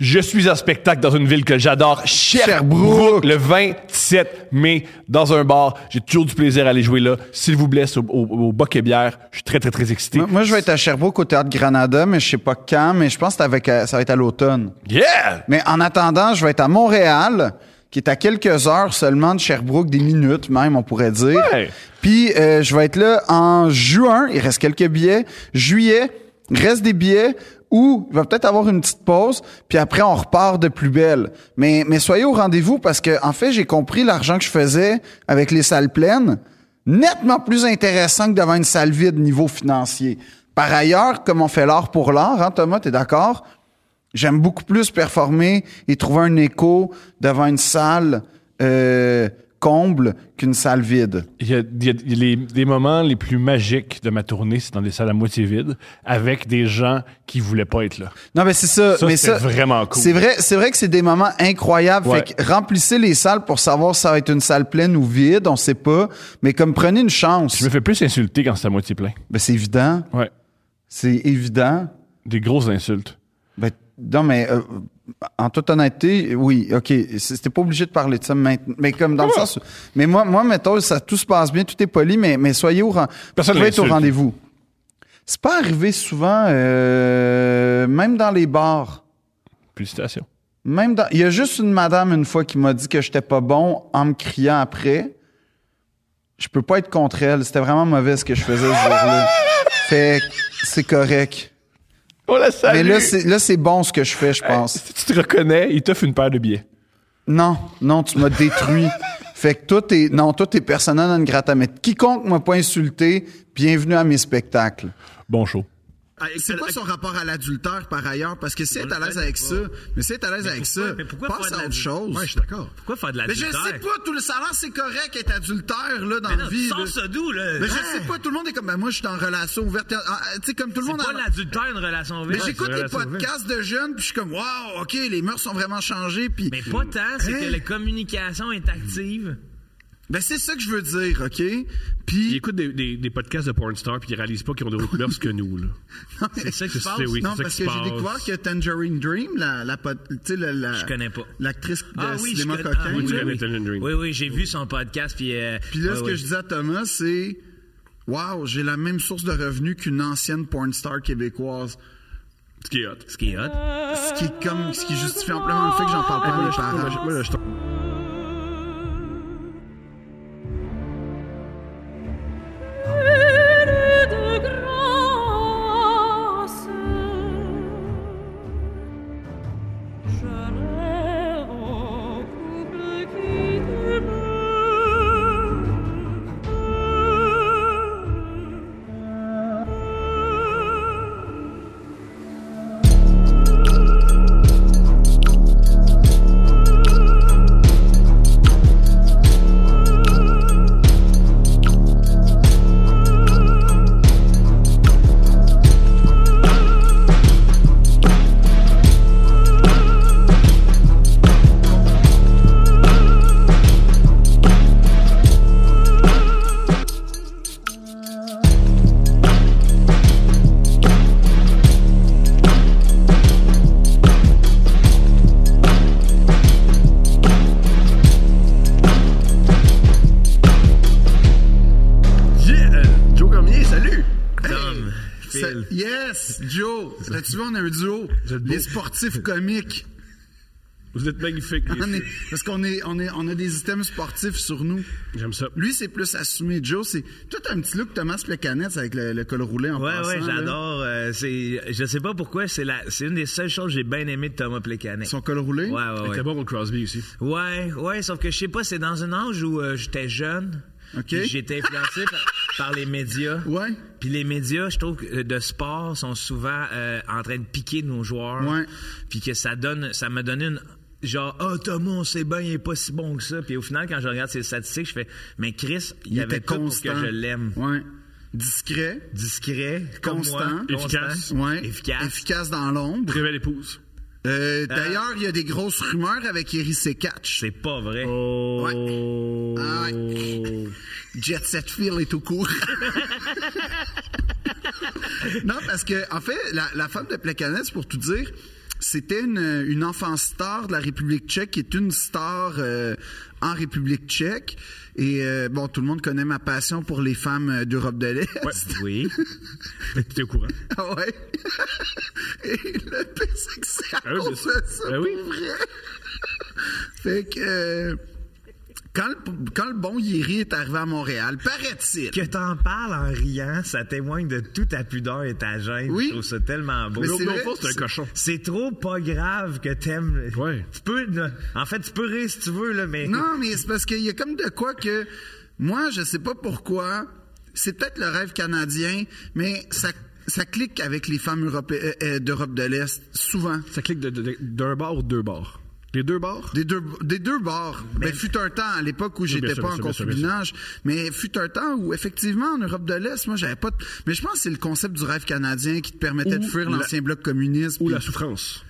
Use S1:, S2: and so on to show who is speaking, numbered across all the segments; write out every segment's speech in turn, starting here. S1: Je suis en spectacle dans une ville que j'adore, Sherbrooke,
S2: Sherbrooke.
S1: le 27 mai, dans un bar. J'ai toujours du plaisir à aller jouer là. S'il vous blesse au, au, au Boc et Bière, je suis très, très, très excité.
S2: Moi, moi, je vais être à Sherbrooke au Théâtre Granada, mais je sais pas quand, mais je pense que c'est avec, euh, ça va être à l'automne.
S1: Yeah!
S2: Mais en attendant, je vais être à Montréal, qui est à quelques heures seulement de Sherbrooke, des minutes même, on pourrait dire.
S1: Ouais.
S2: Puis euh, je vais être là en juin, il reste quelques billets. Juillet, reste des billets. Ou il va peut-être avoir une petite pause, puis après on repart de plus belle. Mais, mais soyez au rendez-vous parce que en fait j'ai compris l'argent que je faisais avec les salles pleines nettement plus intéressant que devant une salle vide niveau financier. Par ailleurs, comme on fait l'art pour l'art, hein, Thomas, t'es d'accord? J'aime beaucoup plus performer et trouver un écho devant une salle euh, comble qu'une salle vide.
S1: Il y a, il y a- il y a les, les moments les plus magiques de ma tournée, c'est dans des salles à moitié vides, avec des gens qui voulaient pas être là.
S2: Non, mais c'est ça.
S1: Ça,
S2: mais
S1: c'était vraiment cool.
S2: C'est vrai, c'est vrai que c'est des moments incroyables.
S1: Ouais.
S2: Fait que remplissez les salles pour savoir si ça va être une salle pleine ou vide, on sait pas. Mais comme prenez une chance.
S1: Je me fais plus insulter quand c'est à moitié plein.
S2: Ben, c'est évident.
S1: Ouais.
S2: C'est évident.
S1: Des grosses insultes.
S2: Ben, non, mais euh, en toute honnêteté, oui, OK. c'est- C'était pas obligé de parler de ça maintenant. Mais comme dans le
S1: Ah.
S2: sens. où- Mais moi, moi, mettons, ça tout se passe bien, tout est poli, mais, mais soyez au, ren-
S1: Personne
S2: vous pouvez être au
S1: l'insulte.
S2: rendez-vous. C'est pas arrivé souvent, euh, même dans les bars.
S1: Félicitations.
S2: Même dans- Il y a juste une madame une fois qui m'a dit que j'étais pas bon en me criant après. Je peux pas être contre elle. C'était vraiment mauvais ce que je faisais ce jour-là. Fait que c'est correct.
S1: On Oh, la salue.
S2: Mais là, c'est là, c'est bon ce que je fais, je pense.
S1: Si tu te reconnais, il t'offre une paire de billets.
S2: Non, non, tu m'as détruit. fait que toi, t'es, non, toi, t'es personnel non grata. Mais quiconque m'a pas insulté, bienvenue à mes spectacles.
S1: Bon show.
S3: Ah,
S4: C'est quoi son rapport à l'adultère par ailleurs? Parce que si elle est à l'aise avec ça, mais si elle est à l'aise avec ça,
S3: mais pourquoi
S4: passe
S3: faire de
S4: à
S3: la-
S4: autre chose.
S3: Ouais, je suis d'accord. Pourquoi faire de
S4: Mais je
S3: l'adultère?
S4: sais pas, tout le salaire, c'est correct être adultère, là, dans
S3: Mais
S4: la
S3: non,
S4: vie.
S3: sors
S4: là.
S3: ça d'où, là?
S4: Mais je
S3: Hein?
S4: sais pas, tout le monde est comme, ben moi, je suis en relation ouverte. Ah, ah, Tu sais, comme tout le monde.
S3: C'est
S4: en-
S3: pas l'adultère, une relation
S4: Mais
S3: ouverte.
S4: j'écoute
S3: Une
S4: les
S3: relation ouverte.
S4: podcasts de jeunes, puis je suis comme, wow, OK, les mœurs sont vraiment changées, puis...
S3: Mais pas tant, c'est
S4: Hein?
S3: que la communication est active.
S4: Ben, c'est ça que je veux dire, OK?
S5: Ils
S4: Puis...
S5: écoutent des, des- des podcasts de porn stars puis ils réalisent pas qu'ils ont d'autres mœurs que nous. Là.
S4: C'est
S5: ça qui se passe.
S4: Non,
S5: C'est ça
S4: parce
S5: qui
S4: que
S5: se
S4: j'ai
S5: passe.
S4: découvert que Tangerine Dream, la... la, pod- tu sais, la, la-
S3: Je connais pas.
S4: L'actrice de
S3: je
S4: cinéma
S3: connais-
S4: coquin.
S3: ah, oui,
S5: Tu
S3: oui,
S5: connais
S3: oui.
S5: Talent Dream.
S3: Oui, oui, j'ai vu son podcast, puis... euh,
S4: Puis là,
S3: ouais,
S4: ce que
S3: ouais.
S4: je disais à Thomas, c'est Waouh, j'ai la même source de revenus qu'une ancienne porn star québécoise.
S5: Ce qui est hot.
S3: Ce qui est hot.
S4: Ce qui est comme ce qui justifie amplement le fait que j'en parle pas à mes parents.
S5: Moi, là, Eh ben, je tombe-
S6: de grâce. Je rêve au couple qui t'aime.
S4: Yeah, euh, Joe Cormier, salut! Hey!
S3: Tom,
S4: Ça-
S3: Phil.
S4: yes, Joe! As-tu vu, on a un duo?
S5: êtes beaux.
S4: Les sportifs comiques.
S5: Vous êtes magnifique.
S4: On est- parce qu'on est, on est, on a des items sportifs sur nous.
S5: J'aime ça.
S4: Lui, c'est plus assumé. Joe, c'est tout un petit look Thomas Plecanette avec le, le col roulé en
S3: Ouais,
S4: passant.
S3: ouais,
S4: là.
S3: j'adore. euh, c'est, je sais pas pourquoi, c'est la, c'est une des seules choses que j'ai bien aimé de Thomas Plekanec.
S4: Son col roulé?
S3: Ouais, ouais,
S5: T'es
S3: ouais.
S5: bon pour Crosby aussi.
S3: Ouais, ouais, sauf que je sais pas, c'est dans un âge où euh, j'étais jeune.
S4: Ok.
S3: puis J'ai été influencé par, par les médias.
S4: Ouais.
S3: Puis les médias, je trouve, que, euh, de sport sont souvent euh, en train de piquer nos joueurs.
S4: Ouais.
S3: Puis que ça donne, ça m'a donné une. Genre, ah, Thomas, on sait bien, il est pas si bon que ça. Puis au final, quand je regarde ses statistiques, je fais, mais Chris, il,
S4: Il
S3: avait
S4: était
S3: tout
S4: constant.
S3: pour que je l'aime.
S4: Ouais. Discret.
S3: Discret, comme
S4: Constant.
S3: moi,
S5: Efficace.
S3: constant,
S4: Ouais.
S3: efficace.
S4: Efficace dans l'ombre.
S5: Très belle épouse.
S4: Euh, D'ailleurs, il y a des grosses rumeurs avec Eric Catch.
S3: C'est pas vrai.
S5: Oh.
S4: Ah ouais. Jet Set Phil est au cours. non, parce que, en fait, la, la femme de Plecanet, c'est pour tout dire, C'était une, une enfant star de la République tchèque qui est une star euh, en République tchèque. Et euh, bon, tout le monde connaît ma passion pour les femmes euh, d'Europe de l'Est.
S3: Oui.
S5: T'es au courant?
S4: Ah ouais. Et le pire, c'est que c'est à
S5: Ah oui,
S4: cause
S5: mais-
S4: de ça,
S5: ah oui.
S4: pour vrai. Fait que... euh, quand le, quand le bon Yeri est arrivé à Montréal, paraît-il.
S3: Que t'en parles en riant, ça témoigne de toute ta pudeur et ta gêne.
S4: Oui.
S3: Je trouve ça tellement beau.
S4: Mais
S5: Non,
S4: c'est
S5: non,
S4: vrai,
S5: pas, c'est un
S4: c'est-
S5: cochon.
S3: C'est trop pas grave que t'aimes.
S5: Ouais.
S3: Tu peux, ne- en fait, tu peux rire si tu veux, là, mais.
S4: Non, mais c'est parce qu'il y a comme de quoi que moi, je sais pas pourquoi. C'est peut-être le rêve canadien, mais ça, ça clique avec les femmes europé- euh, euh, d'Europe de l'Est souvent.
S5: Ça clique de- de- de- d'un bord ou deux bords. Les deux bords?
S4: Des deux, des deux bords. Mais fut un temps, à l'époque où j'étais
S5: sûr,
S4: pas
S5: bien
S4: en
S5: sûr, bien sûr, bien
S4: concubinage, mais fut un temps où, effectivement, en Europe de l'Est, moi, j'avais pas de... Mais je pense que c'est le concept du rêve canadien qui te permettait
S5: Ou
S4: de fuir
S5: la-
S4: l'ancien bloc communiste.
S5: Ou
S4: puis-
S5: la souffrance.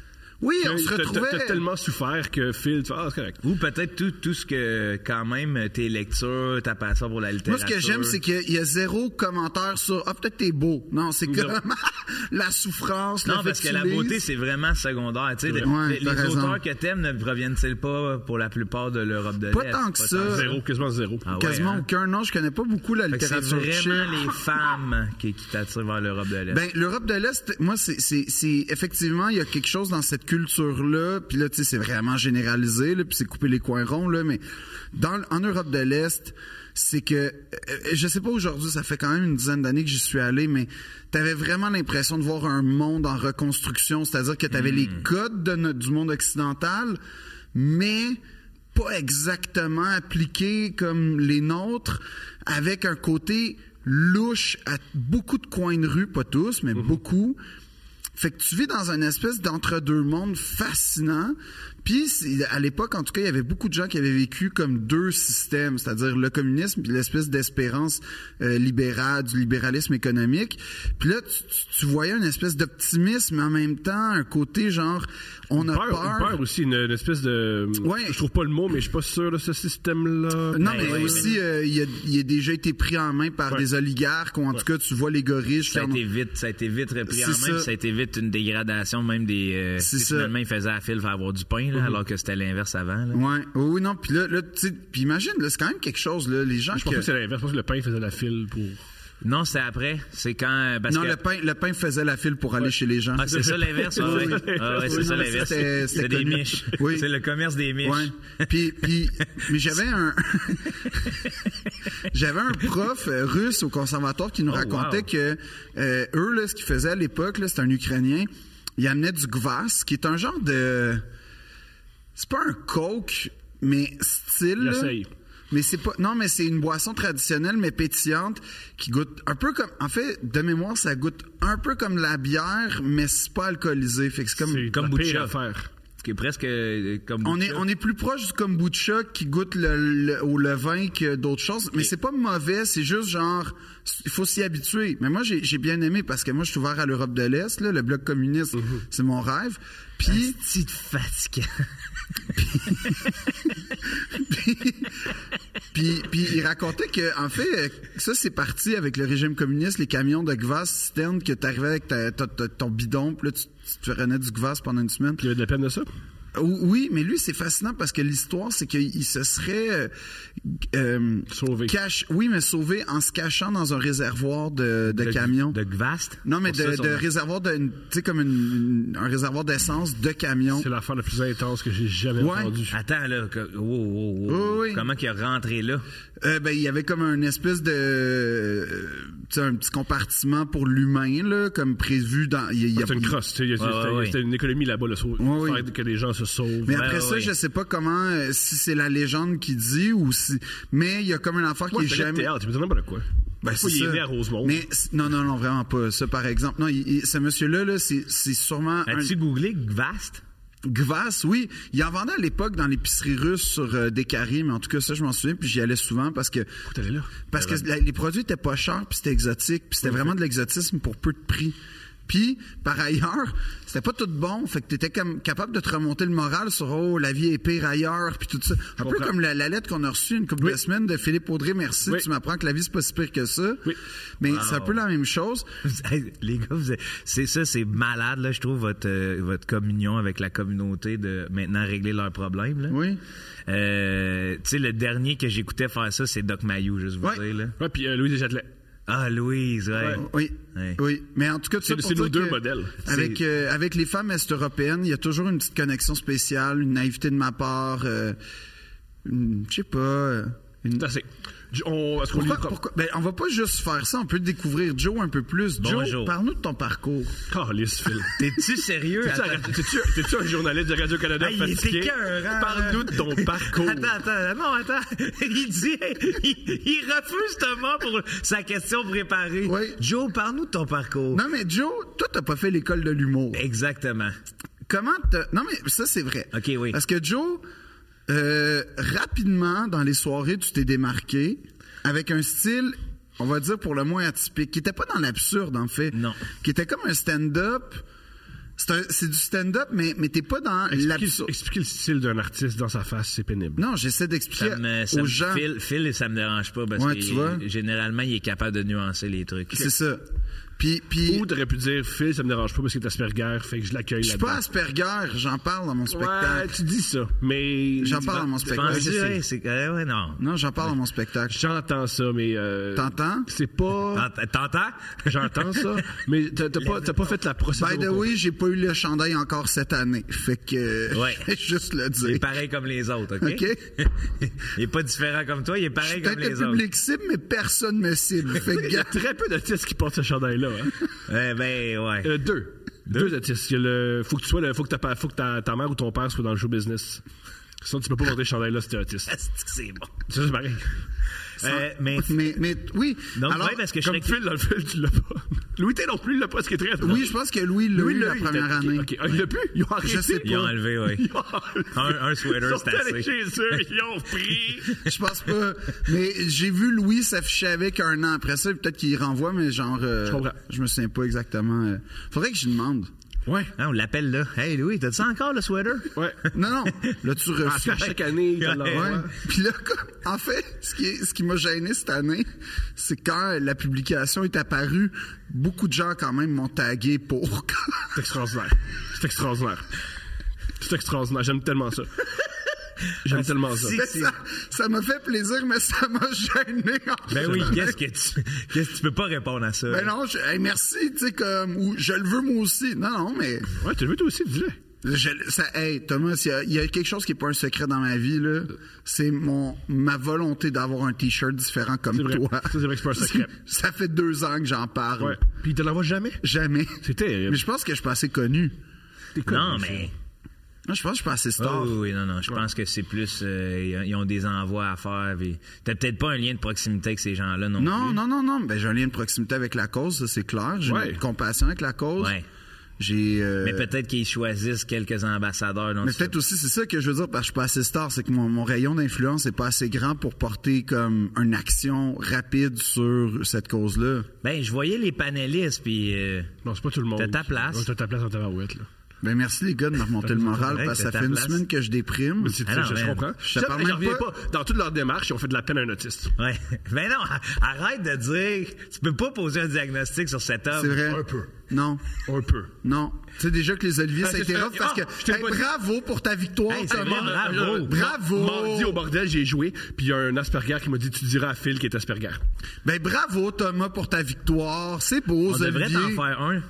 S4: Oui, on
S5: T'as-
S4: se
S5: t'as-
S4: retrouvait...
S5: T'as tellement souffert que Phil, tu fais, ah, c'est correct.
S3: Ou peut-être tout, tout ce que, quand même, tes lectures, ta passion pour la
S4: Moi,
S3: littérature.
S4: ce que j'aime, c'est qu'il y a zéro commentaire sur Ah, peut-être t'es beau. Non, c'est
S5: Non.
S4: comme la souffrance. le
S3: Non,
S4: fait
S3: parce que
S4: tu
S3: la
S4: lises.
S3: beauté, c'est vraiment secondaire. Tu sais, les,
S4: Ouais,
S3: les-
S4: t'as
S3: les
S4: raison.
S3: auteurs que t'aimes ne proviennent-ils pas pour la plupart de l'Europe de l'Est?
S4: Pas tant que ça.
S3: tant
S5: Zéro, quasiment zéro.
S3: Ah ouais,
S4: Quasiment
S3: hein?
S4: aucun. Non, je connais pas beaucoup la
S3: Fait que C'est
S4: littérature
S3: vraiment
S4: tchèque.
S3: les femmes qui, qui t'attirent vers l'Europe de l'Est.
S4: Ben, l'Europe de l'Est, moi, c'est, c'est, c'est- effectivement, il y a quelque chose dans cette culture-là, puis là, tu sais, c'est vraiment généralisé, là, puis c'est couper les coins ronds, là, mais dans, en Europe de l'Est, c'est que, euh, je sais pas aujourd'hui, ça fait quand même une dizaine d'années que j'y suis allé, mais t'avais vraiment l'impression de voir un monde en reconstruction, c'est-à-dire que t'avais les codes de notre, du monde occidental, mais pas exactement appliqués comme les nôtres, avec un côté louche à beaucoup de coins de rue, pas tous, mais
S5: Mhm.
S4: beaucoup. Fait que tu vis dans un espèce d'entre-deux mondes fascinant. Puis c'est- à l'époque, en tout cas, il y avait beaucoup de gens qui avaient vécu comme deux systèmes, c'est-à-dire le communisme puis l'espèce d'espérance euh, libérale, du libéralisme économique. Puis là, tu, tu- tu voyais une espèce d'optimisme mais en même temps, un côté genre on a
S5: Peur, une peur aussi, une, une espèce de.
S4: Ouais.
S5: Je trouve pas le mot, mais je suis pas sûr de ce système-là.
S4: Non,
S3: Ben
S4: mais
S3: oui,
S4: aussi, euh, il, a, il a déjà été pris en main par des oligarques, ou en tout cas, tu vois les gorilles.
S3: Ça a été vite, ça a été vite repris en main,
S4: C'est ça.
S3: puis ça a été vite une dégradation même des. euh,
S4: C'est
S3: tu sais,
S4: ça. Mm-hmm.
S3: Finalement, ils faisaient la file pour avoir du pain, là, alors que c'était l'inverse avant. là.
S4: Ouais, oui, oui, non, puis là, là tu sais, puis imagine, là, c'est quand même quelque chose, là, les gens
S5: Je pense
S4: que-
S5: que c'est l'inverse. Je pense que le pain faisait la file pour.
S3: Non, c'était après. C'est quand. euh, Parce
S4: Non,
S3: que...
S4: le pain, le pain faisait la file pour aller chez les gens.
S3: Ah, c'est ça l'inverse, ah, ouais. Ah, ouais, c'est
S4: Oui,
S3: ça
S4: non, mais
S3: l'inverse.
S4: c'était- c'était
S3: C'est des
S4: connu.
S3: miches.
S4: Oui.
S3: C'est le commerce des miches.
S4: Ouais. Puis, puis, mais j'avais un, j'avais un prof euh, russe au conservatoire qui nous
S3: Oh,
S4: racontait
S3: wow.
S4: que euh, eux là, ce qu'ils faisaient à l'époque, là, c'était un Ukrainien, il amenait du gvas, qui est un genre de, c'est pas un coke, mais style. là.
S5: J'essaye.
S4: Mais c'est pas, non, mais c'est une boisson traditionnelle mais pétillante qui goûte un peu comme, en fait, de mémoire, ça goûte un peu comme la bière, mais c'est pas alcoolisé. Fait que c'est comme,
S5: C'est
S3: comme
S5: la
S3: Butcha.
S5: pire affaire.
S3: Ce qui est presque euh, comme.
S4: on est, on est plus proche du kombucha qui goûte le, le- au levain que d'autres choses. Mais c'est pas mauvais, c'est juste genre, il faut s'y habituer. Mais moi, j'ai j'ai bien aimé parce que moi, je suis ouvert à l'Europe de l'Est, là, le bloc communiste, c'est mon rêve. Puis,
S3: Petite fatiguée.
S4: puis, puis il racontait que, en fait, euh, ça, c'est parti avec le régime communiste, les camions de gvas citerne que t'arrivais avec ta- ta- ta- ton bidon, puis là, tu, tu te renais du gvas pendant une semaine.
S5: Il y avait de la peine de ça?
S4: Ou- Oui, mais lui, c'est fascinant parce que l'histoire, c'est qu'il se serait euh, euh,
S5: Sauvé.
S4: cache- oui, mais sauvé en se cachant dans un réservoir de, de, camions.
S3: De Gvast.
S4: non, mais
S3: Pour
S4: de,
S3: ça,
S4: de
S3: son-
S4: réservoir de, une- tu sais, comme une- une- un réservoir d'essence de camions.
S5: C'est l'affaire la plus intense que j'ai jamais
S4: Ouais.
S5: entendue.
S3: Attends, là. que- wow, wow, wow.
S4: Oui, oui.
S3: Comment qu'il est rentré là?
S4: Euh, ben, il y avait comme un espèce de, euh, tu sais, un petit compartiment pour l'humain là, comme prévu dans. il y a- il y a-
S5: Ah, C'est une crosse. tu sais, il y a-
S3: Ouais,
S5: C'était
S3: ouais, ouais.
S5: c'était une économie là-bas, le sauve.
S4: Ouais, ouais.
S5: Faire que les gens se sauvent. Ben,
S4: Mais
S3: Ouais,
S4: après
S3: ouais,
S4: ça,
S3: ouais.
S4: je sais pas comment, euh, si c'est la légende qui dit ou si. Mais il y a comme une affaire
S5: Moi,
S4: qui est
S5: je fais
S4: jamais.
S5: théâtre, Eh, ah, tu me dis n'importe quoi.
S4: Ben,
S5: Des fois,
S4: c'est
S5: il est
S4: ça.
S5: né à Rosemont.
S4: Mais c- non, non, non, vraiment pas. Ça, par exemple, non, il- il- ce monsieur-là, là, c'est c'est sûrement un
S3: As-tu googlé Gvast?
S4: Gvas, oui. Il en vendait à l'époque dans l'épicerie russe sur euh, des carrés, mais en tout cas, ça, je m'en souviens, puis j'y allais souvent parce que
S5: t'allais là?
S4: parce que la- les produits étaient pas chers, puis c'était exotique, puis c'était vraiment de l'exotisme pour peu de prix. Puis, par ailleurs, c'était pas tout bon. Fait que t'étais comme capable de te remonter le moral sur Oh, la vie est pire ailleurs, puis tout ça. Un peu
S5: comprends.
S4: comme la, la lettre qu'on a reçue une couple
S5: Oui.
S4: de semaines de Philippe Audrey, merci,
S5: Oui.
S4: tu m'apprends que la vie c'est pas si pire que ça.
S5: Oui.
S4: Mais c'est un peu la même chose.
S3: Hey, Les gars, vous êtes- c'est ça, c'est malade, là, je trouve, votre, euh, votre communion avec la communauté de maintenant régler leurs problèmes. là.
S4: Oui.
S3: Euh, tu sais, le dernier que j'écoutais faire ça, c'est Doc Mayou, juste vous
S4: Ouais.
S3: dire. Là.
S5: Ouais, puis euh, Louise Châtelet.
S3: Ah, Louise, ouais.
S4: Oui.
S3: Ouais.
S4: Oui. Mais en tout cas, tout ça
S5: C'est-
S4: pour
S5: c'est nos
S4: dire
S5: deux
S4: que
S5: modèles.
S4: Avec, euh, avec les femmes est-européennes, il y a toujours une petite connexion spéciale, une naïveté de ma part, euh, une- je sais pas. euh, Une...
S5: Attends, ah, c'est- du- on- Est-ce qu'on lit
S4: Pourquoi,
S5: le propre?
S4: pourquoi- ben, on va pas juste faire ça, on peut découvrir Joe un peu plus.
S3: Bonjour.
S4: Joe, parle-nous de ton parcours.
S5: Calisse, Phil.
S3: T'es-tu sérieux?
S5: T'es-tu
S3: Attends.
S5: un- T'es-tu t'es-tu un journaliste de Radio-Canada
S3: Hey, il est
S5: fatigué?
S3: écœurant.
S5: Parle-nous de ton parcours.
S3: Attends, attends, non, attends. Il dit, il, il refuse Thomas pour sa question préparée.
S4: Oui.
S3: Joe, parle-nous de ton parcours.
S4: Non, mais Joe, toi, t'as pas fait l'école de l'humour.
S3: Exactement.
S4: Comment t'as- Non, mais ça, c'est vrai.
S3: OK, oui.
S4: Parce que Joe, euh, rapidement, dans les soirées, tu t'es démarqué avec un style, on va dire pour le moins atypique, qui était pas dans l'absurde, en fait.
S3: Non.
S4: Qui était comme un stand-up. C'est un- C'est du stand-up, mais, mais t'es pas dans
S5: Expliquer
S4: l'absurde.
S5: expliquer le style d'un artiste dans sa face, c'est pénible.
S4: Non, j'essaie
S3: Ça
S4: d'expliquer
S3: me, euh, ça
S4: aux
S3: me-
S4: gens.
S3: Phil, Phil, ça me dérange pas parce
S4: Ouais,
S3: que
S4: tu vois.
S3: généralement, il est capable de nuancer les trucs.
S4: C'est ça. Puis, puis
S5: Ou t'aurais pu dire, Phil, ça me dérange pas parce que t'es Asperger, fait que je l'accueille
S4: je suis pas
S5: là-dedans.
S4: Asperger, j'en parle dans mon
S5: Ouais,
S4: spectacle.
S5: tu dis ça, mais...
S4: J'en parle dans mon
S3: Je
S4: spectacle.
S3: pense que c'est- c'est- ouais, ouais, non.
S4: Non, j'en parle dans mon spectacle.
S5: J'entends ça, mais... euh,
S4: T'entends?
S5: C'est pas...
S3: T'ent- T'entends?
S5: J'entends ça, mais t'as t'as pas, t'as pas fait la procédure.
S4: By the
S5: au-
S4: way, j'ai pas eu le chandail encore cette année. Fait que euh,
S3: Ouais.
S4: je vais juste le
S3: Il
S4: dire.
S3: est pareil comme les autres, OK?
S4: OK.
S3: il est pas différent comme toi, il est
S4: Je
S3: pareil
S4: suis
S3: comme
S4: peut-être
S3: les
S4: le
S3: autres.
S4: public cible, mais personne me cible. Fait que
S5: Il y a très peu d'artistes qui portent ce chandail-là. hein.
S3: Eh ben, ouais.
S5: Euh, deux. Deux artistes. Il y a le, faut que tu sois le, faut que, ta, pa- faut que ta, ta mère ou ton père soit dans le show business. Sinon, tu peux pas porter ce chandail-là si t'es ben autiste.
S4: Euh,
S3: Asti que c'est bon.
S5: Ça, c'est pareil.
S3: Euh, mais,
S4: mais, mais oui.
S3: donc,
S4: Alors,
S3: ouais, parce que je
S5: Comme
S3: serais...
S5: Phil, dans le film, tu l'as pas. Louis T non plus, il l'a pas, ce qui est très drôle.
S4: oui, je pense que Louis l'a
S5: Louis
S4: eu la
S5: il
S4: première
S5: était-
S4: année.
S5: ok, ok. Ah, il l'a plus? Ils ont arrêté.
S4: Je sais
S3: Ils ont enlevé, oui.
S5: Ils ont enlevé.
S3: Un- un sweater,
S5: Ils sont
S3: c'est assez.
S5: allés chez eux, ils ont pris.
S4: Je pense pas. Mais j'ai vu Louis s'afficher avec un an après ça. et Peut-être qu'il renvoie, mais genre. euh,
S5: Je comprends.
S4: je me souviens pas exactement. euh. Faudrait que je demande.
S5: Ouais.
S3: Ah, on l'appelle là. Hey, Louis, t'as-tu encore le sweater?
S5: Ouais.
S4: Non, non. Là, tu
S5: En tout
S4: reçois.
S5: cas, chaque année, ils te
S3: Ouais.
S4: Ouais.
S5: l'envoient.
S4: Puis là, comme- en fait, ce qui, est- ce qui m'a gêné cette année, c'est quand la publication est apparue, beaucoup de gens quand même m'ont tagué pour.
S5: C'est extraordinaire. C'est extraordinaire. C'est extraordinaire. J'aime tellement ça. J'aime tellement ça.
S4: Mais ça, ça m'a fait plaisir, mais ça m'a gêné. en
S3: Ben oui,
S4: fait.
S3: qu'est-ce que tu... Qu'est-ce que tu peux pas répondre à ça?
S4: Ben non, je- hey, merci, tu sais, comme, ou je le veux moi aussi. Non, non, mais,
S5: Ouais, tu le veux toi aussi, dis-le.
S4: je, ça, hey, Thomas, il y a- il y, a quelque chose qui est pas un secret dans ma vie, là. C'est mon, ma volonté d'avoir un t-shirt différent comme
S5: C'est vrai.
S4: toi.
S5: Ça, c'est vrai que c'est pas un secret.
S4: Ça fait deux ans que j'en parle.
S5: Ouais. Puis il te l'envoie jamais.
S4: Jamais.
S5: C'est terrible.
S4: Mais je pense que je suis pas assez connu.
S3: Non, mais...
S4: Moi, je pense que je suis pas assez
S3: Ah
S4: star.
S3: oui, oui, non, non. Je pense que c'est plus. euh, ils ont- ils ont des envois à faire. puis T'as peut-être pas un lien de proximité avec ces gens-là, non?
S4: Non, non, non, non. Ben, j'ai un lien de proximité avec la cause, ça, c'est clair. J'ai
S5: Ouais.
S4: une compassion avec la cause.
S3: Ouais.
S4: J'ai. euh,
S3: Mais peut-être qu'ils choisissent quelques ambassadeurs. dont
S4: Mais
S3: tu-
S4: peut-être aussi, c'est ça que je veux dire, parce que je suis pas assez star, c'est que mon, mon rayon d'influence est pas assez grand pour porter comme une action rapide sur cette cause-là.
S3: Ben, je voyais les panélistes, puis. euh,
S5: Non, c'est pas tout le monde.
S3: T'as ta place.
S5: Ouais, T'as ta place en tabarouette, là.
S4: Ben merci les gars de me remonter le moral, parce que ça
S3: T'as ta
S4: fait une
S3: place.
S4: semaine que je déprime.
S5: Mais c'est-
S3: Ah non,
S5: je, je
S3: man.
S5: comprends.
S4: Je te parle
S5: J'en
S4: même
S5: reviens
S4: pas.
S5: pas. Dans toute leur démarche, ils ont fait de la peine à un autiste.
S3: Ouais. Mais non, arrête de dire. Tu peux pas poser un diagnostic sur cet homme.
S4: C'est vrai.
S5: Un peu.
S4: Non.
S5: Un peu.
S4: Non. Tu sais déjà que les Oliviers,
S5: Ah,
S4: ça a été
S5: c'est-
S4: rough parce que.
S5: Ah, je t'ai
S4: Hey,
S5: pas dit.
S4: bravo pour ta victoire,
S3: Hey, c'est
S4: Thomas.
S3: vrai, bravo.
S4: Bravo.
S5: Mardi au bordel, j'ai joué, puis il y a un Asperger qui m'a dit Tu diras à Phil qui est Asperger.
S4: Ben bravo, Thomas, pour ta victoire. C'est beau,
S3: On devrait t'en
S4: Olivier.
S3: faire un.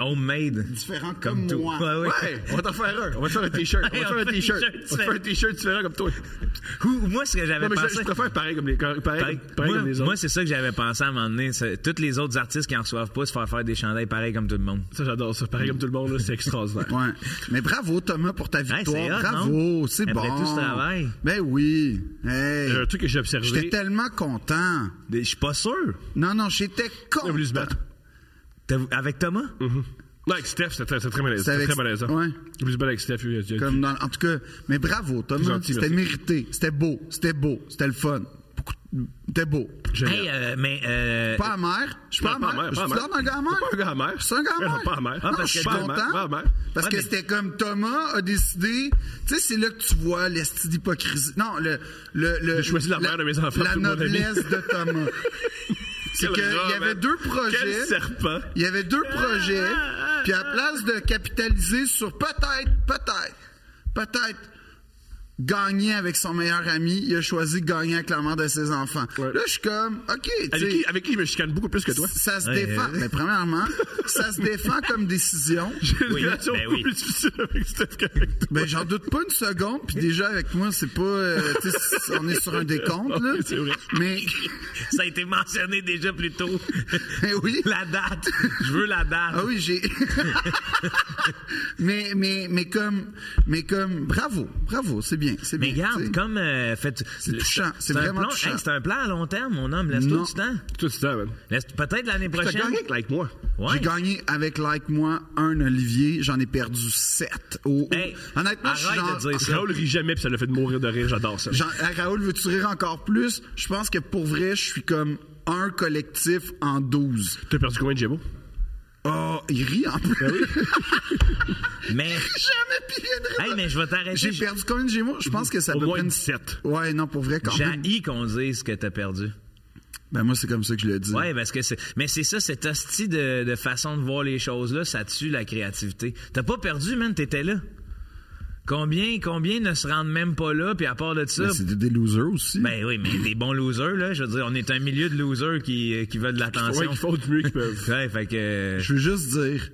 S3: Homemade.
S4: Différent comme,
S3: tout.
S4: moi.
S3: Ouais, ouais.
S5: Ouais, on va t'en faire un. On va te faire un t-shirt. On va
S3: Hey,
S5: te faire
S3: on
S5: un
S3: fait un
S5: t-shirt.
S3: t-shirt
S5: On va te faire un t-shirt différent comme toi.
S3: Ou- moi, ce que
S5: Non,
S3: j'avais
S5: mais je-
S3: pensé.
S5: je, préfère pareil comme les, pareil, pareil
S3: Pareil-
S5: comme
S3: moi,
S5: les autres.
S3: moi, c'est ça que j'avais pensé à un moment donné. c'est- Tous les autres artistes qui en reçoivent pas se faire faire des chandails pareils comme tout le monde.
S5: ça, j'adore ça. Pareil comme tout le monde, là, c'est extraordinaire.
S4: Ouais. Mais bravo, Thomas, pour ta victoire.
S3: c'est hot, non?
S4: bravo, c'est
S3: Après
S4: bon.
S3: tout ce travail.
S4: Ben oui. Hey.
S5: Un truc que j'ai
S4: J'étais
S5: observé.
S4: tellement content.
S3: Mais Je suis pas sûr.
S4: Non, non, j'étais
S5: Il a voulu se
S4: content.
S5: battre.
S3: T'as- Avec Thomas?
S5: Non, avec Steph, c'était très, c'était très malaisant.
S4: C'était
S5: C'était
S4: avec-
S5: très malaisant.
S4: ouais.
S5: Il a voulu se battre avec Steph. il a- il a-
S4: Comme dans- en tout cas, mais bravo, Thomas.
S5: gentil,
S4: C'était
S5: merci.
S4: mérité. C'était beau. C'était beau. C'était le fun. beaucoup. T'es beau.
S5: Génial.
S3: Hey, euh, mais. euh,
S4: Pas amer. Je suis
S5: Ben, Non,
S4: pas
S5: pas
S4: amer.
S5: amer,
S4: Je
S5: pas
S4: suis
S5: amer.
S4: un gars amer.
S5: Pas un gars amer.
S4: C'est un gars amer.
S5: Pas amer. Ah,
S4: Non, je
S5: parce
S4: suis
S5: que- pas amer,
S4: content.
S5: pas amer.
S4: Parce
S5: Ah,
S4: que
S5: mais-
S4: c'était comme Thomas a décidé. Tu sais, c'est là que tu vois l'esti d'hypocrisie. Non, le. le, le
S5: J'ai choisi la mère de mes enfants
S4: La
S5: pour mon ami.
S4: noblesse de Thomas. c'est
S5: Quel
S4: qu'il y
S5: rat,
S4: avait
S5: man.
S4: deux
S5: Quel
S4: projets.
S5: serpent.
S4: Il y avait deux projets, puis à place de capitaliser sur peut-être, peut-être, peut-être gagner avec son meilleur ami, il a choisi de gagner avec la mère de ses enfants.
S5: Ouais.
S4: Là, je suis comme, OK, tu
S5: Avec
S4: sais,
S5: qui, avec qui je me chicane beaucoup plus que toi.
S4: ça se
S3: Ouais,
S4: défend.
S3: euh.
S4: Mais premièrement, ça se défend comme décision.
S5: J'ai une
S3: Oui,
S5: relation
S3: ben
S5: beaucoup
S3: oui.
S5: plus difficile avec Steph qu'avec toi.
S4: Ben, j'en doute pas une seconde, puis déjà avec moi, c'est pas. euh, tu sais, on est sur un décompte, là.
S5: Oui, c'est vrai.
S4: Mais,
S3: Ça a été mentionné déjà plus tôt.
S4: mais oui.
S3: la date. Je veux la date.
S4: Ah oui, j'ai. mais, mais, mais comme, mais comme, bravo, bravo, c'est bien, c'est
S3: Mais
S4: bien. tu
S3: regarde,
S4: sais.
S3: comme euh, fait, c'est
S4: touchant, c'est
S3: un
S4: vraiment
S3: plan-
S4: touchant.
S3: Hey, c'est un plan à long terme, mon homme. Laisse-toi
S4: Non.
S3: du temps.
S5: Tout le temps, man.
S3: Laisse- peut-être l'année
S5: T'as
S3: prochaine.
S5: gagné avec like moi.
S3: Ouais.
S4: J'ai gagné avec Like Moi un Olivier, j'en ai perdu sept. Au- au-
S3: Hey,
S4: Honnêtement, je suis
S3: arrête
S4: genre-
S3: de dire ça.
S5: Raoul rit jamais, puis ça le fait de mourir de rire. J'adore ça.
S4: Jean- Ah, Raoul, veux-tu rire encore plus? Je pense que pour vrai, je suis comme un collectif en 12.
S5: T'as perdu combien de Ah Gémeaux?
S4: Oh, il rit en plus.
S3: Mais,
S4: Jamais puis il viendra.
S3: hey, mais je vais
S4: J'ai
S3: t'arrêter.
S4: perdu combien de Gémeaux? Je pense que ça
S5: Au
S4: peut
S5: moins
S4: prendre
S5: une sept.
S4: Ouais, non, pour vrai, quand
S3: J'ai
S4: même.
S3: haï qu'on dise que t'as perdu.
S4: Ben, moi, c'est comme ça que je le dis.
S3: Ouais, parce que c'est. Mais c'est ça, cette hostie de, de façon de voir les choses-là, ça tue la créativité. T'as pas perdu, man, t'étais là. Combien, combien ne se rendent même pas là, puis à part de ça.
S4: Ben, c'est des- des losers aussi.
S3: Ben oui, mais des bons losers, là. Je veux dire, on est un milieu de losers qui, euh, qui veulent de l'attention.
S5: Ouais, ils font du mieux qu'ils peuvent.
S3: Ouais, fait que.
S4: Je veux juste dire,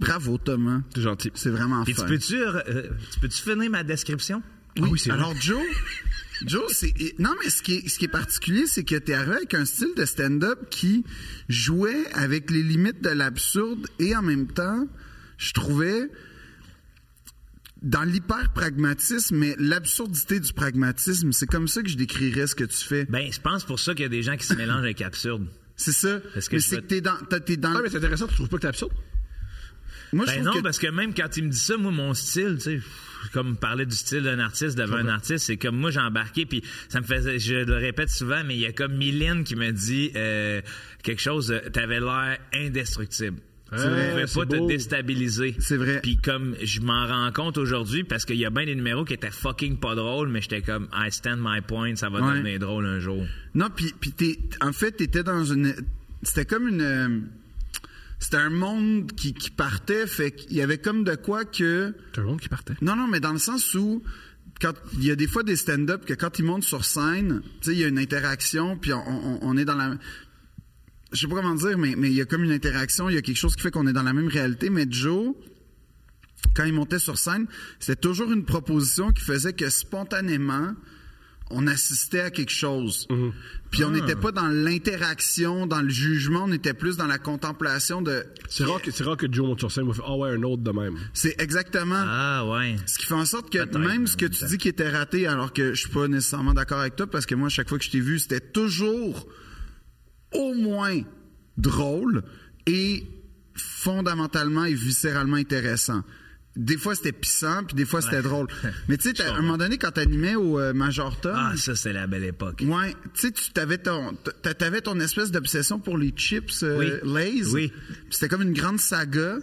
S4: bravo Thomas,
S5: T'es gentil.
S4: c'est vraiment
S3: Puis
S4: fin.
S3: tu peux-tu, euh, euh, tu peux-tu finir ma description? Ah
S4: Oui,
S5: oui, c'est vrai.
S4: alors Joe, Joe, c'est non mais ce qui est, ce qui est particulier, c'est que t'es arrivé avec un style de stand-up qui jouait avec les limites de l'absurde et en même temps, je trouvais dans l'hyper pragmatisme, mais l'absurdité du pragmatisme, c'est comme ça que je décrirais ce que tu fais.
S3: Ben, je pense pour ça qu'il y a des gens qui se mélangent avec absurde.
S4: C'est ça.
S3: Parce que
S4: mais
S3: je
S4: c'est
S3: vais-
S4: que t'es dans, t'as- t'es dans.
S5: Ah, mais c'est intéressant, tu trouves pas que t'es absurde?
S4: Moi, je
S3: Ben
S4: trouve
S3: non,
S4: que
S3: parce que même quand il me dit ça, moi, mon style, tu sais, pff, comme parler du style d'un artiste devant un artiste, c'est comme moi, j'ai embarqué, puis ça me faisait, je le répète souvent, mais il y a comme Mylène qui me dit euh, quelque chose, euh, t'avais l'air indestructible. Tu
S5: vrai,
S3: pouvais
S5: c'est
S3: pas
S5: beau.
S3: te déstabiliser.
S4: C'est vrai.
S3: Puis comme je m'en rends compte aujourd'hui, parce qu'il y a bien des numéros qui étaient fucking pas drôles, mais j'étais comme, I stand my point, ça va
S4: Ouais.
S3: devenir drôle un jour.
S4: Non, puis puis t'es- en fait, t'étais dans une. C'était comme une. euh, C'était un monde qui, qui partait, fait qu'il y avait comme de quoi que.
S5: T'as un monde qui partait.
S4: Non, non, mais dans le sens où. Quand, il y a des fois des stand-up que quand ils montent sur scène, tu sais, il y a une interaction, puis on, on- on est dans la. Je sais pas comment dire, mais, mais il y a comme une interaction, il y a quelque chose qui fait qu'on est dans la même réalité, mais Joe quand il montait sur scène, c'était toujours une proposition qui faisait que spontanément, on assistait à quelque chose.
S3: Mm-hmm.
S4: Puis on
S3: Ah.
S4: n'était pas dans l'interaction, dans le jugement, on était plus dans la contemplation de.
S5: C'est rare, que- c'est rare que Joe monte sur scène va faire Ah ouais, un autre de même.
S4: C'est exactement.
S3: Ah ouais.
S4: Ce qui fait en sorte que
S3: Peut-être,
S4: même
S3: en
S4: ce que
S3: même
S4: tu
S3: temps.
S4: dis qui était raté, alors que je suis pas nécessairement d'accord avec toi, parce que moi, chaque fois que je t'ai vu, c'était toujours au moins drôle et fondamentalement et viscéralement intéressant. Des fois, c'était pissant, puis des fois, c'était drôle. Mais tu sais, t'as- à un moment donné, quand t'animais au euh, Major Tom,
S3: Ah, ça, c'est la belle époque.
S4: ouais, tu sais, tu t'avais ton, t'a- t'avais ton espèce d'obsession pour les chips euh,
S3: Oui.
S4: Lay's.
S3: Oui.
S4: Puis C'était comme une grande saga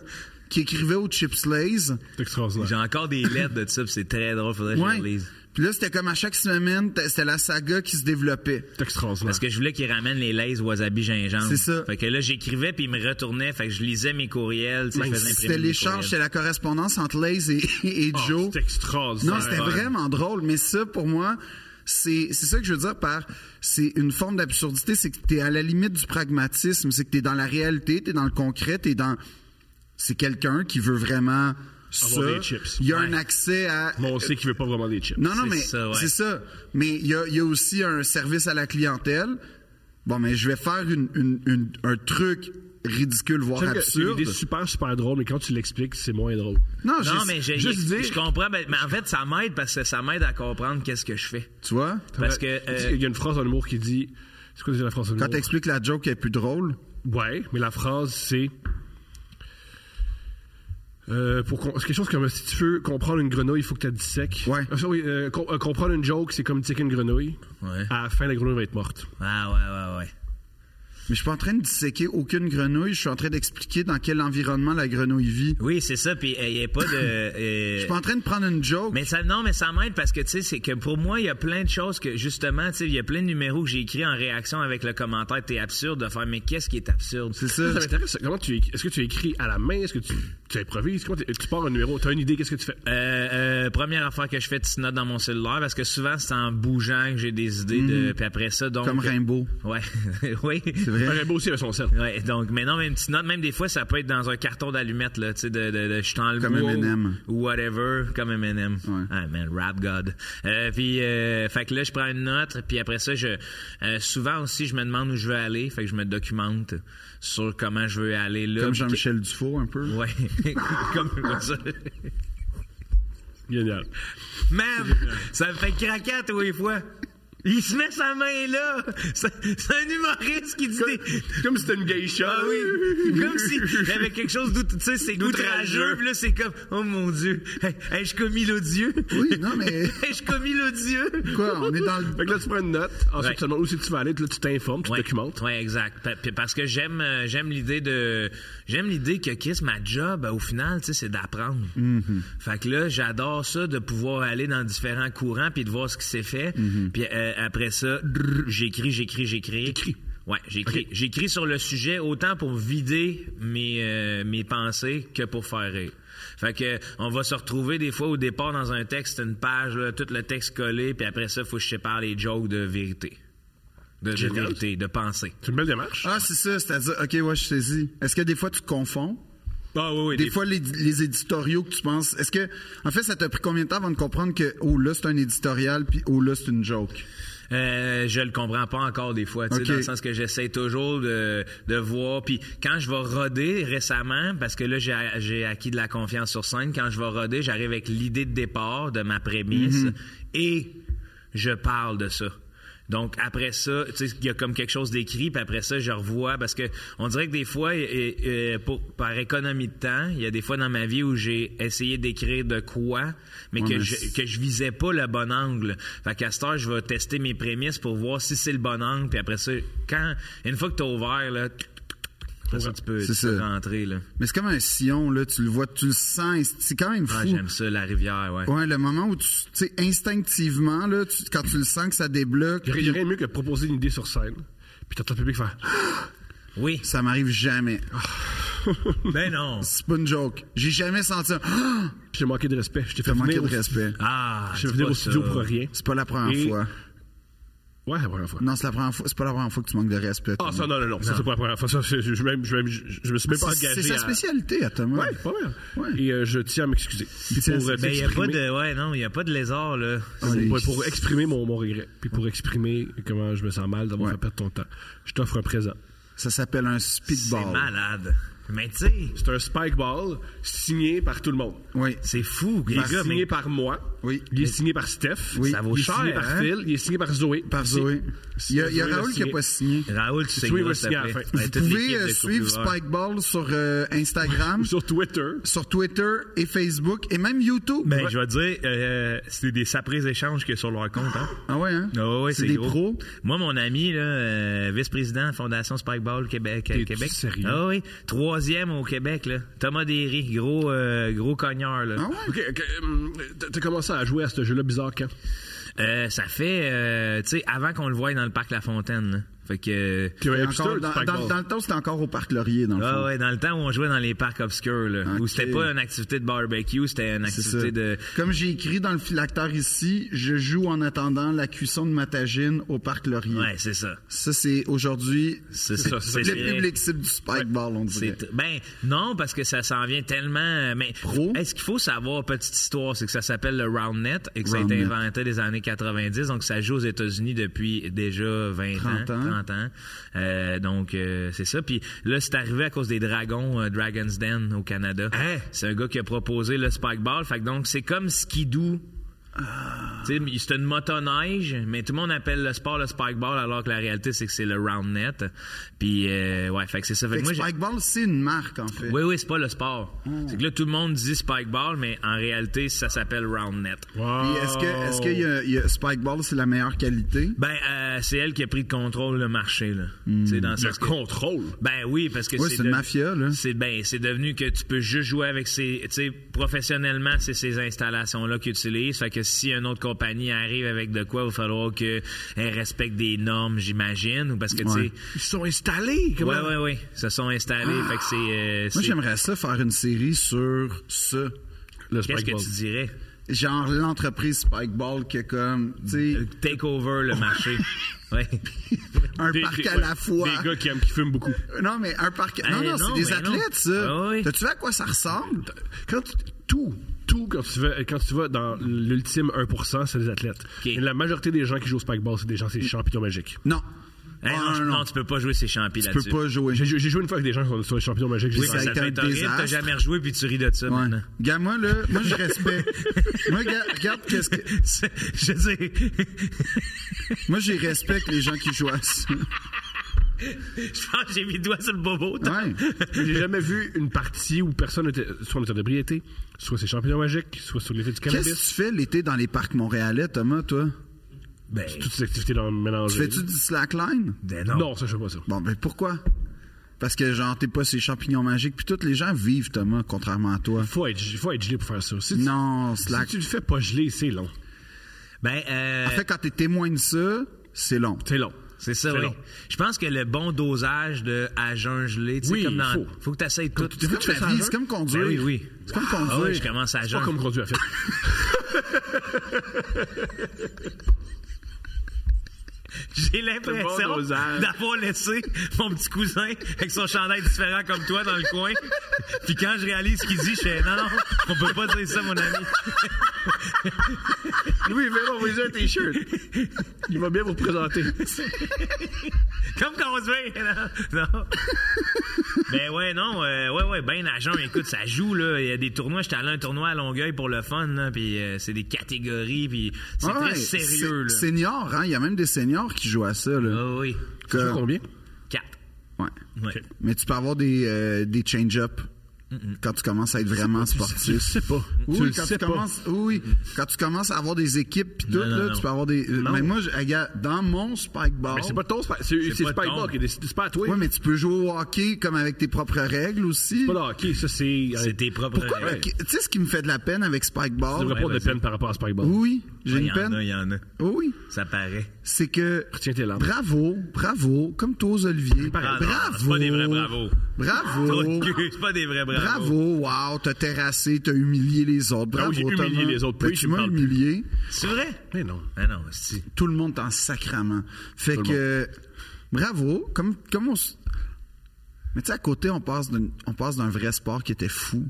S4: qui écrivait aux chips Lay's.
S5: C'est extraordinaire.
S3: J'ai encore des lettres de ça, puis c'est très drôle, faudrait que je les
S4: Ouais.
S3: lise.
S4: Puis là, c'était comme à chaque semaine, t- c'était la saga qui se développait.
S5: C'est extraordinaire.
S3: Parce que je voulais qu'ils ramènent les lays wasabi gingembre.
S4: C'est ça.
S3: Fait que là, j'écrivais, puis ils me retournaient. Fait que je lisais mes courriels. tu sais, je faisais imprimer
S4: C'était
S3: mes
S4: l'échange, c'était
S3: courriels. Oh,
S4: la correspondance entre Lays et, et
S5: Ah,
S4: Joe.
S5: C'est extraordinaire.
S4: non, c'était
S5: Ouais.
S4: vraiment drôle, mais ça, pour moi, c'est c'est ça que je veux dire par c'est une forme d'absurdité, c'est que t'es à la limite du pragmatisme, c'est que t'es dans la réalité, t'es dans le concret, t'es dans c'est quelqu'un qui veut vraiment ça.
S5: des chips.
S4: Il y a
S5: Ouais.
S4: un accès à
S5: Mais on sait qu'il veut pas vraiment des chips.
S4: Non, non,
S3: C'est
S4: mais
S3: ça, ouais.
S4: c'est ça. Mais il y a, il y a aussi un service à la clientèle. Bon, mais je vais faire une, une- une- un truc ridicule, voire
S5: J'aime que C'est une
S4: absurde.
S5: idée super, super drôle, mais quand tu l'expliques, c'est moins drôle.
S4: Non,
S3: Non,
S4: j'ai-
S3: mais j'ai-
S5: juste dire-
S3: je comprends. ben, mais en fait, ça m'aide parce que ça m'aide à comprendre qu'est-ce que je fais.
S4: Tu vois?
S3: Parce
S5: Ouais.
S3: que, euh,
S5: Tu sais, Il y a une phrase en humour qui dit. C'est quoi déjà la phrase en
S4: Quand
S5: humour?
S4: t'expliques la joke, elle est plus drôle.
S5: Ouais, mais la phrase, c'est. Euh, pour qu'on- c'est quelque chose comme si tu veux comprendre une grenouille, il faut que tu la dissèques.
S4: Ouais.
S5: Ah, ça, oui, euh, com- euh, comprendre une joke, c'est comme disséquer une grenouille.
S3: Ouais.
S5: À la fin, la grenouille va être morte.
S3: Ah, ouais, ouais, ouais.
S4: Mais je suis pas en train de disséquer aucune grenouille. Je suis en train d'expliquer dans quel environnement la grenouille vit.
S3: Oui, c'est ça. Puis, il n'y a pas de. euh,
S4: Je suis pas en train de prendre une joke.
S3: Mais ça, non, mais ça m'aide parce que, tu sais, c'est que pour moi, il y a plein de choses que, justement, tu sais, il y a plein de numéros que j'ai écrits en réaction avec le commentaire T'es absurde de faire, mais qu'est-ce qui est absurde?
S4: C'est ça.
S5: Ça m'intéresse. Comment tu écris- Est-ce que tu écris à la main Est-ce que tu, tu improvises Comment t'es- tu pars un numéro T'as une idée Qu'est-ce que tu fais
S3: Euh, euh, première affaire que je fais, petite note dans mon cellulaire parce que souvent, c'est en bougeant que j'ai des idées de. Puis après ça, donc.
S4: Mm. Comme Rimbaud.
S3: Ouais, oui.
S4: C'est vrai.
S5: Rimbaud aussi avec son sel.
S3: Ouais, donc, mais non, mais une petite note, même des fois, ça peut être dans un carton d'allumettes, là, tu sais, de, de, de je t'enlève
S4: Comme
S3: ou-
S4: M&M.
S3: Ou whatever, comme M&M.
S4: Ouais.
S3: Ah, man, rap god. Euh, puis, euh, fait que là, je prends une note, puis après ça, je, euh, souvent aussi, je me demande où je veux aller, fait que je me documente sur comment je veux aller là.
S4: Comme
S3: puis que-
S4: Jean-Michel Dufault, un peu.
S3: Ouais, comme ça.
S5: Génial.
S3: Man, ça me fait craquer à tous les fois. Il se met sa main là. C'est c'est un humoriste qui dit des,
S5: Comme si c'était une geisha.
S3: Ah oui, comme s'il y avait quelque chose d'outrageux. Tu sais, c'est outrageux, puis là, c'est comme, oh mon Dieu, Hey, ai-je commis l'odieux?
S4: Oui, non, mais-
S3: ai-je commis l'odieux?
S4: Quoi, on est dans le...
S5: Fait que là, tu prends une note. Ensuite,
S3: Ouais.
S5: tu te demandes où c'est que tu vas aller. Là, tu t'informes, tu
S3: Ouais,
S5: te documentes.
S3: ouais, exact. Pa- puis Parce que j'aime, euh, j'aime l'idée de, j'aime l'idée que Chris, ma job, euh, au final, tu sais, c'est d'apprendre. Fait que là, j'adore ça de pouvoir aller dans différents courants puis de voir ce qui s'est fait. Puis euh, après ça, drrr, j'écris, j'écris, j'écris. J'écris. Ouais, j'écris. J'écris sur le sujet autant pour vider mes, euh, mes pensées que pour faire rire. Fait que on va se retrouver des fois au départ dans un texte, une page, là, tout le texte collé, puis après ça, faut que je sépare les jokes de vérité. De, de vérité, de pensée.
S5: C'est une belle démarche.
S4: Ah, c'est ça, c'est-à-dire, OK, ouais, je saisis. Est-ce que des fois, tu te confonds?
S3: Ah oui, oui.
S4: Des fois, les, les éditoriaux que tu penses, est-ce que, en fait, ça t'a pris combien de temps avant de comprendre que, oh là, c'est un éditorial, puis oh là, c'est une joke?
S3: Euh, je le comprends pas encore des fois, tu sais,
S4: Ok.
S3: dans le sens que j'essaie toujours de, de voir. Puis quand je vais roder récemment, parce que là j'ai, j'ai acquis de la confiance sur scène, quand je vais roder, j'arrive avec l'idée de départ de ma prémisse et je parle de ça. Donc après ça, tu sais, il y a comme quelque chose d'écrit, puis après ça, je revois parce que on dirait que des fois, et- et- et pour, par économie de temps, il y a des fois dans ma vie où j'ai essayé d'écrire de quoi, mais que
S4: mais
S3: je,
S4: c'est-
S3: que je visais pas le bon angle. Fait qu'à cette heure, je vais tester mes prémices pour voir si c'est le bon angle. Puis après ça, quand une fois que t'as ouvert, là, après ça, tu peux,
S4: C'est
S3: tu peux
S4: ça.
S3: rentrer. Là.
S4: Mais c'est comme un sillon, là, tu le vois, tu le sens, et c'est- c'est quand même fou.
S3: Ah, j'aime ça, la rivière, ouais.
S4: Ouais, le moment où tu, tu sais, instinctivement, là, tu- quand tu le sens que ça débloque,
S5: Il n'y
S4: puis
S5: a rien de mieux que de proposer une idée sur scène. Puis t'entends le public faire.
S3: Oui.
S4: ça m'arrive jamais. Ah,
S3: Ben non.
S4: C'est pas une joke. J'ai jamais senti un, Ah!
S5: J'ai manqué de respect. Je t'ai fait
S4: t'as manqué
S5: venir
S4: de
S5: au-
S4: respect.
S3: Ah,
S5: Je t'ai
S3: dis
S5: fait venir
S3: pas
S5: au studio
S3: ça.
S5: pour rien.
S4: C'est pas la première
S5: Et-
S4: fois.
S5: Ouais, la première fois.
S4: Non, c'est la première fois, c'est pas la première fois que tu manques de respect.
S5: Ah, ça, non, non, non. Ça, c'est pas la première fois. Ça, c'est- je, je, même- je, même- je- je me suis même pas
S4: C'est-
S5: engagé.
S4: C'est sa
S5: à-
S4: spécialité à Thomas.
S5: Ouais, pas mal.
S4: Ouais.
S5: Et euh, je tiens à m'excuser.
S4: c'est-
S5: Pour, euh,
S3: Ben, y a pas
S5: m'exprimer-
S3: de, ouais, non, il a pas de lézard, là.
S4: Allez.
S5: pour, pour exprimer mon, mon regret, puis pour exprimer comment je me sens mal d'avoir
S4: Ouais.
S5: fait perdre ton temps. Je t'offre un présent.
S4: Ça s'appelle un
S3: C'est
S4: speedball.
S3: malade. Mais tu sais,
S5: C'est un spike ball signé par tout le monde.
S4: Oui.
S3: c'est fou, les
S5: Il est
S3: gars.
S5: signé
S3: mais-
S5: par moi.
S4: Oui.
S5: Il est signé par Steph.
S4: Oui.
S3: Ça vaut
S5: il est
S3: cher,
S5: signé par
S3: hein?
S5: Phil. Il est signé par Zoé.
S4: Par
S5: Si-
S4: Zoé.
S5: si
S4: Il y a, il y a
S5: Zoé l'a
S4: Raoul qui a
S5: signé.
S4: pas signé.
S3: Raoul, tu sais,
S5: Oui, il va
S3: gros,
S5: le
S3: s'il
S5: signer à
S3: te plaît.
S5: la fin.
S3: Ouais,
S4: Vous
S3: toute
S4: pouvez
S3: l'équipe
S4: euh,
S3: de
S4: suivre
S3: Coupe Vert.
S4: Spikeball sur euh, Instagram,
S5: Sur Twitter.
S4: sur Twitter et Facebook et même YouTube.
S3: Ben, je vais te dire, euh, c'était des saprés échanges qu'il y a sur leur compte, hein.
S4: Ah ouais, hein?
S3: Ah ouais, ouais,
S4: c'est des
S3: gros.
S4: pros.
S3: Moi, mon ami, là, euh, vice-président de la Fondation Spikeball Québec. euh,
S5: T'es-tu
S3: Québec.
S5: sérieux?
S3: Ah oui, troisième au Québec, là. Thomas Derry, gros, euh, gros cogneur, là.
S4: Ah ouais?
S5: Ok, ok, hum, t'as- T'as commencé à jouer à ce jeu-là bizarre quand?
S3: Euh, ça fait, euh, tu sais, avant qu'on le voie dans le parc La Fontaine, là. Fait que...
S5: Tu es
S4: Et
S5: un
S4: encore,
S5: hipster du
S4: dans,
S5: spike
S4: dans-
S5: ball.
S4: dans le temps, c'était encore au Parc Laurier, dans le
S3: Ah
S4: fond.
S3: ouais, dans le temps où on jouait dans les parcs obscurs, là. Où
S4: Ok.
S3: c'était pas une activité de barbecue, c'était une
S4: C'est ça.
S3: activité de...
S4: Comme j'ai écrit dans le phylactère ici, je joue en attendant la cuisson de ma tagine au Parc Laurier.
S3: Ouais, c'est ça.
S4: Ça, c'est aujourd'hui
S3: C'est ça.
S5: c'est
S4: le public cible du spikeball, on dirait.
S3: C'est- Ben non, parce que ça s'en vient tellement. euh, Mais
S4: Pro?
S3: est-ce qu'il faut savoir petite histoire, c'est que ça s'appelle le round net et que ça a été
S4: Round net.
S3: inventé des années 90, donc ça joue aux États-Unis depuis déjà 20
S4: 30 ans.
S3: 30 ans. Euh, donc euh, c'est ça. Puis là, c'est arrivé à cause des dragons, euh, Dragons Den au Canada. C'est un gars qui a proposé le spike ball. Fait que donc c'est comme skidoo Tu sais, mais C'est une motoneige, mais tout le monde appelle le sport le spikeball, alors que la réalité, c'est que c'est le round net. Puis, euh, ouais, fait que c'est ça. Fait que
S4: Fait que
S3: moi, j'ai-
S4: Spikeball, c'est une marque, en fait.
S3: Oui, oui, c'est pas le sport.
S4: Hmm.
S3: C'est que là, tout le monde dit spikeball, mais en réalité, ça s'appelle round net.
S5: Wow.
S4: Puis Est-ce que, est-ce qu'il y a, il y a Spikeball, c'est la meilleure qualité?
S3: Ben, euh, c'est elle qui a pris le contrôle le marché, là. Tu sais, dans le
S5: Le
S3: sens que-
S5: contrôle.
S3: Ben oui, parce que
S4: Oui, Hmm. c'est une
S3: de-
S4: mafia, là.
S3: C'est ben, c'est devenu que tu peux juste jouer avec ces, tu sais, professionnellement, c'est ces installations-là qu'ils utilisent. Fait que si une autre compagnie arrive avec de quoi, il va falloir qu'elle respecte des normes, j'imagine, ou parce que tu sais,
S5: Ils sont installés.
S3: ouais,
S5: Comment?
S3: ouais, ouais, se sont installés. Fait que c'est, euh,
S4: Ah! Moi,
S3: c'est-
S4: j'aimerais ça faire une série sur ça.
S5: Le
S3: qu'est-ce
S5: spikeball.
S3: que tu dirais?
S4: Genre l'entreprise Spikeball qui est comme, tu
S3: Take over le marché. ouais.
S4: sais, un
S5: Des-
S4: parc
S5: des-
S4: à
S5: ouais,
S4: la fois.
S5: Des gars qui aiment, qui fument beaucoup.
S4: Non, mais un parc.
S3: Ah,
S4: non, non,
S3: non,
S4: c'est des
S3: mais
S4: athlètes,
S3: non.
S4: ça.
S3: Ah oui.
S4: T'as-tu vu à quoi ça ressemble?
S5: Quand tu- tout, tout, quand tu vas, quand tu vas dans l'ultime 1%, c'est des athlètes. Et La majorité des gens qui jouent au spikeball, c'est des gens, c'est des champignons magiques.
S4: Non.
S3: Hey,
S4: Ah,
S3: non, je- non, tu peux pas jouer ces champions
S4: tu peux
S3: là-dessus.
S4: pas jouer.
S5: J'ai, j'ai joué une fois avec des gens qui sont sur les champignons magiques.
S3: Oui,
S5: j'ai
S4: ça
S3: mais
S5: dit,
S4: a
S3: ça
S4: été
S3: doit
S4: un
S3: être horrible, t'as
S4: désastre.
S3: jamais rejoué puis tu ris de ça
S4: Ouais.
S3: maintenant.
S4: Gars, moi, là, moi, je respecte. moi, gars, regarde qu'est-ce que.
S3: C'est- Je dis,
S4: Moi, je respecte les gens qui jouent à ça.
S3: je pense que j'ai mis le doigt sur le bobo. t'as-
S4: Ouais.
S5: j'ai jamais vu une partie où personne était soit en état d'ébriété, soit c'est champignons magiques, soit sur l'état du
S4: Qu'est-ce que
S5: cannabis.
S4: tu fais l'été dans les parcs montréalais, Thomas, toi?
S3: Ben,
S5: Toutes ces activités dans mélangées.
S4: Tu fais-tu du slackline?
S3: ben
S5: non. ça, je fais pas ça.
S4: Bon, ben pourquoi? Parce que, genre, t'es pas ces champignons magiques, puis tous les gens vivent, Thomas, contrairement à toi.
S5: Faut être, faut être gelé pour faire ça. Si tu-
S4: Non,
S5: si
S4: slack.
S5: tu le fais pas gelé, c'est long.
S3: Ben, euh,
S4: En fait, quand t'es témoin de ça, c'est long.
S5: C'est long.
S3: c'est ça,
S5: c'est
S3: oui.
S5: long.
S3: Je pense que le bon dosage de agent gelé, tu sais,
S5: Oui,
S3: comme dans.
S5: faut.
S3: que tu essayes tout.
S4: C'est comme la vie, c'est comme conduire.
S3: Ben oui, oui.
S4: C'est comme
S3: Ah ouais,
S4: conduire.
S3: je commence à
S5: C'est pas
S3: jeun.
S5: comme conduire à fait.
S3: J'ai
S5: C'est bon
S3: l'impression
S5: dosage.
S3: d'avoir laissé mon petit cousin avec son chandail différent comme toi dans le coin. Puis quand je réalise ce qu'il dit, je fais non, non, on peut pas dire ça, mon ami.
S5: Louis Véron, vous avez un t-shirt. Il va bien vous présenter.
S3: Comme conduire, là. Non. ben ouais, non, euh, ouais, ouais, ben agent, écoute, ça joue, là. Il y a des tournois, j'étais allé à un tournoi à Longueuil pour le fun, là, puis euh, c'est des catégories, puis c'est
S5: Ah
S4: Ouais,
S3: très
S4: ouais,
S3: sérieux, là.
S4: c'est- Senior, hein? Il y a même des seniors qui jouent à ça, là.
S3: Ah oui,
S5: Tu
S4: Que-
S5: fais combien?
S3: quatre.
S4: Ouais.
S3: Ouais.
S4: Mais tu peux avoir des, euh, des change-up quand tu commences à être vraiment
S5: Tu le
S4: sportif.
S5: sais pas.
S4: Oui,
S5: tu le
S4: quand
S5: sais
S4: tu
S5: pas.
S4: commences, oui, oui. quand tu commences à avoir des équipes pis tout,
S3: non,
S4: là,
S3: non.
S4: tu peux avoir des. euh, Mais moi, je- regarde, dans mon spike ball.
S5: Mais c'est pas ton spike. C'est c'est
S3: pas
S5: Spike
S3: ton.
S5: Ball qui est décidé. C'est pas à toi.
S4: Oui, mais tu peux jouer au hockey comme avec tes propres règles aussi.
S5: C'est pas le hockey. Ça, c'est.
S3: C'est tes propres.
S4: Pourquoi le-
S3: Ouais.
S4: Tu sais ce qui me fait de la peine avec spike
S5: Tu
S4: ball?
S5: devrais pas avoir de
S3: vas-y.
S5: peine par rapport à Spike Ball.
S4: Oui, j'ai
S3: Il
S4: une
S3: y en a,
S4: peine. Oh
S3: il y en a.
S4: Oui,
S3: Ça paraît.
S4: c'est que.
S5: Retiens tes larmes.
S4: Bravo, bravo, comme toi, Olivier.
S3: Ah non,
S4: bravo.
S3: c'est pas des vrais bravos. Trop
S4: Bravo.
S3: de cul, C'est pas des vrais bravos.
S4: Oh. Bravo, wow, t'as terrassé, t'as humilié les autres.
S5: Ah
S4: Bravo,
S5: oui, j'ai humilié
S4: Thomas.
S5: les autres.
S4: Ben,
S5: Oui,
S4: tu
S5: tu me
S4: m'as
S5: parles plus.
S4: humilié.
S3: C'est vrai?
S5: Mais non.
S3: Ah non, si.
S4: Tout le monde en sacrament. Fait
S5: Tout le
S4: que, bravo, comme, comme on s- Mais tu sais, à côté, on passe d'un, on passe d'un vrai sport qui était fou.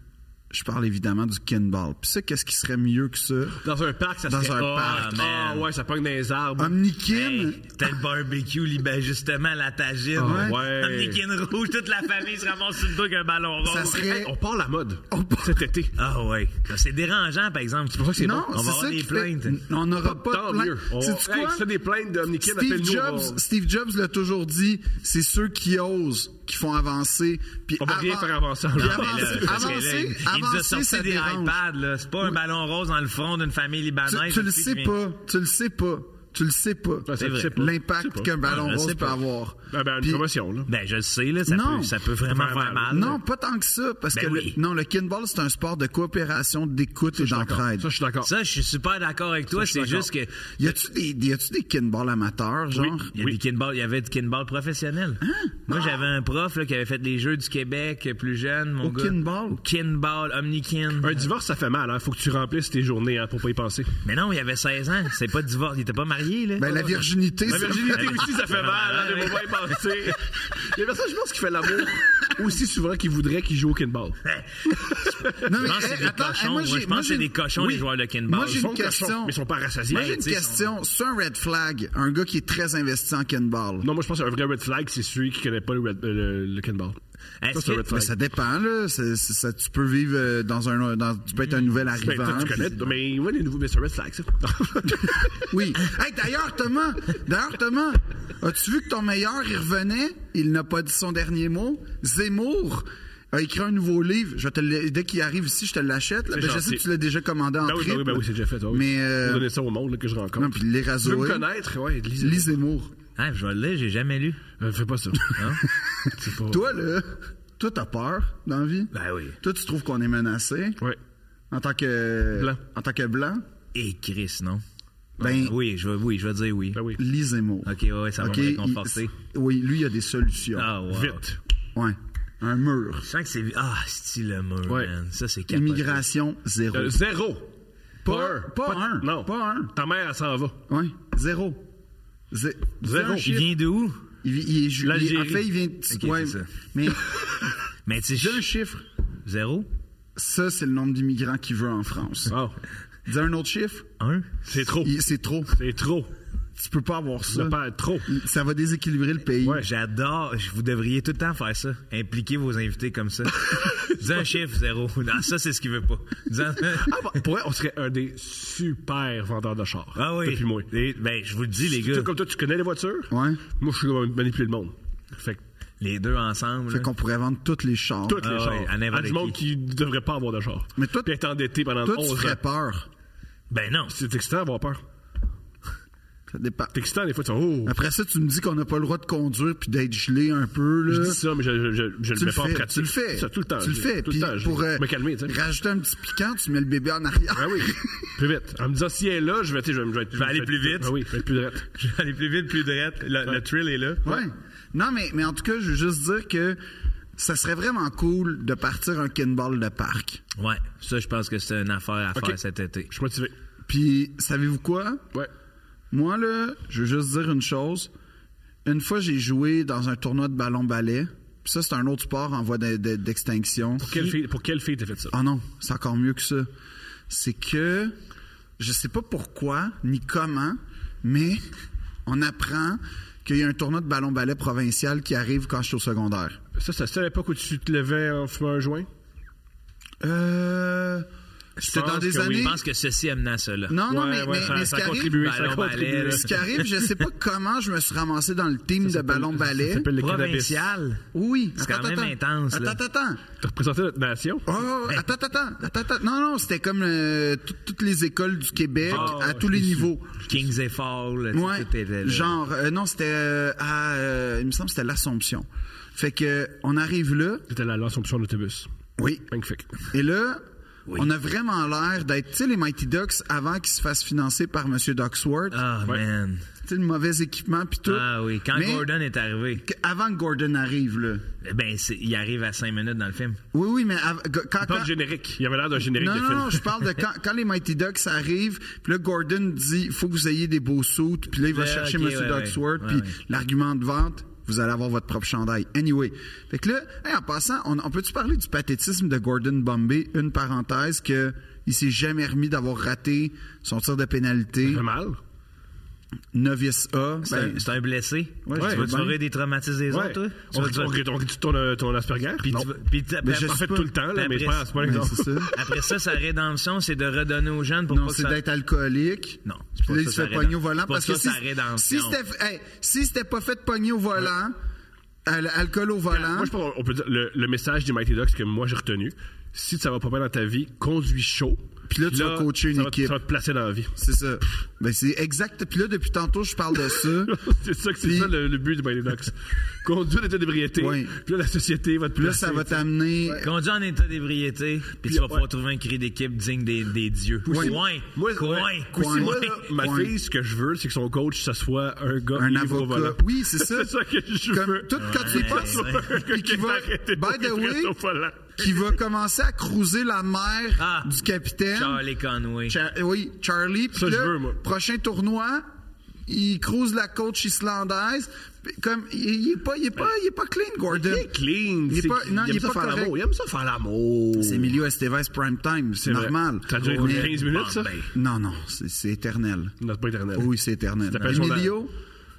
S4: Je parle évidemment du kinball. Puis ça, qu'est-ce qui serait mieux que ça?
S5: Dans un parc, ça
S4: Dans
S5: serait
S4: un
S5: hot.
S4: parc.
S5: Ah ouais, ça pogne dans les
S4: Ah,
S5: arbres.
S4: Omnikin?
S3: Hey, t'as le barbecue, li- ben justement, la tagine.
S4: Ah
S5: ouais.
S3: Un bikini rouge, toute la famille se ramasse sur le dos avec un ballon rond.
S4: Ça serait-
S5: Hey, on part la mode.
S4: On part-
S5: Cet été.
S3: Ah ouais. C'est dérangeant, par exemple. C'est pour ça que
S4: non,
S3: On va
S4: c'est ça
S3: avoir des
S4: qui fait-
S3: plaintes.
S4: On n'aura pas
S5: Tant
S4: de plaintes.
S5: mieux. On-
S4: Sais-tu
S5: Hey,
S4: quoi?
S5: si t'as des plaintes d'Omnikin,
S4: Steve
S5: appelle-nous,
S4: Jobs,
S5: on va-
S4: Steve Jobs l'a toujours dit, c'est ceux qui osent qui font avancer. Puis
S5: On va rien faire avancer.
S4: Puis
S5: Non,
S3: Mais
S4: avancer,
S3: là, parce que là, il
S4: avancer,
S3: nous a
S4: avancer, ça
S3: sorti des
S4: dérange.
S3: iPads, là. C'est pas un ballon rose dans le front d'une famille
S4: Tu,
S3: libanaise.
S4: tu le
S3: aussi,
S4: sais
S3: mais-
S4: pas, tu le sais pas, tu le sais pas.
S5: Ouais, ça,
S3: vrai.
S5: je sais pas. Je sais
S4: L'impact
S5: pas.
S4: qu'un ballon
S3: Ah, je
S4: rose
S3: sais
S4: peut
S3: pas.
S4: avoir.
S5: Ben, ben, une
S4: Puis-
S5: promotion, là.
S3: Ben, je le sais, là. Ça,
S4: Non.
S3: peut, ça peut vraiment
S5: Ça peut
S3: faire
S5: faire
S3: mal.
S4: Non, pas tant que ça, parce
S3: Ben
S4: que
S3: oui.
S4: le, non, le kinball c'est un sport de coopération, d'écoute et d'entraide.
S5: Ça, je suis d'accord.
S3: Ça, je suis super d'accord avec toi.
S5: Ça, je suis
S3: C'est juste que.
S4: Y a-tu des, y a-tu des kinball amateurs, genre
S3: Il y, a
S5: Oui.
S3: du
S5: Ah,
S3: kinball, il y avait du kinball professionnel. Moi, j'avais un prof là, qui avait fait les Jeux du Québec euh, plus jeune, mon
S4: Au
S3: gars.
S4: kinball?
S3: Kinball, Omnikin.
S5: Un divorce, ça fait mal. Hein. Faut que tu remplisses tes journées hein, pour pas y penser.
S3: Mais non, il avait 16 ans. C'est pas divorce. Il était pas marié, là.
S4: Ben la virginité,
S5: La
S4: ça-
S5: virginité aussi, ça fait mal. Hein, de pas y penser. Il y a personne, je pense, qui fait l'amour aussi souvent qu'il voudrait qu'il joue au kinball.
S4: Non,
S3: Je
S4: mais,
S3: pense que c'est
S4: hey,
S3: des
S4: attends,
S3: cochons.
S4: hey, moi,
S3: Moi,
S4: j'ai-
S3: je pense
S4: moi,
S3: que c'est
S4: j'ai-
S3: des cochons, les joueurs de kinball.
S4: Moi, j'ai
S5: Ils
S4: une
S5: sont cochons,
S4: question.
S5: mais ils sont pas rassasiés.
S4: Moi, j'ai une
S5: Tu sais,
S4: question. C'est un red flag, un gars qui est très investi en kinball.
S5: Non, moi, je pense qu'un vrai red flag, c'est celui qui connaît pas le, red- euh, le, le Ken Ball.
S3: Est-ce
S5: c'est un
S3: que-
S5: red flag.
S4: Mais ça dépend, là. C'est- c'est- ça, tu peux vivre euh, dans un. Dans, tu peux être un nouvel
S5: Ben,
S4: arrivant.
S5: toi, tu connais,
S4: puis-
S5: mais ouais, les nouveaux, mais c'est un red flag, ça.
S4: Oui. Hey, d'ailleurs, Thomas, d'ailleurs, Thomas, as-tu vu que ton meilleur, il revenait? Il n'a pas dit son dernier mot. Zemmour a écrit un nouveau livre. Je vais te le- dès qu'il arrive ici, je te l'achète. là.
S5: C'est
S4: Ben, je sais
S5: gentil.
S4: que tu l'as déjà commandé en
S5: Ben oui, ben oui,
S4: triple.
S5: ben oui, c'est déjà fait. toi, oui.
S4: Mais, euh,
S5: Faut donner ça au monde là, que je rencontre.
S4: Non, puis les
S5: tu veux me
S4: rasoirs.
S5: connaître, ouais, lisez.
S4: Lis Zemmour.
S3: Ah, je vais le lire, j'ai jamais lu.
S5: Euh, fais pas ça.
S3: Hein?
S5: C'est pas-
S4: Toi, là, toi, t'as peur dans la vie?
S3: Ben oui.
S4: Toi, tu trouves qu'on est menacé?
S5: Ouais.
S4: En tant que.
S5: Blanc.
S4: En tant que blanc?
S3: Et Chris, non?
S4: Ben,
S3: Oui, je vais, oui, je vais dire oui.
S5: Ben oui.
S4: lis Zemmour.
S3: Ok, ouais, ouais, ça va
S4: Ok,
S3: me
S4: il-
S3: réconforter.
S4: Oui, lui, il y a des solutions.
S3: Ah, wow.
S5: Vite.
S4: Ouais. Un mur.
S3: Je sens que c'est. Ah, style le mur,
S5: Ouais.
S3: man. Ça, c'est capoté.
S4: Immigration, zéro.
S5: Euh, zéro.
S4: Pas- pas un.
S5: Non.
S4: Pas un.
S5: Ta mère, elle s'en va.
S4: Ouais, zéro. Zé-
S5: Zéro.
S4: un
S3: Il
S4: chiffre.
S3: vient d'où?
S4: Il, vi- il est ju-
S5: L'Algérie.
S4: il- En fait, il vient. de-
S3: Ok,
S4: ouais,
S3: c'est ça.
S4: mais
S3: Mais tu sais,
S4: j'ai un
S3: je-
S4: chiffre.
S3: zéro?
S4: Ça, c'est le nombre d'immigrants qu'il veut en France.
S5: Oh.
S4: Dis un autre chiffre.
S3: Un?
S5: C'est trop.
S4: Il- C'est trop.
S5: C'est trop.
S4: Tu peux pas avoir
S5: Ça
S4: ça.
S5: peut être trop.
S4: Ça va déséquilibrer le pays.
S3: J'adore. Je- Vous devriez tout le temps faire ça. Impliquer vos invités comme ça. Dis un chiffre, zéro. Non, ça, c'est ce qu'il veut pas. Dis un-
S5: Ah, bah, pour vrai, on serait un des super vendeurs de chars.
S3: Ah oui.
S5: Depuis moi.
S3: Les- ben, je vous le dis, les
S5: Toi,
S3: gars.
S5: comme toi, tu connais les voitures.
S4: Ouais.
S5: Moi, je suis comme manipuler le monde. Fait que
S3: Les deux ensemble.
S4: Fait
S3: là.
S4: qu'on pourrait vendre toutes les chars.
S5: toutes
S3: Ah
S5: les chars.
S3: ouais, à
S5: Il y a
S3: n'importe
S5: du monde
S3: qui.
S5: qui ne devrait pas avoir de char.
S4: Mais toi,
S5: Puis être endetté pendant
S4: Toi, tu
S5: 11 ans.
S4: ferais peur.
S3: Ben non.
S5: C'est excitant d'avoir peur.
S4: Ça dépend.
S5: C'est excitant, des fois, tu fais, oh,
S4: Après ça, tu me dis qu'on n'a pas le droit de conduire puis d'être gelé un peu. Là.
S5: je dis ça, mais je, je, je, je
S4: tu
S5: le
S4: le
S5: mets pas en
S4: fais,
S5: pratique.
S4: tu le fais.
S5: Ça, tout le temps.
S4: Tu le
S5: je-
S4: fais.
S5: Tout
S4: Puis
S5: le temps. je-
S4: pour euh,
S5: me calmer, tu sais.
S4: rajouter un petit piquant, tu mets le bébé en arrière.
S5: Ah oui, plus vite. En me disant, si elle est là, je vais, tu sais, je vais, je vais, je
S3: vais aller plus vite.
S5: Ah oui, je vais être plus droite.
S3: Je vais aller plus vite, plus direct. Le, le thrill est là.
S4: Ouais. Non, mais, mais en tout cas, je veux juste dire que ça serait vraiment cool de partir un kinball de parc.
S3: Ouais. Ça, je pense que c'est une affaire à
S5: Ok.
S3: faire cet été.
S5: Je suis motivé.
S4: Puis, savez-vous quoi?
S5: Ouais.
S4: Moi, là, je veux juste dire une chose. Une fois, j'ai joué dans un tournoi de ballon-ballet. Puis ça, c'est un autre sport en voie de- de- d'extinction.
S5: Pour quelle fille, pour quelle fille t'as fait ça?
S4: Ah non, c'est encore mieux que ça. C'est que je sais pas pourquoi ni comment, mais on apprend qu'il y a un tournoi de ballon-ballet provincial qui arrive quand je suis au secondaire.
S5: Ça, c'est la seule époque où tu te levais en fumant un joint?
S4: Euh. C'était
S5: pense
S4: dans des
S5: que oui.
S4: années.
S3: Je pense que ceci amena cela.
S4: Non, non,
S5: Ouais,
S4: mais,
S5: ouais,
S4: mais-
S5: ça-
S4: mais ce
S5: ça
S4: qui
S5: a
S4: arrive,
S5: contribué, ça a
S3: Ballon,
S5: contribué.
S3: balai, là.
S4: ce qui arrive, je sais pas comment je me suis ramassé dans le team de ballon
S5: Ça
S4: ballet.
S5: s'appelle le cannabis.
S3: Provincial.
S4: Oui,
S3: C'est
S4: attends,
S3: quand même
S4: attends.
S3: intense, là.
S4: Attends, attends.
S5: T'as représenté notre nation?
S4: Oh,
S3: Hey.
S4: attends, attends, attends, attends. Non, non, c'était comme euh, tout- toutes les écoles du Québec
S5: Ah,
S4: à
S5: ouais,
S4: tous les niveaux.
S3: Kings et Fall.
S4: Ouais. Genre, euh, non, c'était euh, à, euh, il me semble, que c'était l'Assomption. Fait que euh, on arrive là.
S5: C'était la l'Assomption en autobus.
S4: Oui.
S5: Magnifique.
S4: Et là, on a vraiment l'air d'être, tu sais, les Mighty Ducks avant qu'ils se fassent financer par M. Ducksworth.
S3: Ah,
S5: Ouais.
S3: man.
S4: Tu sais, le mauvais équipement puis tout.
S3: Ah oui. Quand
S4: Mais
S3: Gordon est arrivé,
S4: que- Avant que Gordon arrive, là.
S3: ben, c'est- il arrive à 5 minutes dans le film.
S4: Oui, oui, mais av- g- quand...
S5: Pas
S4: quand-
S5: de générique. Il y avait l'air d'un générique
S4: Non,
S5: de
S4: non,
S5: film.
S4: non, je parle de quand, quand les Mighty Ducks arrivent, puis là, Gordon dit, faut que vous ayez des beaux suits, puis là, il va
S3: Ouais,
S4: chercher
S3: ok,
S4: Monsieur
S3: ouais, ouais.
S4: Ducksworth,
S3: Ouais,
S4: puis
S3: ouais.
S4: l'argument de vente, vous allez avoir votre propre chandail. Anyway. Fait que là, hey, en passant, on, on peut-tu parler du pathétisme de Gordon Bombay? Une parenthèse que il s'est jamais remis d'avoir raté son tir de pénalité.
S5: Fait mal.
S4: Novice A.
S3: C'est
S4: Ben,
S3: un- c'est un, blessé.
S4: Ouais,
S3: tu
S4: je
S3: vas
S4: sais
S3: tu
S4: bien.
S3: des traumatismes des
S5: Ouais.
S3: autres, toi? Tu
S5: On
S3: vas- tu vas-
S5: rit- on rit ton, euh, ton Asperger?
S3: Puis
S5: Non.
S3: tu vas- puis tu- ben,
S4: Mais je
S3: après-
S5: En fait, tout le temps, là, mais c'est pas, c'est pas un
S4: Ouais,
S5: exemple.
S4: c'est ça.
S3: Après ça, sa rédemption, c'est de redonner aux jeunes pour
S4: Non,
S3: pas que
S4: c'est
S3: ça...
S4: d'être alcoolique.
S3: Non, c'est
S4: Puis
S3: pas
S4: là,
S3: ça,
S4: il se
S3: sa
S4: fait
S3: rédem-
S4: pogner au volant
S3: c'est pas
S4: parce
S3: ça,
S4: que si,
S3: sa rédemption.
S4: si c'était hey, si c'était pas fait de pogner au volant, al- alcool au volant.
S5: Moi, je pense qu'on peut dire le, le message du Mighty Ducks que moi j'ai retenu. Si ça va pas bien dans ta vie, conduis chaud.
S4: Puis là, tu vas coacher une
S5: ça va-
S4: équipe.
S5: ça va te placer dans la vie.
S4: C'est ça. Ben, c'est exact. Puis là, depuis tantôt, je parle de ça.
S5: c'est ça que c'est
S4: Puis-
S5: ça le, le but du Mighty Ducks. Conduire l'état d'ébriété.
S4: Oui.
S5: Puis là, la société va te
S4: Puis là,
S5: placer.
S4: ça va t'amener.
S3: Conduis en état d'ébriété, puis, tu vas pouvoir trouver un cri d'équipe digne des, des dieux.
S5: Aussi-
S3: Coin!
S5: Moi,
S3: Coin!
S5: ouais. Aussi, moi,
S3: Coin.
S5: là, ma
S4: Ouais.
S5: fille, ce que je veux, c'est que son coach, ça soit un gars
S4: Un
S5: ivre au volant.
S4: avocat. Oui, c'est ça.
S5: C'est ça que je
S4: Comme
S5: veux.
S4: tout quand tu y
S3: Ouais,
S4: penses,
S3: ouais.
S4: puis qui va,
S5: Arrêtez pas
S4: by the
S5: de
S4: way,
S5: rester au volant.
S4: qui va commencer à cruiser la mer
S3: Ah.
S4: du capitaine.
S3: Charlie Conway.
S4: Char- eh oui, Charlie. Puis
S5: Ça, je
S4: là,
S5: veux, moi.
S4: Prochain tournoi, il cruise la coach islandaise. Puis Comme, il il est pas, il est pas, il est pas clean, Gordon.
S5: Il est clean.
S4: Il est
S5: c'est-
S4: pas- non, il
S5: aime
S4: est
S5: ça
S4: pas
S5: faire
S4: correct.
S5: l'amour. Il aime ça faire l'amour.
S4: C'est Emilio Estevez prime time, c'est
S5: vrai.
S4: normal.
S5: Ça a duré
S4: Mais- ben.
S5: 15 minutes, ça?
S4: Non, non, c'est c'est éternel.
S5: Non, c'est pas éternel.
S4: Oui, c'est éternel.
S5: Ça s'appelle
S4: Emilio,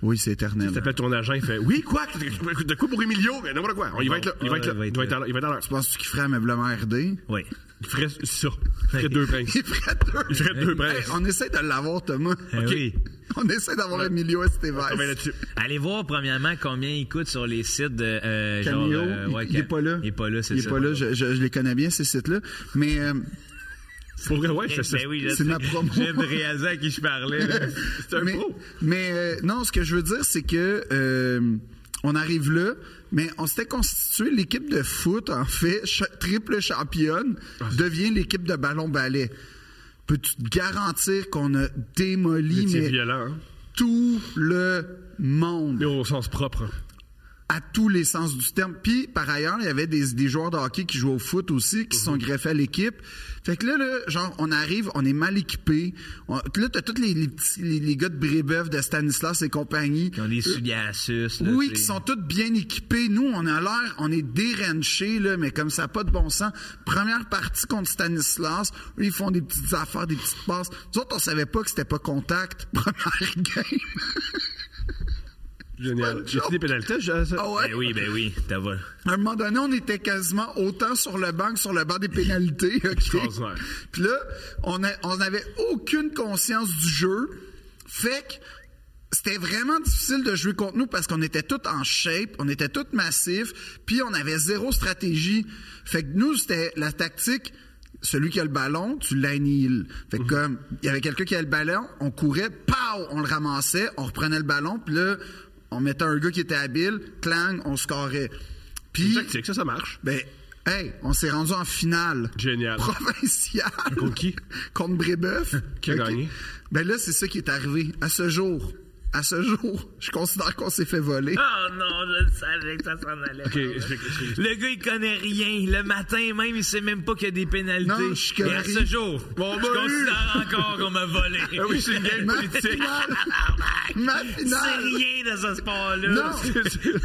S4: Oui, c'est éternel.
S5: T'appelles ton agent, il fait Oui, quoi De quoi pour Emilio Mais n'importe quoi. Il va être là.
S4: Ah,
S5: Il va être là. Il va être à l'heure. Il va être à l'heure.
S4: Tu penses qu'il ferait ameublement RD?
S3: Oui.
S5: Il ferait ça. Il ferait deux princes.
S4: Il ferait deux.
S5: Il ferait deux
S4: Hey,
S5: princes.
S4: on essaie de l'avoir, Thomas.
S3: Eh oui.
S4: On essaie d'avoir Emilio Estevez.
S5: On va Ah, ben là-dessus.
S3: Allez voir, premièrement, combien il coûte sur les sites de. euh, genre,
S4: Cameo,
S3: euh, ouais,
S4: il- il est
S3: Cam-
S4: pas là.
S3: Il est pas là, c'est
S4: Il est
S3: ça.
S4: pas là. Je, je- je les connais bien, ces sites-là. Mais euh,
S5: Pour vrai, ouais, je fais ça.
S3: Ben oui, je
S4: C'est
S3: sais.
S4: ma promo.
S3: J'ai réalisé à qui je parlais. là.
S5: C'est un
S4: mais,
S5: pro.
S4: mais, euh, non, ce que je veux dire, c'est que euh, on arrive là, mais on s'était constitué l'équipe de foot, en fait, cha- triple championne,
S3: Ah,
S4: devient l'équipe de ballon-ballet. Peux-tu te garantir qu'on a démoli
S5: C'est
S4: mais
S5: violent. hein.
S4: tout le monde?
S5: Mais au sens propre.
S4: à tous les sens du terme. Puis, par ailleurs, il y avait des, des joueurs de hockey qui jouaient au foot aussi, qui se
S3: Mhm.
S4: sont greffés à l'équipe. Fait que là, là, genre, on arrive, on est mal équipé. On- là, t'as tous les, les petits, les, les gars de Brébeuf, de Stanislas et compagnie.
S3: Ils ont des souliers à suce, là,
S4: Oui,
S3: tu
S4: qui
S3: sais.
S4: sont tous bien équipés. Nous, on a l'air, on est déranchés, là, mais comme ça, pas de bon sens. Première partie contre Stanislas, eux, ils font des petites affaires, des petites passes. Nous autres, on savait pas que c'était pas contact. Première game.
S5: Génial.
S4: Bonne
S5: J'ai
S4: job.
S5: des pénalités. je- ça-
S4: Ah ouais?
S3: Ben oui, ben oui, t'as vu.
S4: À un moment donné, on était quasiment autant sur le banc que sur le banc des pénalités. ok?
S5: Extraordinaire.
S4: Puis là, on a- on n'avait aucune conscience du jeu. Fait que c'était vraiment difficile de jouer contre nous parce qu'on était tous en shape, on était tous massifs, puis on avait zéro stratégie. Fait que nous, c'était la tactique. Celui qui a le ballon, tu l'annihiles. Fait que comme il y avait quelqu'un qui avait le ballon, on courait, pow, on le ramassait, on reprenait le ballon, puis là, on mettait un gars qui était habile, clang, on scorait. Puis,
S5: Tactique, ça, ça marche.
S4: ben, hey, on s'est rendu en finale.
S5: Génial.
S4: Provinciale.
S5: Contre qui?
S4: Contre Brébeuf.
S5: Qui a
S4: Ok.
S5: gagné?
S4: Ben là, c'est ça qui est arrivé. À ce jour. À ce jour, je considère qu'on s'est fait voler.
S3: Oh non, je le savais que ça s'en allait.
S5: Ok, explique, explique.
S3: Le gars, il connaît rien. Le matin même, il sait même pas qu'il y a des pénalités.
S4: Non, je connais
S3: Et à
S4: rien.
S3: ce jour,
S5: Bon,
S3: je
S5: ben,
S3: considère encore qu'on m'a volé. Ah,
S5: Ah oui, c'est une game
S4: Ma
S5: politique.
S4: finale. Ma
S3: C'est
S4: finale.
S3: rien de ce sport-là.
S4: Non.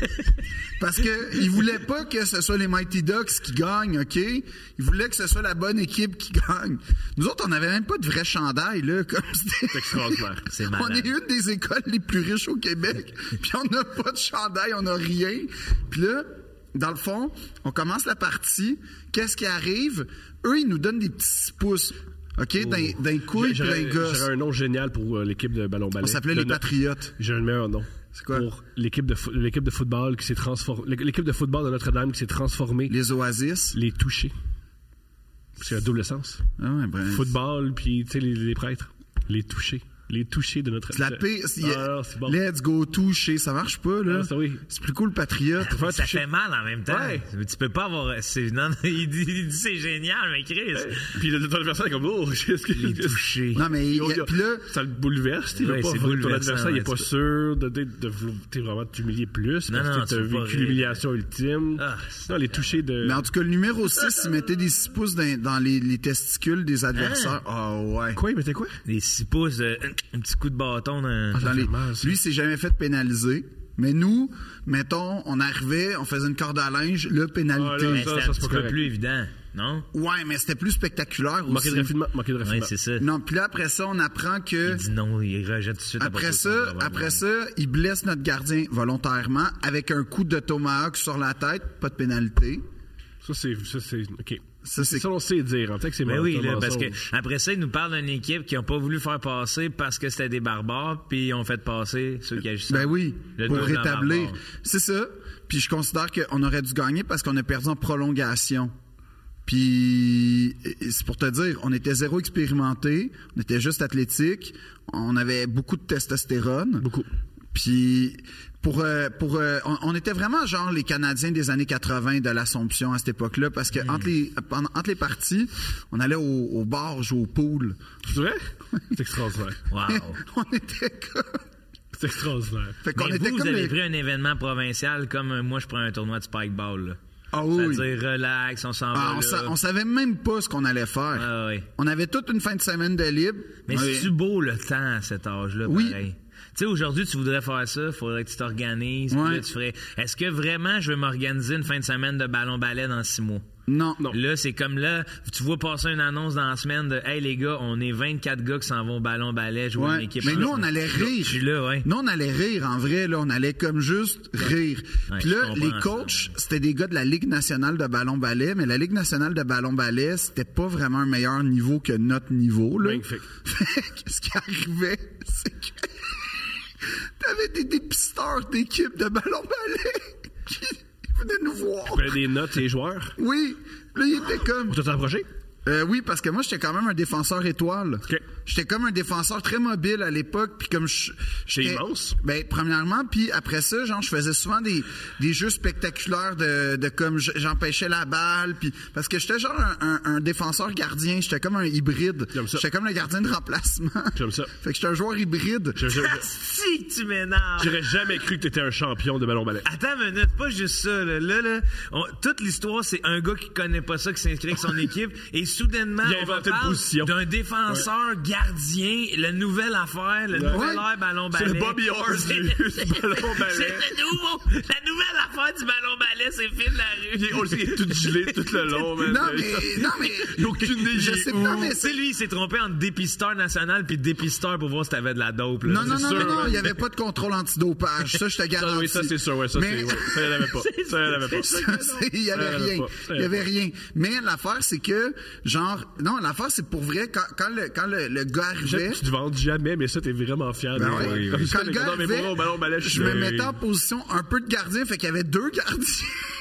S4: Parce que ils voulaient pas que ce soit les Mighty Ducks qui gagnent, OK? Ils voulaient que ce soit la bonne équipe qui gagne. Nous autres, on n'avait même pas de vrai chandail, là, comme c'était.
S5: Extraordinaire.
S3: C'est
S4: On
S3: malade.
S4: est une des écoles les plus riches au Québec, puis on n'a pas de chandail, on n'a rien. Puis là, dans le fond, on commence la partie. Qu'est-ce qui arrive? Eux, ils nous donnent des petits six pouces, OK? D'un, d'un couille puis d'un
S5: J'aurais
S4: gosse.
S5: Oh. j'aurais un nom génial pour euh, l'équipe de ballon ballet.
S4: On s'appelait les Patriotes.
S5: J'ai un meilleur nom. C'est
S4: quoi?
S5: Pour l'équipe de, fo- l'équipe de football qui s'est transformée. L'équipe de football de Notre-Dame qui s'est transformée. Les,
S4: Les Oasis.
S5: touchés. C'est un double sens.
S4: Ah ouais, ben,
S5: Football, puis tu sais, les, les prêtres. Les touchés. Les touchés de Notre-Dame.
S4: c'est la paix. c'est-
S5: Ah, non, c'est bon.
S4: Let's go toucher. Ça marche pas, là.
S5: Ah, ça, oui.
S4: C'est plus cool, Patriote.
S5: Faut faire
S3: Ça
S5: toucher.
S3: fait mal en même temps.
S5: Ouais.
S3: Mais Tu peux pas avoir. c'est- non, non, il dit, il dit c'est génial, mais Chris.
S5: Puis le, ton adversaire est comme, oh, qu'est-ce que
S3: Il est touché.
S4: Non, mais il y a-
S5: Il y a-
S4: puis là,
S5: ça le bouleverse. t'es
S3: Ouais,
S5: pas,
S3: c'est
S5: ton
S3: bouleversant,
S5: adversaire, il est
S3: ouais,
S5: pas
S3: tu peux-
S5: sûr de, de, de vou- t'es vraiment t'humilier plus.
S3: Non, non,
S5: parce que
S3: tu
S5: t'as
S3: peux pas
S5: vécu
S3: rire.
S5: l'humiliation ultime.
S3: Ah,
S5: non, les touchés de.
S4: mais en tout cas, le numéro 6, il mettait des six pouces dans, dans les, les testicules des
S5: Hein?
S4: adversaires. Ah ouais.
S5: Quoi, il mettait quoi?
S3: Les six pouces, euh, un petit coup de bâton dans.
S4: Dans les-
S5: mal, ça.
S4: Lui, il s'est jamais fait pénaliser. Mais nous, mettons, on arrivait, on faisait une corde à linge, le
S5: Ah,
S4: pénalité.
S5: là,
S3: Mais c'était
S5: ça, ça,
S3: Ben, un
S5: c'est
S3: petit
S5: pas
S3: peu
S5: correct.
S3: plus évident, non?
S4: ouais, mais c'était plus spectaculaire
S5: Manquer de
S4: aussi.
S5: raffinement. Manquer de
S3: Oui,
S5: raffinement.
S3: c'est ça.
S4: Non, puis là, après ça, on apprend que...
S3: Il dit non, il rejette tout de suite.
S4: Après
S3: partir de
S4: ça,
S3: son
S4: après
S3: environnement.
S4: ça, il blesse notre gardien volontairement avec un coup de tomahawk sur la tête, pas de pénalité.
S5: Ça, c'est. Ça, c'est. OK.
S4: Ça, c'est-
S5: Ça, on sait dire. En fait, hein. que c'est
S3: Mais
S5: mon-
S3: oui,
S5: ton
S3: là, parce que
S5: mensonge.
S3: après ça, ils nous parlent d'une équipe qui n'ont pas voulu faire passer parce que c'était des barbares, puis ils ont fait passer ceux qui agissaient.
S4: Ben oui,
S3: Le
S4: pour
S3: double en
S4: rétablir.
S3: barbare.
S4: C'est ça. Puis je considère qu'on aurait dû gagner parce qu'on a perdu en prolongation. Puis et- c'est pour te dire, on était zéro expérimenté, on était juste athlétique, on avait beaucoup de testostérone.
S5: Beaucoup.
S4: Puis pour euh, pour euh, on, on était vraiment genre les Canadiens des années 80 de l'Assomption à cette époque-là parce que entre les pendant- entre les parties, on allait au, au bar jouer au pool.
S5: C'est vrai? C'est extraordinaire.
S3: Wow.
S4: on était comme
S5: C'est extraordinaire.
S4: fait qu'on
S3: Mais
S4: était
S3: vous,
S4: comme
S3: vous avez
S4: les-
S3: pris un événement provincial comme euh, moi, je prends un tournoi de spikeball. là.
S4: Ah oui.
S3: C'est-à-dire relax, on s'en
S4: Ah,
S3: va.
S4: on,
S3: là.
S4: sa- on savait même pas ce qu'on allait faire.
S3: Ah oui.
S4: On avait toute une fin de semaine de libre.
S3: Mais
S4: Oui.
S3: c'est-tu beau le temps à cet âge-là,
S4: Oui.
S3: pareil? Tu sais, aujourd'hui, tu voudrais faire ça, faudrait que tu t'organises. puis
S4: Ouais.
S3: là, tu ferais. Est-ce que vraiment je vais m'organiser une fin de semaine de ballon ballet dans six mois?
S4: Non.
S5: Non.
S3: Là, c'est comme là, tu vois passer une annonce dans la semaine de Hey les gars, on est 24 gars qui s'en vont au ballon ballet jouer une
S4: Ouais.
S3: équipe.
S4: Mais nous, on
S3: Là,
S4: allait
S3: Je
S4: rire.
S3: suis là, ouais.
S4: Nous, on allait rire, en vrai. Là, on allait comme juste rire.
S3: Ouais,
S4: Puis là,
S3: je
S4: les
S3: comprends ça.
S4: coachs, c'était des gars de la Ligue nationale de ballon-ballet, mais la Ligue nationale de ballon-ballet, c'était pas vraiment un meilleur niveau que notre niveau. Là.
S5: Magnifique.
S4: Fait que ce qui arrivait, c'est que t'avais des dépisteurs d'équipes de ballon-ballet qui venaient nous voir.
S3: Ben,
S5: Prenez des notes, les joueurs.
S4: Oui, là, il était comme...
S5: On t'a approché?
S4: Euh, oui, parce que moi, j'étais quand même un défenseur étoile.
S5: Ok.
S4: J'étais comme un défenseur très mobile à l'époque, puis comme je... j'étais-
S5: immense.
S4: Ben, premièrement, puis après ça, genre, je faisais souvent des, des jeux spectaculaires de, de comme je- j'empêchais la balle, puis... Parce que j'étais genre un, un- un défenseur gardien, j'étais comme un hybride.
S5: J'aime ça.
S4: J'étais comme le gardien de remplacement.
S5: J'aime ça.
S4: Fait que j'étais un joueur hybride.
S5: Je- je- je-
S3: Si que tu m'énerves.
S5: J'aurais jamais cru que t'étais un champion de ballon-ballet.
S3: Attends une minute, pas juste ça. Là, là, là, on- toute l'histoire, c'est un gars qui connaît pas ça, qui s'inscrit avec son équipe, et soudainement,
S5: Il a
S3: on
S5: inventé une
S3: parle
S5: position.
S3: d'un défenseur gardien, la nouvelle affaire, le nouvel
S4: Ouais.
S3: air ballon
S5: C'est
S3: ballet.
S5: le Bobby Orr du du
S3: C'est
S5: ballon-ballet.
S3: le nouveau, la nouvelle affaire du ballon ballet, c'est Phil
S5: Il est-
S3: Larue.
S5: On le sait, il est tout gelé tout le long. man.
S4: Non, mais... Non, mais...
S5: Il a aucune idée,
S4: Je
S5: il est
S4: sais
S5: où.
S4: pas, mais
S3: C'est
S4: c'est...
S3: lui, il s'est trompé entre dépisteur national puis dépisteur pour voir si t'avais de la dope. Là.
S4: Non, non,
S3: C'est
S4: non,
S3: sûr,
S4: mais non,
S3: là.
S4: il n'y avait pas de contrôle antidopage. Ça, je te
S5: hein. Ah
S4: garantis.
S5: oui, ça c'est sûr, ouais, ça
S4: Mais-
S5: c'est. ouais, ça, il l'avait pas. Ça, il l'avait pas.
S4: Ça, c'est- Il y avait
S5: Ça, il y avait
S4: rien.
S5: pas. Ça,
S4: Il
S5: il
S4: y
S5: y
S4: avait rien. Mais l'affaire, c'est que, genre, non, l'affaire, c'est pour vrai, quand, quand le, quand le, le gars arrivait.
S5: J'aime que Tu te vantes jamais, mais ça, t'es vraiment fier de
S4: Ben ouais,
S5: moi. Comme ça,
S4: Quand le
S5: les
S4: gars
S5: gars, mais
S4: arrivait,
S5: moi, au ballon ballet,
S4: je me mettais en position un peu de gardien, fait qu'il y avait deux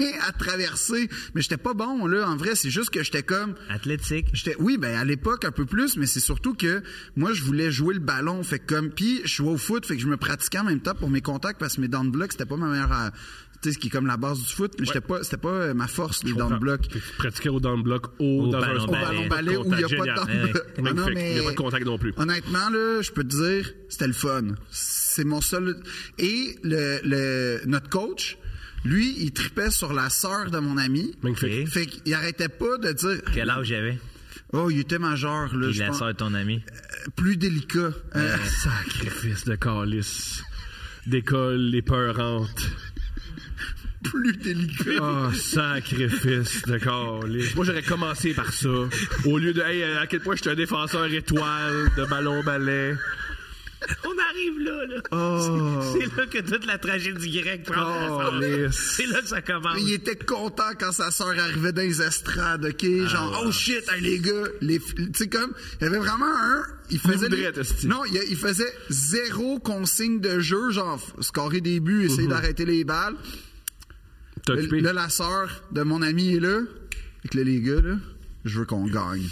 S4: gardiens à traverser. Mais j'étais pas bon, là, en vrai. C'est juste que j'étais comme.
S3: Athlétique.
S4: J'étais, oui, ben à l'époque un peu plus, mais c'est surtout que moi je voulais jouer le ballon, fait que comme puis je jouais au foot, fait que je me pratiquais en même temps pour mes contacts parce que mes down blocks c'était pas ma meilleure, euh, tu sais ce qui est comme la base du foot, mais j'étais pas, c'était pas euh, ma force les down blocks.
S5: Tu pratiquais au down block, au
S3: Au
S5: dans
S3: ballon
S5: un
S4: Au
S3: ballet. Ballet,
S4: ballon ballet où il y a pas de down
S3: Ouais,
S4: block.
S3: ouais.
S4: Ah non,
S5: Magnifique.
S4: mais Ah,
S5: Il y a pas de contact non plus.
S4: Honnêtement là, je peux te dire, c'était le fun. C'est mon seul et le, le notre coach, lui, il tripait sur la sœur de mon ami.
S5: Magnifique.
S3: Ok.
S4: Fait qu'il arrêtait pas de dire
S3: Quel âge j'avais?
S4: Oh, il était majeur là,
S3: Puis
S4: je
S3: la
S4: pense.
S3: sœur de ton ami.
S4: plus délicat. Euh,
S5: Sacrifice de calice. D'école, les peurantes.
S4: plus délicat.
S5: Oh, sacrifice de calice. Moi, j'aurais commencé par ça. Au lieu de, hey, à quel point je suis un défenseur étoile de ballon-ballet.
S3: On arrive là, là.
S4: Oh.
S3: C'est là que toute la tragédie grecque prend
S5: Oh,
S3: place.
S5: lisse.
S3: C'est là que ça commence.
S4: Il était content quand sa sœur arrivait dans les estrades, OK? Genre, oh shit, hey, les gars, les, fi- tu sais, comme, il y avait vraiment un, il faisait,
S5: voudrait, t'esti.
S4: non, il, il faisait zéro consigne de jeu, genre, f- scorer des buts, essayer d'arrêter les balles.
S5: T'as
S4: Là,
S5: occupé.
S4: là, la sœur de mon ami est là. Fait que là, les gars, là, je veux qu'on gagne.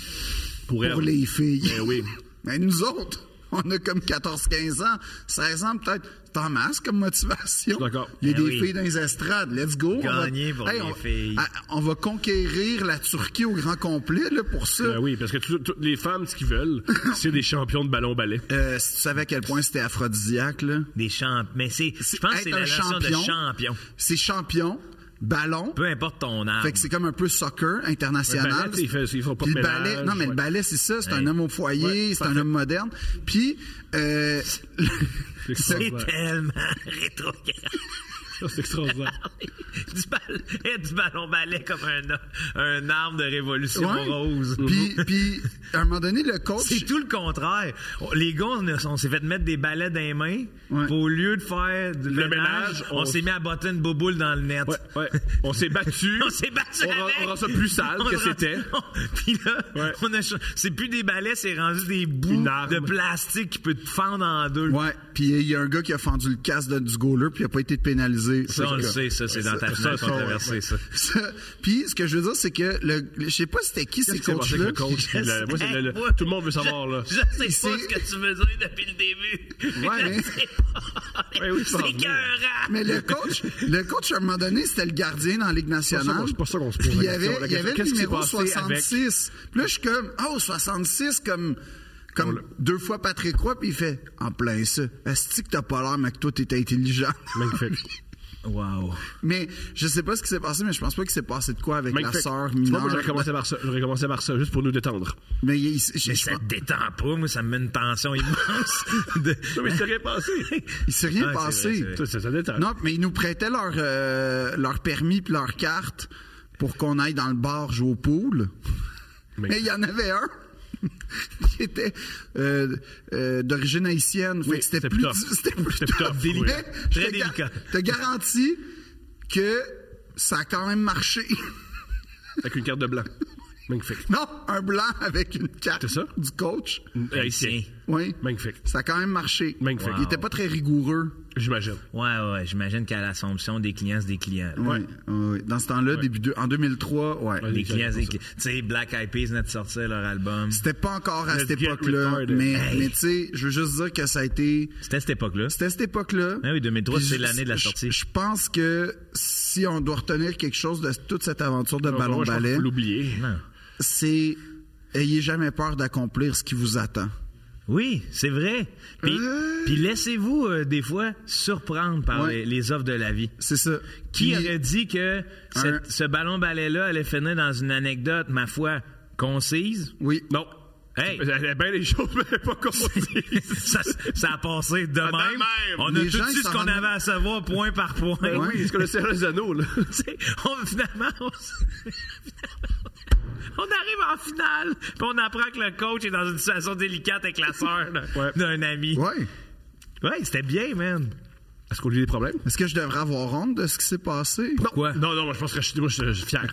S5: Pour elle.
S4: Pour les filles.
S5: Ben oui.
S4: Mais nous autres, on a comme 14-15 ans, 16 ans peut-être. C'est en masse comme motivation.
S5: D'accord. Eh
S4: Il y a
S3: Ben
S4: des
S3: oui.
S4: filles dans les estrades. Let's go.
S3: Gagner
S4: on
S3: pour
S4: va,
S3: les
S4: on,
S3: filles.
S4: ah, on va conquérir la Turquie au grand complet là, pour ça.
S5: Ben oui, parce que tout- toutes les femmes, ce qu'ils veulent, c'est des champions de ballon-ballet.
S4: Euh, si tu savais à quel point c'était aphrodisiaque, là.
S3: Des champs. Mais c'est, je pense que c'est la
S4: Être un
S3: notion de champion.
S4: C'est champion, ballon.
S3: Peu importe ton âge.
S4: Fait que c'est comme un peu soccer international.
S5: Ah. Le ballet, tu sais, il fait- il faut pas
S4: Puis
S5: de
S4: le
S5: mélange,
S4: ballet, non mais
S5: ouais.
S4: le ballet c'est ça, c'est un
S3: Ouais.
S4: homme au foyer, c'est un homme moderne. Puis euh,
S3: C'est
S5: extraordinaire.
S3: tellement rétrograde. Ah
S5: Ça, C'est extraordinaire.
S3: du, ball- et du ballon ballet comme un, un arme de révolution
S4: ouais.
S3: rose.
S4: Puis puis à un moment donné le
S3: C'est
S4: coach
S3: tout le contraire. On- Les gars, on, a- on s'est fait mettre des balais dans les mains.
S4: Ouais.
S3: Puis Au lieu de faire du
S5: Le
S3: ménage,
S5: ménage,
S3: on,
S5: on-
S3: s'est mis à botter une bouboule dans le net.
S5: Ouais, ouais. On s'est battu.
S3: On s'est battu
S5: On rend-
S3: avec.
S5: on rend ça plus sale
S3: On
S5: que
S3: rend-
S5: c'était.
S3: Puis là,
S5: Ouais.
S3: on a cha- c'est plus des balais, c'est rendu des bouts
S5: Une arme.
S3: de plastique qui peut te fendre en deux.
S4: Ouais, puis il y a un gars qui a fendu le casque de- du goaler puis il a pas été pénalisé.
S3: Ça, on le sait,
S4: C'est-
S3: ça, c'est dans ta finale
S5: ça,
S3: controversée, ça.
S4: Ça- Puis ce que je veux dire c'est que le je sais pas c'était qui ces
S5: Qu'est-ce qui
S4: coachs
S5: s'est passé
S4: là.
S5: avec le coach? Puis le- moi, c'est le- le-
S3: Ouais.
S5: tout le monde veut savoir, là.
S3: Je sais pas
S4: C'est-
S3: ce que tu veux dire depuis le début.
S4: Ouais, hein. mais-
S5: Ouais, oui, je
S3: c'est
S5: pense bien.
S3: écœurant.
S4: Mais le coach, le coach à un moment donné, c'était le gardien dans la Ligue nationale.
S5: C'est pas ça qu'on- c'est pas ça qu'on se pose
S4: Puis il y
S5: la question.
S4: avait,
S5: La
S4: il y avait
S5: question,
S4: le
S5: qu'est-ce qui s'est
S4: numéro
S5: passé avec-
S4: 66. Puis là, je suis comme, oh, 66, comme, comme deux fois Patrick Roy, puis il fait, en plein ça. Est-ce que t'as pas l'air, mais que toi, t'es intelligent?
S5: Magnifique.
S3: Wow.
S4: Mais je sais pas ce qui s'est passé, mais je pense pas qu'il s'est passé de quoi avec
S5: Mais
S4: la
S5: fait-
S4: sœur
S5: Tu vois,
S4: mineure.
S5: moi, j'aurais commencé par ça. J'aurais commencé par ça, juste pour nous détendre.
S4: Mais il- il- je-
S3: Mais
S4: je
S3: ça
S4: pense-
S3: te détend pas, moi, ça me met une tension immense. de-
S5: Non, mais c'est rien passé.
S4: il s'est rien
S3: Ouais, c'est
S4: passé.
S3: vrai, c'est vrai.
S5: Ça, ça, ça détend.
S4: Non, mais ils nous prêtaient leur, euh, leur permis puis leur carte pour qu'on aille dans le bar jouer au pool.
S5: Mais-
S4: Mais il y en avait un qui était euh, euh, d'origine haïtienne. Fait
S5: Oui,
S4: que c'était
S5: c'était
S4: plus,
S5: tough.
S4: c'était plus
S5: C'était
S4: tough.
S5: tough,
S4: mais
S5: oui.
S4: je
S3: Très
S4: te gar-
S3: délicat.
S4: te garantis que ça a quand même marché.
S5: Avec une carte de blanc. Magnifique.
S4: Non, un blanc avec une carte
S5: C'est ça?
S4: du coach.
S5: Haïtien.
S4: Oui.
S5: Magnifique.
S4: Ça a quand même marché.
S5: Magnifique.
S4: Il était pas très rigoureux.
S5: J'imagine.
S3: Ouais, ouais, j'imagine qu'à l'assomption des clients, c'est des clients. là.
S4: Oui. oui. Dans ce temps-là, début deux- en 2003, ouais.
S5: Ouais.
S3: Des clients,
S5: c'est
S3: des clients. Tu sais, Black Eyed Peas venait de sortir leur album.
S4: C'était pas encore à
S5: Let's
S4: cette
S5: get
S4: époque-là,
S5: retarded.
S4: mais,
S3: Hey.
S4: mais tu sais, je veux juste dire que ça a été...
S3: C'était à cette époque-là.
S4: C'était à cette époque-là.
S3: Ah oui, 2003,
S4: Puis
S3: c'est
S4: je-
S3: l'année de la
S4: je-
S3: sortie.
S4: Je pense que si on doit retenir quelque chose de toute cette aventure de
S5: Bon, Ah, moi, je pense qu'il
S4: ballon-ballet,
S5: faut l'oublier.
S3: Non.
S4: c'est ayez jamais peur d'accomplir ce qui vous attend.
S3: Oui, c'est vrai. Puis,
S4: Euh.
S3: puis laissez-vous, euh, des fois, surprendre par les,
S4: Ouais.
S3: les offres de la vie.
S4: C'est ça.
S3: Qui
S4: Puis-
S3: aurait dit que cette-
S4: Un-
S3: ce ballon-ballet-là allait finir dans une anecdote, ma foi, concise?
S4: Oui.
S5: Non.
S3: Hey!
S5: Elle avait bien les choses, mais elle avait pas compris.
S3: ça, ça a passé de même.
S5: même.
S3: On
S4: Les
S3: a tout
S4: gens,
S3: dit
S4: ils
S3: ce
S4: s'en
S3: qu'on
S4: rendent-
S3: avait à savoir, point par point.
S4: Ouais.
S5: Ben Oui, c'est comme le Seigneur des Anneaux, là.
S3: Tu sais, on, finalement, on, s- on arrive en finale, puis on apprend que le coach est dans une situation délicate avec la sœur d'un-
S5: Ouais.
S3: d'un ami.
S4: Ouais.
S3: Ouais, c'était bien, man.
S5: Est-ce qu'on a eu des problèmes?
S4: Est-ce que je devrais avoir honte de ce qui s'est passé?
S3: Pourquoi?
S5: Non, non, moi, je pense que je suis, moi, je suis fier.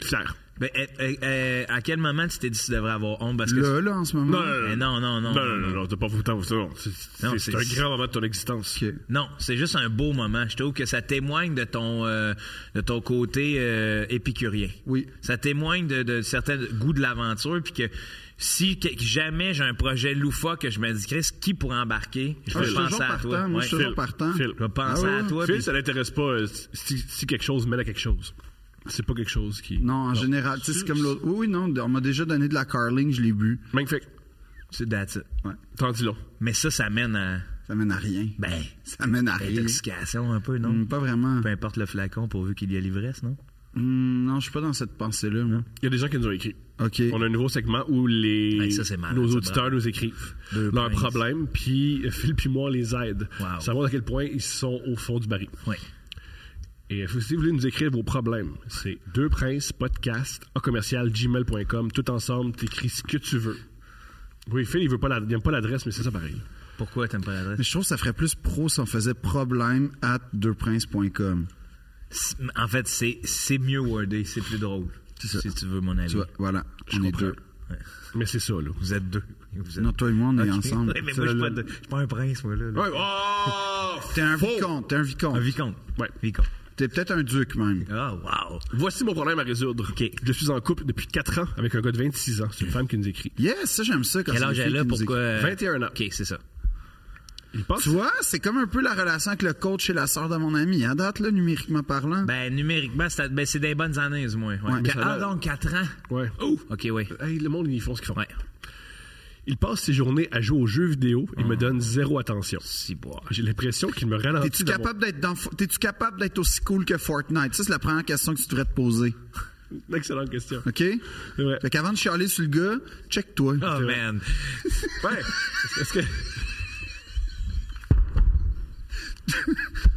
S5: Fier.
S3: Ben, euh, euh, euh, à quel moment tu t'es dit que tu devrais avoir honte? Parce que
S4: Là, là, en ce moment.
S5: Non,
S3: Mais non, non, non.
S5: Non, non, non, non, t'as pas voulu tant ça. non. C'est-
S3: Non,
S5: C'est c'est
S3: c'est-
S5: un grand moment de ton existence.
S4: Ok.
S3: Non, c'est juste un beau moment. Je trouve que ça témoigne de ton, euh, de ton côté euh, épicurien.
S4: Oui.
S3: Ça témoigne de, de certains goûts de l'aventure, puis que si que- jamais j'ai un projet loufoque que je me dis, Chris, qui pourrait embarquer, je
S4: Ah,
S3: vais
S4: je suis
S3: penser
S4: toujours
S3: à
S4: partant,
S3: toi.
S4: moi, je suis
S3: Ouais.
S4: toujours partant.
S5: Phil.
S3: Je vais penser
S4: Ah ouais,
S3: à toi.
S5: Phil,
S3: puis-
S5: ça l'intéresse pas euh, si, si quelque chose mène à quelque chose. C'est pas quelque chose qui.
S4: Non, en général, tu sais, c'est comme l'autre. Oui, oui, non, on m'a déjà donné de la carling, je l'ai bu.
S5: Magnifique.
S3: C'est that's it.
S5: T'en dis long.
S3: Mais ça, ça mène à.
S4: Ça mène à rien.
S3: Ben,
S4: Ça mène à rien.
S3: intoxication un peu, non?
S4: Hum, Pas vraiment.
S3: Peu importe le flacon pourvu qu'il y ait l'ivresse, non?
S4: Hum, non, je suis pas dans cette pensée-là, moi.
S5: Il y a des gens qui nous ont écrit.
S4: OK.
S5: On a un nouveau segment où les,
S3: Hey, ça, c'est malade,
S5: nos
S3: ça,
S5: auditeurs
S3: bravo.
S5: nous écrivent
S3: Deux
S5: leurs
S3: pinces.
S5: problèmes, puis Phil puis moi on les aide.
S3: Wow.
S5: Savoir à quel point ils sont au fond du baril.
S3: Oui.
S5: Et euh, si vous voulez nous écrire vos problèmes, c'est deux princes podcast à commercial gmail.com. Tout ensemble, t'écris ce que tu veux. Oui, Phil, il veut pas la- il aime pas l'adresse, mais c'est ça pareil.
S3: Pourquoi t'aimes pas l'adresse?
S4: Mais je trouve que ça ferait plus pro si on faisait problème at deuxprinces.com.
S3: C'est- En fait, c'est c'est mieux wordé, c'est plus drôle. Si tu veux mon avis.
S4: Tu vois, voilà.
S5: Je
S4: on est
S5: comprends.
S4: deux.
S5: Mais c'est ça, là.
S3: Vous êtes deux. Vous êtes
S4: Non, toi et moi, on est ensemble.
S3: Ouais, mais moi, je suis pas, de- je suis pas un prince, moi, là. là.
S5: Ouais, oh!
S4: T'es un
S5: Faux!
S4: vicomte, t'es un vicomte.
S3: Un vicomte.
S5: Ouais.
S3: Vicomte.
S4: T'es peut-être un duc, même.
S3: Ah, wow.
S5: Voici mon problème à résoudre.
S3: Ok.
S5: Je suis en couple depuis 4 ans avec un gars de 26 ans. C'est une femme qui nous écrit.
S4: Yes, ça, j'aime ça. Quand
S3: Quel
S4: c'est
S3: âge
S4: des filles
S3: elle a?
S4: qui nous
S3: Pourquoi?
S4: écrivent.
S3: euh,
S5: 21 ans.
S3: OK, c'est ça.
S5: Il pense
S4: Tu vois, c'est comme un peu la relation avec le coach et la sœur de mon ami. À date, là, numériquement parlant.
S3: Ben, numériquement, c'est ben, c'est des bonnes années, du moins. Ouais.
S4: Ouais, mais
S3: Qu-
S5: ça
S3: ah,
S5: va-
S3: donc, 4 ans.
S5: Ouais.
S3: OK, oui.
S5: Oh! Hey, le monde, ils font ce qu'ils font.
S3: Ouais.
S5: Il passe ses journées à jouer aux jeux vidéo et
S4: Ah.
S5: me donne zéro attention.
S3: Si, bois.
S5: J'ai l'impression qu'il me ralentit.
S4: T'es-tu
S5: dans mon-
S4: capable d'être dans... T'es-tu capable d'être aussi cool que Fortnite? Ça, c'est la première question que tu devrais te poser.
S5: Excellente question.
S4: OK?
S5: C'est vrai.
S4: Fait qu'avant de chialer sur le gars, check-toi.
S3: Oh, man.
S5: Ouais. Est-ce que.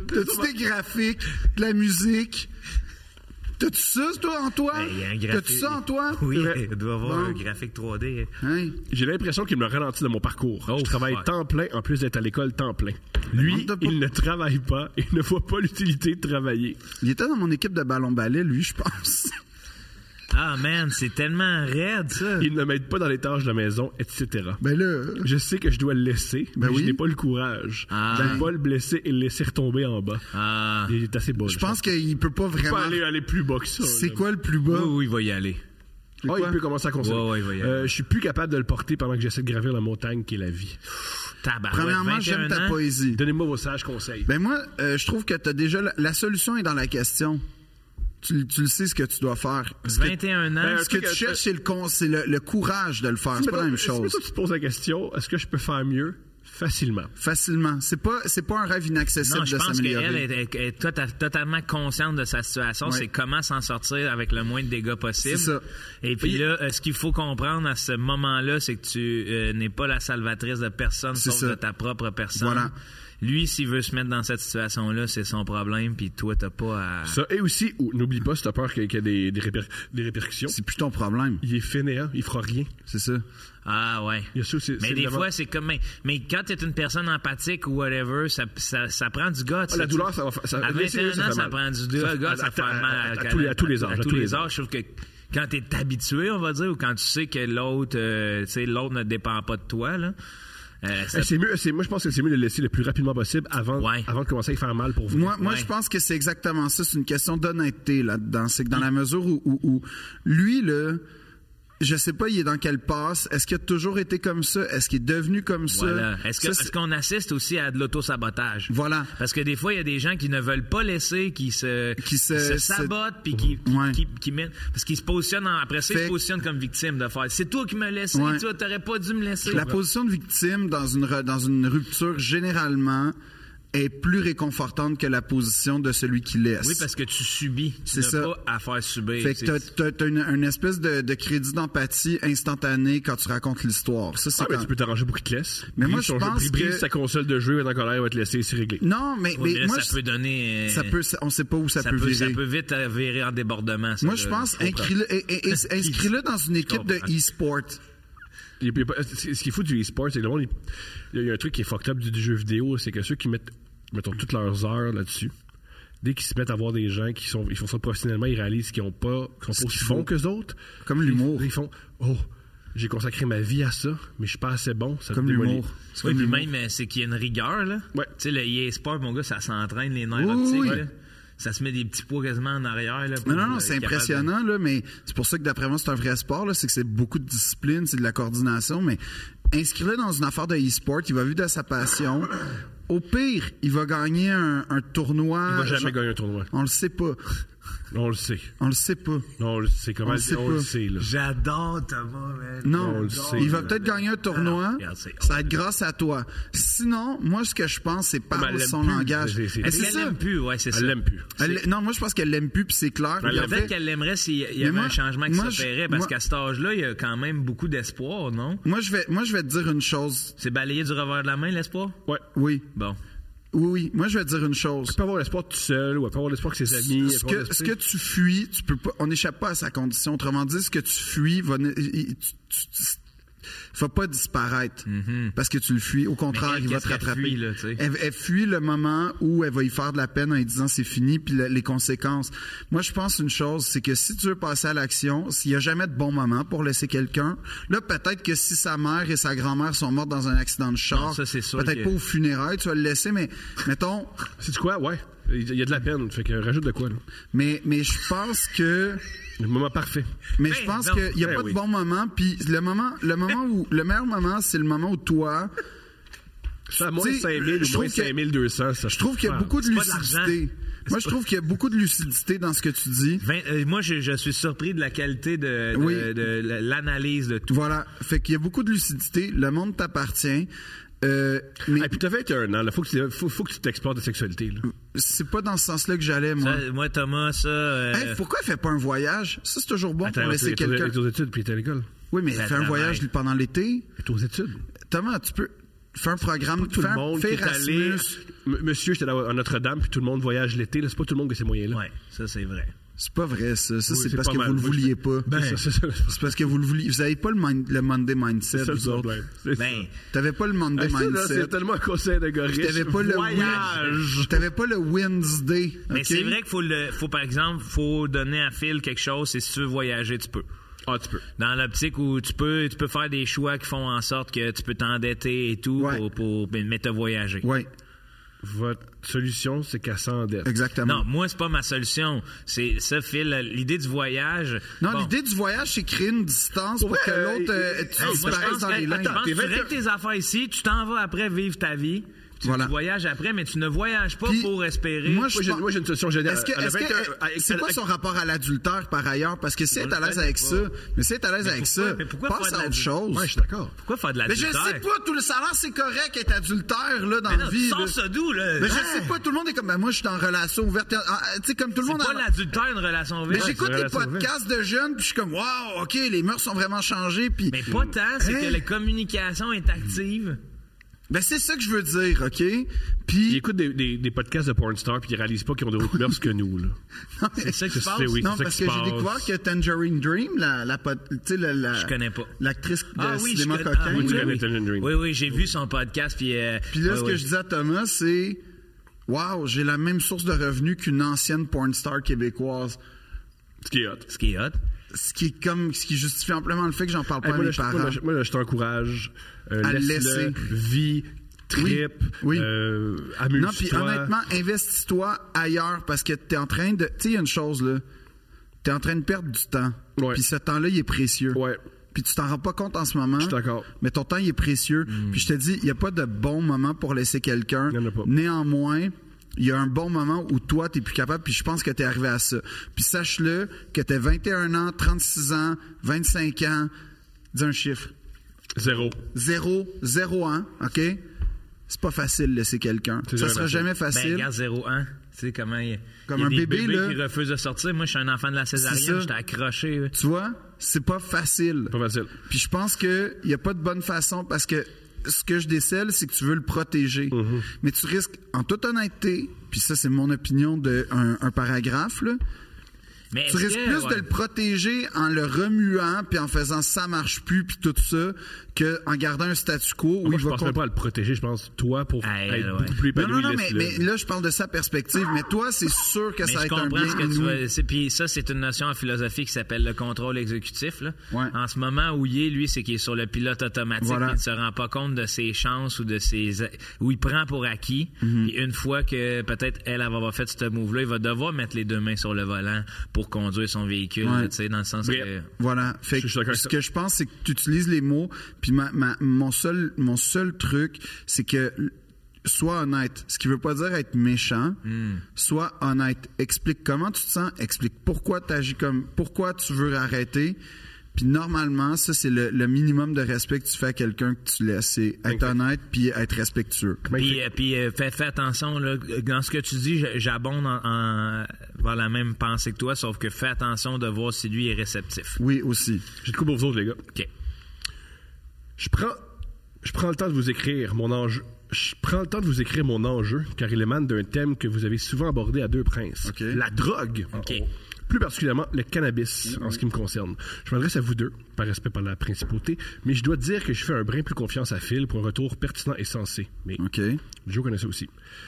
S4: T'as-tu des graphiques, de la musique? T'as-tu ça, toi, Antoine?
S3: Ben, il y a un graphique.
S4: T'as-tu ça, Antoine?
S3: Oui,
S5: Ouais.
S3: il doit avoir
S4: Bon.
S3: un graphique 3D.
S4: Hein?
S5: J'ai l'impression qu'il me ralentit dans mon parcours.
S3: Oh,
S5: je travaille
S3: fuck.
S5: temps plein en plus d'être à l'école temps plein. Lui,
S4: demande pas-
S5: il ne travaille pas et ne voit pas l'utilité de travailler.
S4: Il était dans mon équipe de ballon-ballet, lui, je pense.
S3: Ah, man, c'est tellement raide, ça.
S5: Il ne m'aide pas dans les tâches de la maison, etc.
S4: Ben là,
S5: Je sais que je dois le laisser,
S4: Ben
S5: mais
S4: oui.
S5: je n'ai pas le courage.
S3: Ah.
S5: Je ne vais pas le blesser et le laisser retomber en bas.
S3: Ah.
S5: Il est assez bas.
S4: je pense qu'il peut pas
S5: qu'il peut
S4: vraiment...
S5: aller, aller plus bas que ça.
S4: C'est
S5: là.
S4: quoi le plus
S3: Oui,
S4: bas?
S3: oui, il va y aller.
S5: Ah,
S4: quoi?
S5: il peut commencer à consommer.
S3: Ouais, ouais, il va y aller.
S5: Euh, je suis plus capable de le porter pendant que j'essaie de gravir la montagne qui est la vie.
S3: Tabarouette,
S4: Premièrement, j'aime
S3: 21
S4: ta
S3: ans.
S4: poésie.
S5: Donnez-moi vos sages conseils.
S4: Ben moi, euh, je trouve que t'as déjà... La, la solution est dans la question. Tu, tu le sais ce que tu dois faire. Ce que,
S3: 21 ans.
S5: Ben,
S4: ce que tu cherches, c'est le, con- c'est le, le courage de le faire. C'est pas la même
S5: Si, mettons,
S4: chose.
S5: tu te poses la question, est-ce que je peux faire mieux? facilement.
S4: facilement. C'est pas, c'est pas un rêve inaccessible
S3: Non, je
S4: de
S3: pense qu'elle
S4: s'améliorer.
S3: est, est- est tota- totalement consciente de sa situation.
S4: Ouais.
S3: C'est comment s'en sortir avec le moins de dégâts possible.
S4: C'est ça.
S3: Et puis là, euh, ce qu'il faut comprendre à ce moment-là, c'est que tu euh, n'es pas la salvatrice de personne,
S4: C'est
S3: sauf
S4: ça.
S3: de ta propre personne.
S4: Voilà.
S3: Lui, s'il veut se mettre dans cette situation-là, c'est son problème, puis toi, t'as pas à...
S5: Ça, et aussi, oh, n'oublie pas, si t'as peur qu'il y ait qu'il y ait des, des, réper- des répercussions,
S4: C'est plus ton problème.
S5: il est fainéant, il fera rien.
S4: C'est ça.
S3: Ah ouais.
S5: Il y a ça aussi,
S3: mais
S5: c'est
S3: des
S5: vraiment-
S3: fois, c'est comme... Mais, mais quand t'es une personne empathique ou whatever, ça, ça, ça prend du gars.
S5: Ah, la douleur, ça va fa- ça-
S3: à
S5: laisser vivre,
S3: 21
S5: ça
S3: ans,
S5: fait
S3: ça
S5: mal.
S3: prend du
S5: Ça-
S3: gars,
S5: à-
S3: ça
S5: à-
S3: fait
S5: à-
S3: mal.
S5: à- à tous les- à tous les âges,
S3: À
S5: à
S3: tous
S5: tous
S3: les
S5: les
S3: âges, je trouve que quand t'es habitué, on va dire, ou quand tu sais que l'autre euh, tu sais, l'autre ne dépend pas de toi, là, euh, ça-
S5: Eh, C'est mieux, c'est- moi, je pense que c'est mieux de le laisser le plus rapidement possible avant,
S3: Ouais.
S5: avant de commencer à y faire mal pour vous.
S4: Moi, moi
S3: Ouais.
S4: je pense que c'est exactement ça. C'est une question d'honnêteté là-dedans. C'est que dans la mesure où, où, où lui, là, je sais pas, il est dans quelle passe. Est-ce qu'il a toujours été comme ça? Est-ce qu'il est devenu comme ça?
S3: Voilà. Est-ce que-
S4: Ça,
S3: est-ce qu'on assiste aussi à de l'autosabotage?
S4: Voilà.
S3: Parce que des fois, il y a des gens qui ne veulent pas laisser, qui se,
S4: Qui se-
S3: sabotent, puis qui, qui,
S4: Ouais.
S3: qui- qui mettent. Parce qu'ils se positionnent, en- après ça, ils
S4: Fait-
S3: se positionnent comme victimes de faire. C'est toi qui me laissé,
S4: Ouais.
S3: tu n'aurais pas dû me laisser.
S4: La position de victime dans une, re- dans une rupture, généralement, est plus réconfortante que la position de celui qui laisse.
S3: Oui, parce que tu subis. Tu
S4: C'est
S3: n'as
S4: ça.
S3: pas à faire subir.
S4: Fait que
S3: C'est-
S4: t'as- t'as t'as une, une espèce de, de crédit d'empathie instantané quand tu racontes l'histoire. Ça, c'est
S5: Ah, mais
S4: quand-
S5: tu peux t'arranger pour qu'il te laisse.
S4: Mais
S5: Brise
S4: moi, je
S5: son jeu,
S4: pense
S5: brise
S4: que-
S5: sa console de jeu, elle est en colère, elle va te laisser, c'est réglé.
S4: Non, mais,
S3: Oui,
S4: mais
S3: mais là,
S4: moi,
S3: ça peut donner. euh,
S4: ça peut- ça- on sait pas où ça,
S3: ça
S4: peut
S3: peut-
S4: virer.
S3: ça peut vite euh, virer en débordement. ça,
S4: Moi,
S3: là.
S5: Euh,
S4: je pense,
S3: comprends.
S4: inscris-le eh, eh, eh, inscris-le dans une équipe de
S3: comprends.
S4: e-sport.
S5: Il y a- il y a pas- ce ce qui est fou du e-sport, c'est que le monde, il- il y, a- il y a un truc qui est fucked up du, du jeu vidéo, c'est que ceux qui mettent, mettons, toutes leurs heures là-dessus, dès qu'ils se mettent à voir des gens qui sont, ils font ça professionnellement, ils réalisent qu'ils ont pas, qu'ils
S4: Ce
S5: sont
S4: qu'il
S5: pas aussi
S4: faut.
S5: bons qu'eux autres.
S4: Comme
S5: Ils-
S4: l'humour.
S5: Ils, font, oh, j'ai consacré ma vie à ça, mais je suis pas assez bon. Ça te
S4: Comme
S5: démolit.
S4: l'humour. C'est
S3: Oui,
S4: comme
S3: puis
S4: l'humour.
S3: même, euh, c'est qu'il y a une rigueur, là.
S5: Ouais.
S3: Tu sais, le EA Sport, mon gars, ça s'entraîne les nerfs
S4: Oui,
S3: optiques,
S4: oui.
S3: là. Ça se met des petits poids quasiment en arrière, là. pour,
S4: Non, non, non,
S3: euh,
S4: c'est
S3: être capable de-
S4: impressionnant, là, mais c'est pour ça que d'après moi, c'est un vrai sport, là, c'est que c'est beaucoup de discipline, c'est de la coordination, mais inscris-le dans une affaire de e-sport, il va vivre de sa passion. Au pire, il va gagner un, un tournoi.
S5: Il va jamais
S4: genre-
S5: gagner un tournoi.
S4: On le sait pas.
S5: On le sait.
S4: On le sait pas.
S5: On le sait. Comment
S4: On le sait
S5: on le
S4: pas.
S5: sait, là.
S3: J'adore Thomas, man.
S4: Non,
S5: On le sait,
S4: il va
S5: là.
S4: peut-être gagner un
S3: Ah non,
S4: tournoi.
S3: regarde, c'est-
S4: Ça va être grâce à toi. Sinon, moi, ce que je pense, c'est
S5: mais
S4: parle
S5: elle l'aime
S4: son
S5: plus.
S4: langage.
S5: C'est- c'est-
S4: Mais
S3: Est-ce
S4: c'est
S3: qu'elle
S4: ça.
S3: l'aime plus? Ouais, c'est ça.
S5: Elle l'aime plus.
S4: Elle- non, moi, je pense qu'elle l'aime plus, puis c'est clair. puis en
S3: Peut-être
S4: fait-
S3: qu'elle l'aimerait s'il y avait
S4: Mais moi-
S3: un changement qui
S4: moi,
S3: s'opérait,
S4: je-
S3: parce
S4: moi-
S3: qu'à cet âge-là, il y a quand même beaucoup d'espoir, non?
S4: Moi, je vais, moi, je vais te dire une chose.
S3: C'est balayé du revers de la main, l'espoir?
S5: Ouais.
S4: Oui,
S3: Bon.
S4: oui, oui. Moi, je vais te dire une
S5: Elle
S4: chose.
S5: peut avoir l'espoir tout seul, ou elle peut avoir l'espoir que ses amis. elle
S4: Ce
S5: peut avoir
S4: que, ce que
S5: l'espoir-
S4: tu fuis, tu peux pas, on n'échappe pas à sa condition. Autrement dit, ce que tu fuis va, ne- il- il- tu- tu- tu- va pas disparaître parce que tu le fuis. Au contraire,
S3: elle,
S4: il va
S3: Mm-hmm. qu'est-ce
S4: te
S3: qu'elle
S4: rattraper.
S3: fuit, là, tu sais?
S4: elle, elle fuit le moment où elle va y faire de la peine en lui disant c'est fini, puis le- les conséquences. Moi, je pense une chose, c'est que si tu veux passer à l'action, s'il n'y a jamais de bon moment pour laisser quelqu'un, là, peut-être que si sa mère et sa grand-mère sont mortes dans un accident de char,
S3: Non, ça, c'est sûr
S4: peut-être
S3: que-
S4: pas au funérailles, tu vas le laisser, mais mettons,
S5: C'est quoi? Ouais. Il y a de la peine. Fait que rajoute de quoi, là.
S4: mais, mais je pense que...
S5: Le moment parfait.
S4: Mais
S3: Ben
S4: je pense
S3: donc.
S4: qu'il n'y a
S5: Ben
S4: pas
S5: oui.
S4: de bon moment. Puis le moment, le moment où, le meilleur moment, c'est le moment où toi,
S5: Ça, moins
S4: Tu sais,
S5: 5000
S4: je
S5: ou moins
S4: trouve que-
S5: 5200, ça.
S4: je trouve qu'il y a
S5: Ah,
S4: beaucoup de
S3: c'est pas de l'argent.
S4: lucidité. Moi, je trouve qu'il y a beaucoup de lucidité dans ce que tu dis.
S3: Vingt- euh, moi, je, je suis surpris de la qualité de, de-
S4: Oui.
S3: de la- l'analyse de tout.
S4: Voilà. Fait qu'il y a beaucoup de lucidité. Le monde t'appartient. Euh, mais
S5: Ah, puis t'as 21 ans, là. Faut que tu, faut, faut que tu t'explores de sexualité, là.
S4: c'est pas dans ce sens-là que j'allais, moi.
S3: Ça, moi, Thomas, ça. euh,
S4: Hey, pourquoi elle fait pas un voyage? Ça, c'est toujours bon pour
S5: elle
S4: laisser
S5: est aux-
S4: quelqu'un.
S5: elle est aux études, puis t'es à l'école.
S4: Oui, mais
S3: Ben,
S4: fais un
S3: ta
S4: voyage
S3: mère.
S4: pendant l'été.
S5: Elle est aux études.
S4: Thomas, tu peux faire un programme,
S5: Tout
S4: faire,
S5: le monde qui
S4: faire
S5: est allé.
S4: Erasmus.
S5: M- Monsieur, j'étais là à Notre-Dame, puis tout le monde voyage l'été, là. C'est pas tout le monde qui a ces moyens-là.
S3: Ouais, ça, c'est vrai.
S4: C'est pas vrai, ça. Ça,
S5: Oui,
S4: c'est
S5: c'est
S4: parce
S5: pas
S4: que
S5: mal.
S4: vous le
S5: Moi, je-
S4: vouliez pas.
S5: Ben, c'est ça, c'est
S4: C'est parce que vous le vouliez. Vous avez pas le, mind- le Monday mindset,
S5: ça le
S4: vous autres.
S5: problème. C'est ça.
S3: Ben,
S4: T'avais pas le
S5: Ah,
S4: Monday
S5: ça, là,
S4: mindset.
S5: C'est tellement un conseil de gars riche.
S4: T'avais pas le
S5: voyage.
S4: Wed- T'avais pas le Wednesday.
S3: Mais
S4: ok?
S3: c'est vrai qu'il faut, le, faut, par exemple, faut donner à Phil quelque chose et si tu veux voyager, tu peux.
S5: Ah, tu peux.
S3: Dans l'optique où tu peux, tu peux faire des choix qui font en sorte que tu peux t'endetter et tout
S4: Ouais.
S3: pour, pour ben, mais te voyager.
S4: Ouais,
S5: Votre solution, c'est qu'elle s'endette.
S4: exactement.
S3: Non, moi, c'est pas ma solution. C'est ça, Phil. L'idée du voyage.
S4: Non,
S3: bon.
S4: l'idée du voyage, c'est créer une distance pour
S5: Ouais,
S4: que
S5: euh,
S4: l'autre euh,
S5: euh,
S4: tu
S3: Hey, moi, je
S4: disparaisses
S3: pense
S4: dans
S3: que-
S4: les lignes.
S3: attends,
S5: t'es
S3: tu règles tes affaires ici, tu t'en vas après vivre ta vie. Tu
S4: Voilà.
S3: voyages après, mais tu ne voyages pas
S4: Puis,
S3: pour espérer.
S4: moi, je
S5: Moi, j'ai
S4: pense-
S5: moi, j'ai une solution géniale.
S4: Est-ce que,
S5: Elle
S4: est-ce
S5: avait
S4: que- euh,
S5: été- elle-
S4: c'est
S5: elle-
S4: quoi
S5: elle-
S4: son rapport à l'adultère par ailleurs? Parce que si elle est à l'aise avec ça, mais si elle est à l'aise avec
S3: pourquoi-
S4: ça,
S3: mais pourquoi
S4: passe
S3: faire de
S4: à
S3: la-
S4: autre chose.
S5: Ouais, je suis d'accord.
S3: Pourquoi faire de la
S4: Mais je sais pas, tout le salaire, c'est correct être adultère, là,
S3: Ah
S4: dans la vie. là.
S3: Sans ça d'où, là.
S4: Mais je
S3: Hein?
S4: sais pas, tout le monde est comme, ben moi, je suis en relation ouverte. Ah, ah, Tu sais, comme tout le
S3: C'est
S4: monde.
S3: pas
S4: en-
S3: l'adultère, une relation
S4: Mais
S3: ouverte.
S4: j'écoute
S5: c'est
S4: les
S5: relation ouverte.
S4: podcasts de jeunes, puis je suis comme, waouh, OK, les mœurs sont vraiment changées, puis.
S3: Mais pas tant, c'est
S4: Hein?
S3: que la communication est active.
S4: Ben, c'est ça que je veux dire, OK?
S5: Ils
S4: Puis.
S5: écoutent des, des, des podcasts de porn stars puis ils réalisent pas qu'ils ont d'autres mœurs que nous. Là.
S3: C'est ça qui se passe.
S5: C'est- oui,
S4: non,
S5: c'est ça
S4: parce
S5: qui
S4: que
S5: se
S4: j'ai
S5: passe.
S4: découvert que Tangerine Dream, la, la, pod- tu sais, la, la-
S3: Je connais pas.
S4: L'actrice de
S3: Ah oui, je
S4: Cinéma
S3: connais-
S4: Coquin.
S3: ah,
S5: Oui, tu
S3: oui,
S5: connais
S3: oui.
S5: Talent Dream.
S3: Oui, oui, j'ai vu son podcast. Puis, euh,
S4: Puis là,
S3: ouais,
S4: ce que
S3: ouais.
S4: je dis à Thomas, c'est Waouh, j'ai la même source de revenus qu'une ancienne porn star québécoise.
S5: Ce qui est hot.
S3: Ce qui est hot.
S4: Ce qui est comme ce qui justifie amplement le fait que j'en parle pas
S5: Hey,
S4: à
S5: Ah, moi, là,
S4: mes
S5: je- moi,
S4: parents.
S5: là, je- moi, là, je t'encourage. euh,
S4: À le
S5: laisse-le,
S4: laisser.
S5: Vis, trip,
S4: Oui, oui.
S5: euh, amuse-toi.
S4: Non, puis honnêtement, investis-toi ailleurs parce que t'es en train de. Tu sais, il y a une chose là. T'es en train de perdre du temps.
S5: Ouais.
S4: Puis ce temps-là, il est précieux.
S5: Ouais.
S4: Puis tu t'en rends pas compte en ce moment. Je
S5: suis d'accord. Hmm.
S4: Mais ton temps, il est précieux. Puis je te dis, il n'y a pas de bon moment pour laisser quelqu'un.
S5: Il y en a pas.
S4: Néanmoins, il y a un bon moment où toi, tu plus capable. Puis je pense que tu es arrivé à ça. Puis sache-le que tu 21 ans, 36 ans, 25 ans. Dis un chiffre.
S5: Zéro.
S4: Zéro, zéro ans, OK? C'est pas facile laisser quelqu'un.
S5: C'est
S4: Ça
S5: jamais
S4: sera
S5: facile.
S4: jamais
S3: Ben,
S4: facile.
S3: regarde 01. Tu sais comment il y a,
S4: Comme
S3: il y a
S4: un
S3: des
S4: bébé,
S3: bébés
S4: là.
S3: qui refusent de sortir. Moi, je suis un enfant de la
S4: ça.
S3: césarienne, j'étais accroché. là.
S4: tu vois, c'est pas facile.
S5: Pas facile.
S4: Puis je pense que il y a pas de bonne façon parce que ce que je décèle, c'est que tu veux le protéger.
S3: Mhm.
S4: Mais tu risques, en toute honnêteté, puis ça, c'est mon opinion de un, un paragraphe, là,
S3: Mais
S4: tu
S3: est-ce
S4: risques
S3: que-
S4: plus
S3: ouais.
S4: de le protéger en le remuant puis en faisant ça marche plus puis tout ça que en gardant un statu
S3: Ah,
S4: quo où
S5: Moi,
S4: il
S5: je
S4: va
S5: pense même
S4: con-
S5: pas à le protéger. Je pense, toi, pour
S3: Hey,
S5: être
S3: ouais.
S5: beaucoup plus
S4: Non,
S5: épanoui,
S4: non, non, mais,
S5: laisse-le.
S4: mais là, je parle de sa perspective. Mais toi, c'est sûr que
S3: Mais
S4: ça va
S3: je
S4: être un
S3: comprends
S4: bien
S3: ce que tu
S4: inouï.
S3: veux dire. Puis ça, c'est une notion en philosophie qui s'appelle le contrôle exécutif. Là.
S4: Ouais.
S3: En ce moment, où il est, lui, c'est qu'il est sur le pilote automatique.
S4: Voilà.
S3: mais Il ne se rend pas compte de ses chances ou de ses... Ou il prend pour acquis.
S4: Mhm.
S3: Puis une fois que peut-être elle, elle va avoir fait ce move-là, il va devoir mettre les deux mains sur le volant pour conduire son véhicule,
S4: Ouais.
S3: tu sais, dans le sens
S5: Bref.
S3: que...
S4: Voilà. Fait
S5: Je
S4: que
S5: suis d'accord avec
S4: ce
S5: ça.
S4: que je pense, c'est que tu utilises les mots. Puis ma, ma- mon seul mon seul truc, c'est que l- sois honnête. Ce qui veut pas dire être méchant.
S5: Hmm.
S4: Sois honnête. Explique comment tu te sens. Explique pourquoi tu agis comme pourquoi tu veux arrêter. Puis normalement, ça c'est le, le minimum de respect que tu fais à quelqu'un que tu laisses. C'est être honnête puis être respectueux.
S3: Puis, euh, puis, euh, fais, fais attention, là, dans ce que tu dis, je- j'abonde en, en- vers la même pensée que toi, sauf que fais attention de voir si lui est réceptif.
S4: Oui aussi.
S5: J'ai de quoi pour vous autres, les gars.
S3: OK.
S5: Je prends, je prends le temps de vous écrire mon enjeu. Je prends le temps de vous écrire mon enjeu, car il émane d'un thème que vous avez souvent abordé à deux princes.
S4: Ok.
S5: La drogue. Plus particulièrement le cannabis, en ce qui me concerne. Je m'adresse à vous deux, par respect par la principauté, mais je dois dire que je fais un brin plus confiance à Phil pour un retour pertinent et sensé. Mais
S4: Ok.
S5: Joe connaît ça aussi.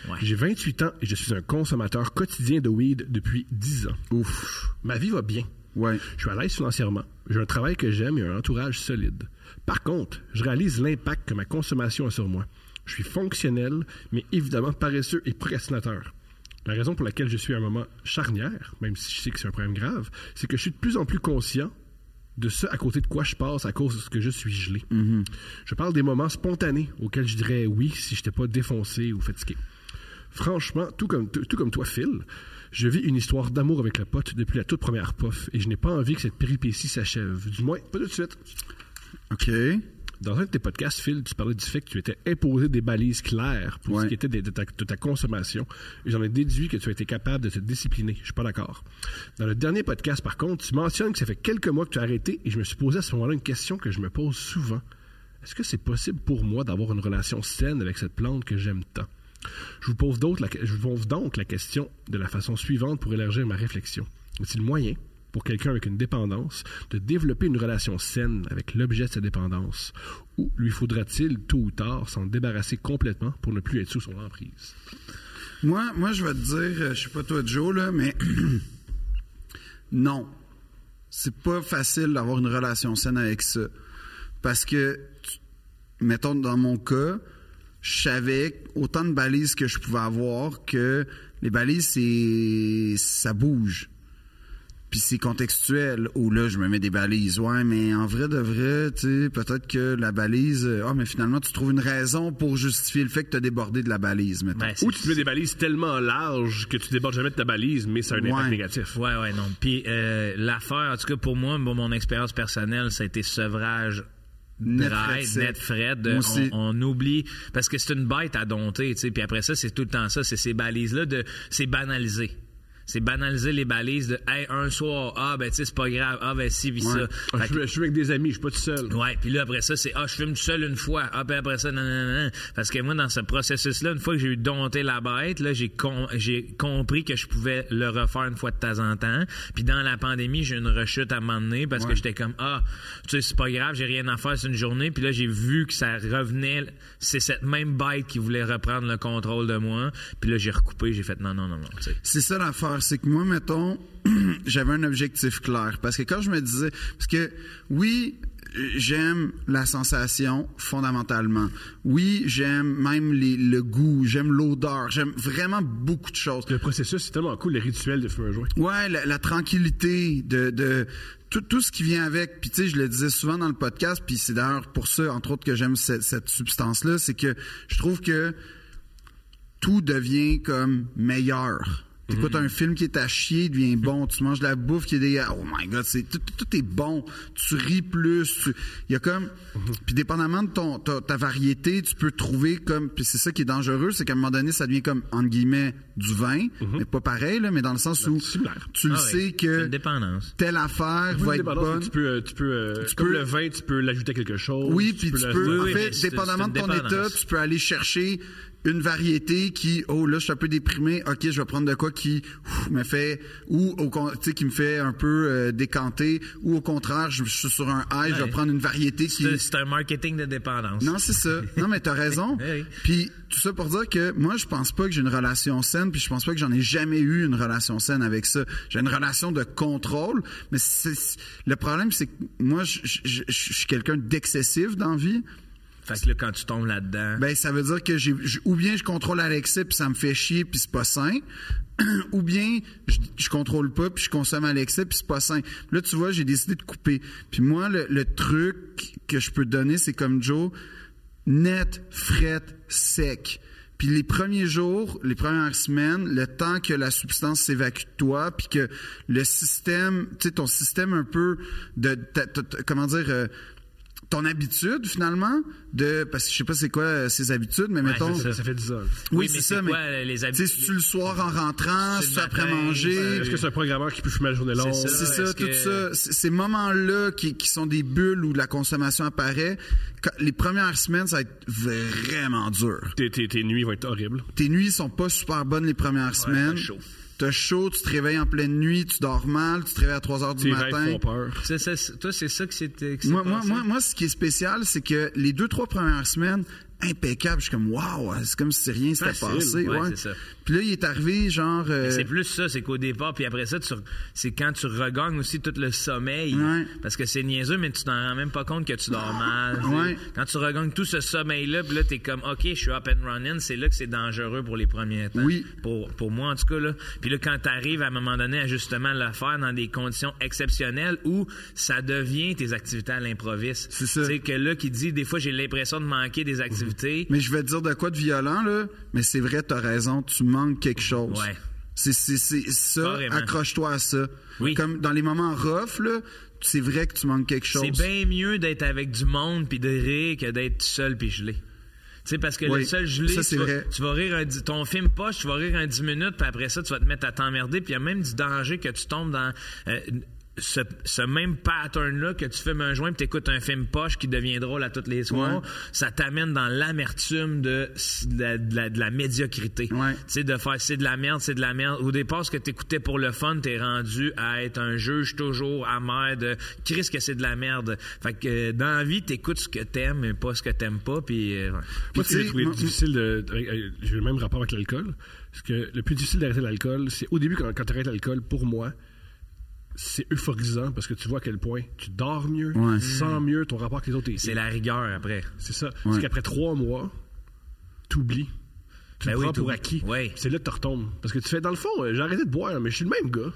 S3: Ouais.
S5: J'ai 28 ans et je suis un consommateur quotidien de weed depuis 10 ans.
S4: Ouf.
S5: Ma vie va bien.
S4: Ouais.
S5: Je suis à l'aise financièrement. J'ai un travail que j'aime et un entourage solide. Par contre, je réalise l'impact que ma consommation a sur moi. Je suis fonctionnel, mais évidemment paresseux et procrastinateur. La raison pour laquelle je suis à un moment charnière, même si je sais que c'est un problème grave, c'est que je suis de plus en plus conscient de ce à côté de quoi je passe à cause de ce que je suis gelé. Je parle des moments spontanés auxquels je dirais oui si je n'étais pas défoncé ou fatigué. Franchement, tout comme, tout, tout comme toi, Phil, je vis une histoire d'amour avec le pote depuis la toute première puff et je n'ai pas envie que cette péripétie s'achève. Du moins, pas tout de suite.
S4: Ok.
S5: Dans un de tes podcasts, Phil, tu parlais du fait que tu étais imposé des balises claires pour ce
S4: Ouais.
S5: qui était de, de ta, de ta consommation. Et j'en ai déduit que tu as été capable de te discipliner. Je suis pas d'accord. Dans le dernier podcast, par contre, tu mentionnes que ça fait quelques mois que tu as arrêté et je me suis posé à ce moment-là une question que je me pose souvent. Est-ce que c'est possible pour moi d'avoir une relation saine avec cette plante que j'aime tant? Je vous, pose d'autres la- je vous pose donc la question de la façon suivante pour élargir ma réflexion. Est-il moyen pour quelqu'un avec une dépendance de développer une relation saine avec l'objet de sa dépendance ou lui faudra-t-il tôt ou tard s'en débarrasser complètement pour ne plus être sous son emprise?
S4: Moi, moi, je vais te dire, euh, je sais pas toi, Joe, là, mais non. C'est pas facile d'avoir une relation saine avec ça. Parce que, tu- mettons, dans mon cas, je savais autant de balises que je pouvais avoir que les balises, c'est. ça bouge. Puis puis c'est contextuel. Ou là, je me mets des balises. Ouais, mais en vrai de vrai, tu sais, peut-être que la balise. euh, Ah, mais finalement, tu trouves une raison pour justifier le fait que t'as débordé de la balise, mettons.
S3: Ben, c'est-
S5: Ou tu te mets des balises tellement larges que tu débordes jamais de ta balise, mais ça a un impact
S4: Ouais.
S5: négatif.
S3: Ouais, ouais, non. Puis euh, l'affaire, en tout cas pour moi, bon, mon expérience personnelle, ça a été sevrage
S4: Net
S3: dry,
S4: fret sec.
S3: net fred.
S4: Moi aussi.
S3: On, on oublie parce que c'est une bête à dompter, tu sais. Puis après ça, c'est tout le temps ça, c'est ces balises là de, c'est banalisé. C'est banaliser les balises de hey, un soir, ah ben tu sais, c'est pas grave, ah ben si, puis ça.
S5: Ah,
S3: Fait que-
S5: je, suis- je suis avec des amis, je suis pas tout seul.
S3: Ouais, puis là après ça c'est ah je fume tout seul une fois, ah puis après ça non non non parce que moi dans ce processus là une fois que j'ai eu dompté la bête là j'ai com- j'ai compris que je pouvais le refaire une fois de temps en temps. Puis dans la pandémie j'ai eu une rechute à un moment donné parce que j'étais comme ah tu sais c'est pas grave j'ai rien à faire c'est une journée puis là j'ai vu que ça revenait c'est cette même bête qui voulait reprendre le contrôle de moi puis là j'ai recoupé j'ai fait non non non non tu sais.
S4: C'est ça l'affaire, c'est que moi, mettons, j'avais un objectif clair. Parce que quand je me disais, parce que oui, euh, j'aime la sensation fondamentalement. Oui, j'aime même les- le goût, j'aime l'odeur, j'aime vraiment beaucoup de choses.
S5: Le processus, c'est tellement cool, le rituel de fumer un joint.
S4: Ouais, la, la tranquillité de, de tout, tout ce qui vient avec. Puis tu sais, je le disais souvent dans le podcast, puis c'est d'ailleurs pour ça, entre autres, que j'aime cette, cette substance-là, c'est que je trouve que tout devient comme meilleur. T'écoutes
S5: Mm-hmm.
S4: un film qui est à chier, il devient bon. Tu manges de la bouffe qui est dégueulasse. Oh my god, c'est tout, tout- tout est bon. Tu ris plus. tu- Il y a comme,
S5: Mm-hmm.
S4: puis dépendamment de ton ta, ta variété, tu peux trouver comme. Puis c'est ça qui est dangereux, c'est qu'à un moment donné, ça devient comme entre guillemets du vin,
S5: Mm-hmm.
S4: mais pas pareil là, mais dans le sens où
S5: similaire.
S4: tu le
S3: Ah ouais,
S4: sais
S3: c'est
S4: que
S3: une dépendance.
S4: telle affaire va être
S5: Dépendance,
S4: bonne.
S5: Tu peux, euh, tu peux, euh,
S4: Tu
S5: comme
S4: peux-
S5: le vin, tu peux l'ajouter à quelque chose.
S4: Oui, puis tu
S5: le-
S4: peux,
S3: Oui,
S4: en
S3: oui, mais
S4: fait,
S3: c'est-
S4: dépendamment
S3: c'est une
S4: de ton état,
S3: dépendance.
S4: tu peux aller chercher une variété qui, oh là, je suis un peu déprimé, ok, je vais prendre de quoi qui ouf, me fait, ou au con- tu sais, qui me fait un peu euh, décanter, ou au contraire, je, je suis sur un high, je vais
S3: Ouais.
S4: prendre une variété qui...
S3: C'est- C'est un marketing de dépendance.
S4: Non, c'est ça. Non, mais t'as raison.
S3: Oui.
S4: Puis tout ça pour dire que moi, je pense pas que j'ai une relation saine, puis je pense pas que j'en ai jamais eu une relation saine avec ça. J'ai une relation de contrôle, mais c'est le problème, c'est que moi, je, je- je- je suis quelqu'un d'excessif dans la vie.
S3: Fait que là quand tu tombes là-dedans
S4: Ben, ça veut dire que j'ai, j- ou bien je contrôle à l'excès puis ça me fait chier puis c'est pas sain, ou bien je, je contrôle pas puis je consomme à l'excès puis c'est pas sain. Là, tu vois, j'ai décidé de couper. Puis moi, le, le truc que je peux te donner, c'est comme Joe, net, fret, sec. Puis les premiers jours, les premières semaines, le temps que la substance s'évacue de toi, puis que le système, tu sais, ton système un peu de, ta- ta- ta- comment dire, euh, ton habitude finalement de, parce que je sais pas c'est quoi euh, ses habitudes, mais mettons,
S3: c'est
S5: Ça, ça fait 10 ans.
S4: oui,
S3: Oui, mais
S4: c'est
S3: c'est
S4: ça,
S3: quoi, euh,
S4: mais
S3: les
S4: tu sais, si tu le soir en rentrant,
S3: C'est
S4: si
S3: le
S4: tu après
S3: matin,
S4: manger,
S5: Est-ce que c'est un programmeur qui peut fumer la journée longue?
S3: ça.
S4: c'est
S3: Est-ce
S4: ça, tout
S3: que-
S4: ça. c- Ces moments-là qui, qui sont des bulles où la consommation apparaît, quand- les premières semaines, ça va être vraiment dur.
S5: Tes, tes- tes nuits vont être horribles.
S4: Tes nuits sont pas super bonnes les premières semaines.
S3: t'as chaud.
S4: T'as chaud, tu te réveilles en pleine nuit, tu dors mal, tu te réveilles à 3 heures du
S5: Tes rêves
S4: matin.
S5: font peur.
S3: C'est- c'est- toi, c'est ça que c'était.
S4: Moi, moi, moi, moi, ce qui est spécial, c'est que les deux, trois premières semaines, impeccable. Je suis comme, waouh, c'est comme si rien s'était
S5: Facile,
S4: passé.
S3: ouais,
S4: ouais.
S3: c'est ça.
S4: Puis là, il est arrivé, genre. euh,
S3: C'est plus ça, c'est qu'au départ, puis après ça, tu re- c'est quand tu regagnes aussi tout le sommeil.
S4: Ouais.
S3: Parce que c'est niaiseux, mais tu t'en rends même pas compte que tu dors mal.
S4: Ouais.
S3: tu sais. Quand tu regagnes tout ce sommeil-là, puis là, t'es comme, OK, je suis up and running, c'est là que c'est dangereux pour les premiers temps.
S4: Oui.
S3: Pour, pour moi, en tout cas, là. Puis là, quand t'arrives à un moment donné à justement le faire dans des conditions exceptionnelles où ça devient tes activités à l'improviste.
S4: C'est ça.
S3: Tu sais, que là, qui dit, des fois, j'ai l'impression de manquer des activités.
S4: Mais je vais te dire de quoi de violent, là. Mais c'est vrai, t'as raison, tu manques quelque chose.
S3: Ouais.
S4: C'est, c'est, c'est ça,
S3: Carrément.
S4: accroche-toi à ça.
S3: Oui.
S4: Comme dans les moments rough, là, c'est vrai que tu manques quelque chose.
S3: C'est bien mieux d'être avec du monde puis de rire que d'être seul puis gelé. Tu sais, parce que
S4: Oui,
S3: le seul gelé,
S4: ça, c'est
S3: tu, vas,
S4: vrai.
S3: tu vas rire un dix- ton film poche, tu vas rire un 10 minutes, puis après ça, tu vas te mettre à t'emmerder, puis il y a même du danger que tu tombes dans euh, ce, ce même pattern-là que tu fumes un joint, puis t'écoutes un film poche qui devient drôle à toutes les soirs. Ça t'amène dans l'amertume de, de, la, de la- de la médiocrité.
S4: Ouais.
S3: Tu sais, de faire c'est de la merde, c'est de la merde. Au départ, ce que t'écoutais pour le fun, t'es rendu à être un juge toujours amer de Chris que c'est de la merde. Fait que euh, dans la vie, t'écoutes ce que t'aimes et pas ce que t'aimes pas. Puis, euh, ouais.
S5: Moi,
S4: tu
S5: ce que j'ai
S4: sais,
S5: trouvé
S4: moi-
S5: difficile de. avec- avec- J'ai le même rapport avec l'alcool. Parce que le plus difficile d'arrêter l'alcool, c'est au début, quand, quand tu arrêtes l'alcool, pour moi, c'est euphorisant parce que tu vois à quel point tu dors mieux,
S4: Ouais.
S5: tu sens mieux, ton rapport avec les autres est.
S3: c'est la rigueur après.
S5: C'est ça. Parce qu'après trois mois, t'oublies. Tu
S3: Ben
S5: le
S3: oui,
S5: prends pour
S3: t'oublies.
S5: acquis.
S3: Ouais.
S5: C'est là que tu retombes. Parce que tu fais, dans le fond, euh, j'ai arrêté de boire, mais je suis le même gars.